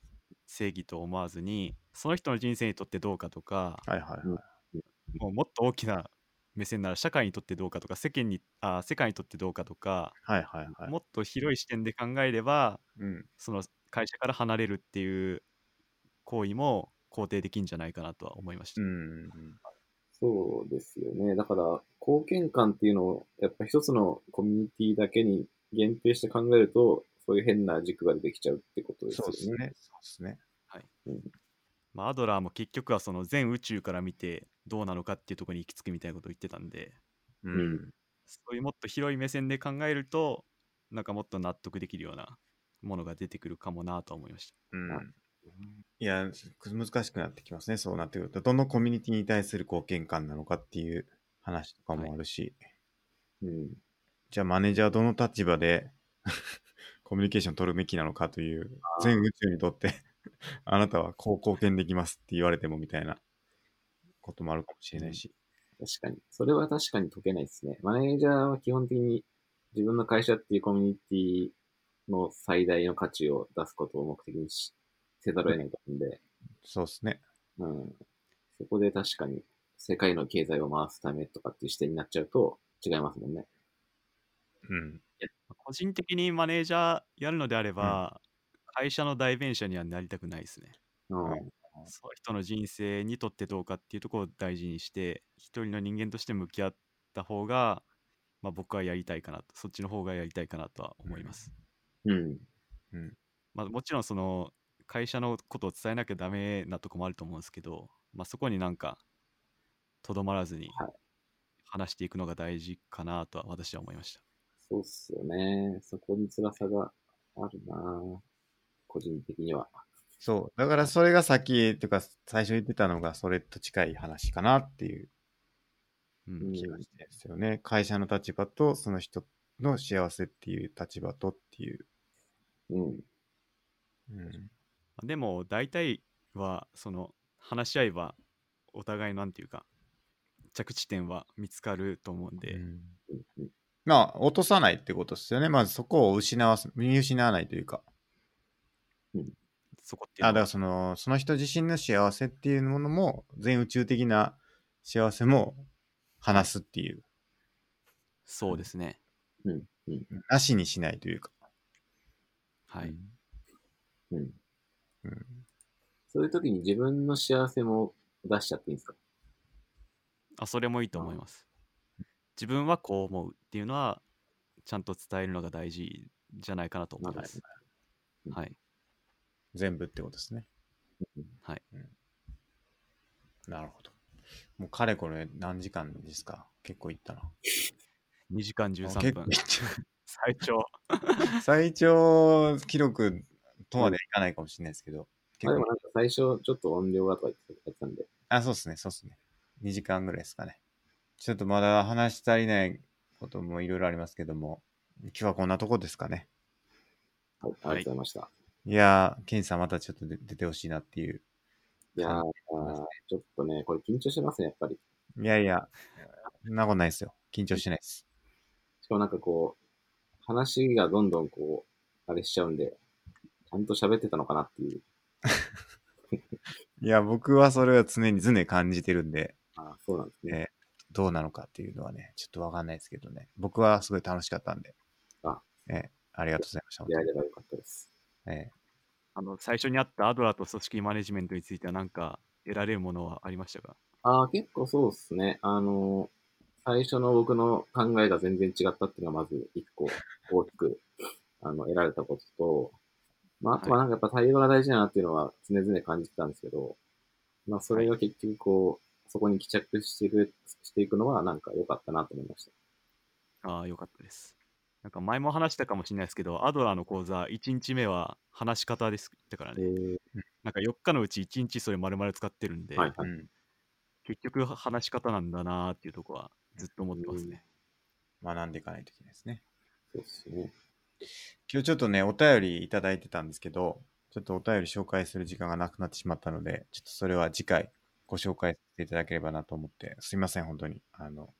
正義と思わずにその人の人生にとってどうかとか
う。はいはいはい。
もうもっと大きな目線なら社会にとってどうかとか世間にあ世界にとってどうかとか、
はいはいはい。
もっと広い視点で考えれば
うん。
その会社から離れるっていう行為も肯定できんじゃないかなとは思いました。
うん。
そうですよね。だから、貢献感っていうのを、やっぱ一つのコミュニティだけに限定して考えると、そういう変な軸が出てきちゃうってことです
そ
よ
う
ね。
ですね。そうですね。
まあ、アドラーも結局はその全宇宙から見てどうなのかっていうところに行き着くみたいなことを言ってたんで
う。
うん
そういうもっと広い目線で考えるとなんかもっと納得できるようなものが出てくるかもなとは思いました。
うん。いや、難しくなってきますね。そうなってくると。どのコミュニティに対する貢献感なのかっていう話とかもあるし。
うん。
じゃあマネージャーはどの立場で コミュニケーション取るべきなのかという、全宇宙にとって あなたはこう貢献できますって言われてもみたいなこともあるかもしれないし。
確かに。それは確かに解けないですね。マネージャーは基本的に自分の会社っていうコミュニティの最大の価値を出すことを目的にしせざるを得ないと思うんで、
そうですね。
うん。そこで確かに世界の経済を回すためとかっていう視点になっちゃうと違いますもんね。
うん。
個人的にマネージャーやるのであれば、会社の代弁者にはなりたくないですね。
うん。
はい
その人の人生にとってどうかっていうところを大事にして一人の人間として向き合った方が、まあ、僕はやりたいかなとそっちの方がやりたいかなとは思います、
うん。
うん。
まあ、もちろんその会社のことを伝えなきゃダメなとこもあると思うんですけど、まあ、そこになんかとどまらずに
はい
話していくのが大事かなとは私は思いました
そうっすよね。そこに辛さがあるなぁ個人的には。
そう。だからそれがさっき、というか最初言ってたのがそれと近い話かなっていう
うん
うん
気がしてるんですよね。会社の立場とその人の幸せっていう立場とっていう。
うん。
うん。
まあでも大体はその話し合えばお互いなんていうか着地点は見つかると思うんで、
うん
うんうん
まあ、落とさないってことですよね。まずそこを失わす、見失わないというか。
そこっていう
あだから
のは
そのその人自身の幸せっていうものも全宇宙的な幸せも話すっていう
そうですね。
うん。うん。
なしにしないというか、
はい。
うん。
うん、
そういう時に自分の幸せも出しちゃっていいんですか
あ、それもいいと思います。自分はこう思うっていうのは、ちゃんと伝えるのが大事じゃないかなと思います。
は
はい。
全部ってことですね
うん
はい、
うんなるほどもうかれこれ何時間ですか結構いったな
2時間13分。
結
最長。
構最長記録とまでいかないかもしれないですけど
ま
結
あで
構
もなんか最初ちょっと音量がとか言ってたんで。
あそうですねそうですね2時間ぐらいですかねちょっとまだ話し足りないこともいろいろありますけども今日はこんなとこですかね
はい。ありがとうございました。
いやー、ケンさんまたちょっと出出てほしいなっていう。
い、やー、
は
ちょっとね、これ緊張してますね、やっぱり。
いやいや、そんなことないですよ。緊張してないです。
しかもなんかこう、話がどんどんこう、あれしちゃうんで、ちゃんと喋ってたのかなっていう。
いや、僕はそれは常に常に感じてるんで、
ああ、そうなんですね。
ね、どうなのかっていうのはね、ちょっとわかんないですけどね。僕はすごい楽しかったんで。
あ
ね、ありがとうございました。
やればよかったです。
え
あの最初にあったアドラーと組織マネジメントについては何か得られるものはありましたか
ああ、結構そうですね。あの、最初の僕の考えが全然違ったっていうのはまず一 個大きく、あの、得られたことと、まあ、あとはなんかやっぱ対話が大事だなっていうのは常々感じてたんですけど、まあ、それが結局こう、そこに帰着していく、していくのはなんか良かったなと思いました。
ああ、よかったです。なんか前も話したかもしれないですけど、アドラーの講座1日目は話し方ですだから
え
ね、なんか4日のうち1日それ丸々使ってるんで、
はい
えうん。
結局話し方なんだなーっていうところはずっと思ってますね。
学んでいかないといけないですね。
そうですね。
今日ちょっとね、お便りいただいてたんですけど、ちょっとお便り紹介する時間がなくなってしまったので、ちょっとそれは次回ご紹介させていただければなと思って、すいません、本当に。あの、
は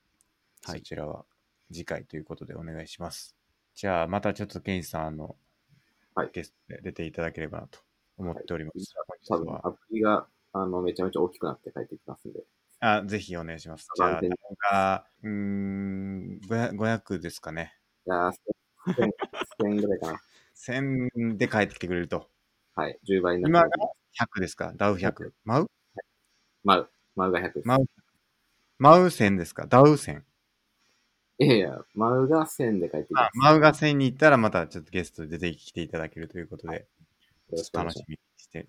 そ
い
ちらは次回ということでお願いします。じゃあ、またちょっとケンジさん、あの、
はい
ゲストで出ていただければなと思っております。
多
本日
分
は
アプリが、あの、めちゃめちゃ大きくなって帰ってきますんで。
あ、ぜひお願いします。じゃあ、単が、うーん、500 500ですかね。
いやー、1000 1000ぐらいかな。
1000で帰ってきてくれると。
はい、10倍にな
今が
ってます。
100ですかダウ100。マウ
マウ、マウが100です。
マウ、マウ1000ですかダウ1000。
いやいや、マウが1000で帰ってきま
あ
す。
マウが1000に行ったらまたちょっとゲストで出てきていただけるということで、
よ
ち
ろ
ょ
し
っ
くお
と
願い
楽し
します。
みにして、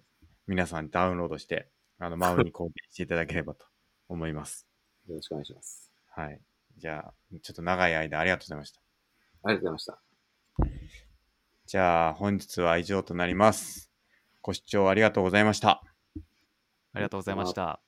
皆さんダウンロードして、あの、マウに貢献していただければと思います。
よろしくお願いします。
はい。じゃあ、ちょっと長い間ありがとうございました。
ありがとうございました。
じゃあ、本日は以上となります。ご視聴ありがとうございました。
ありがとうございました。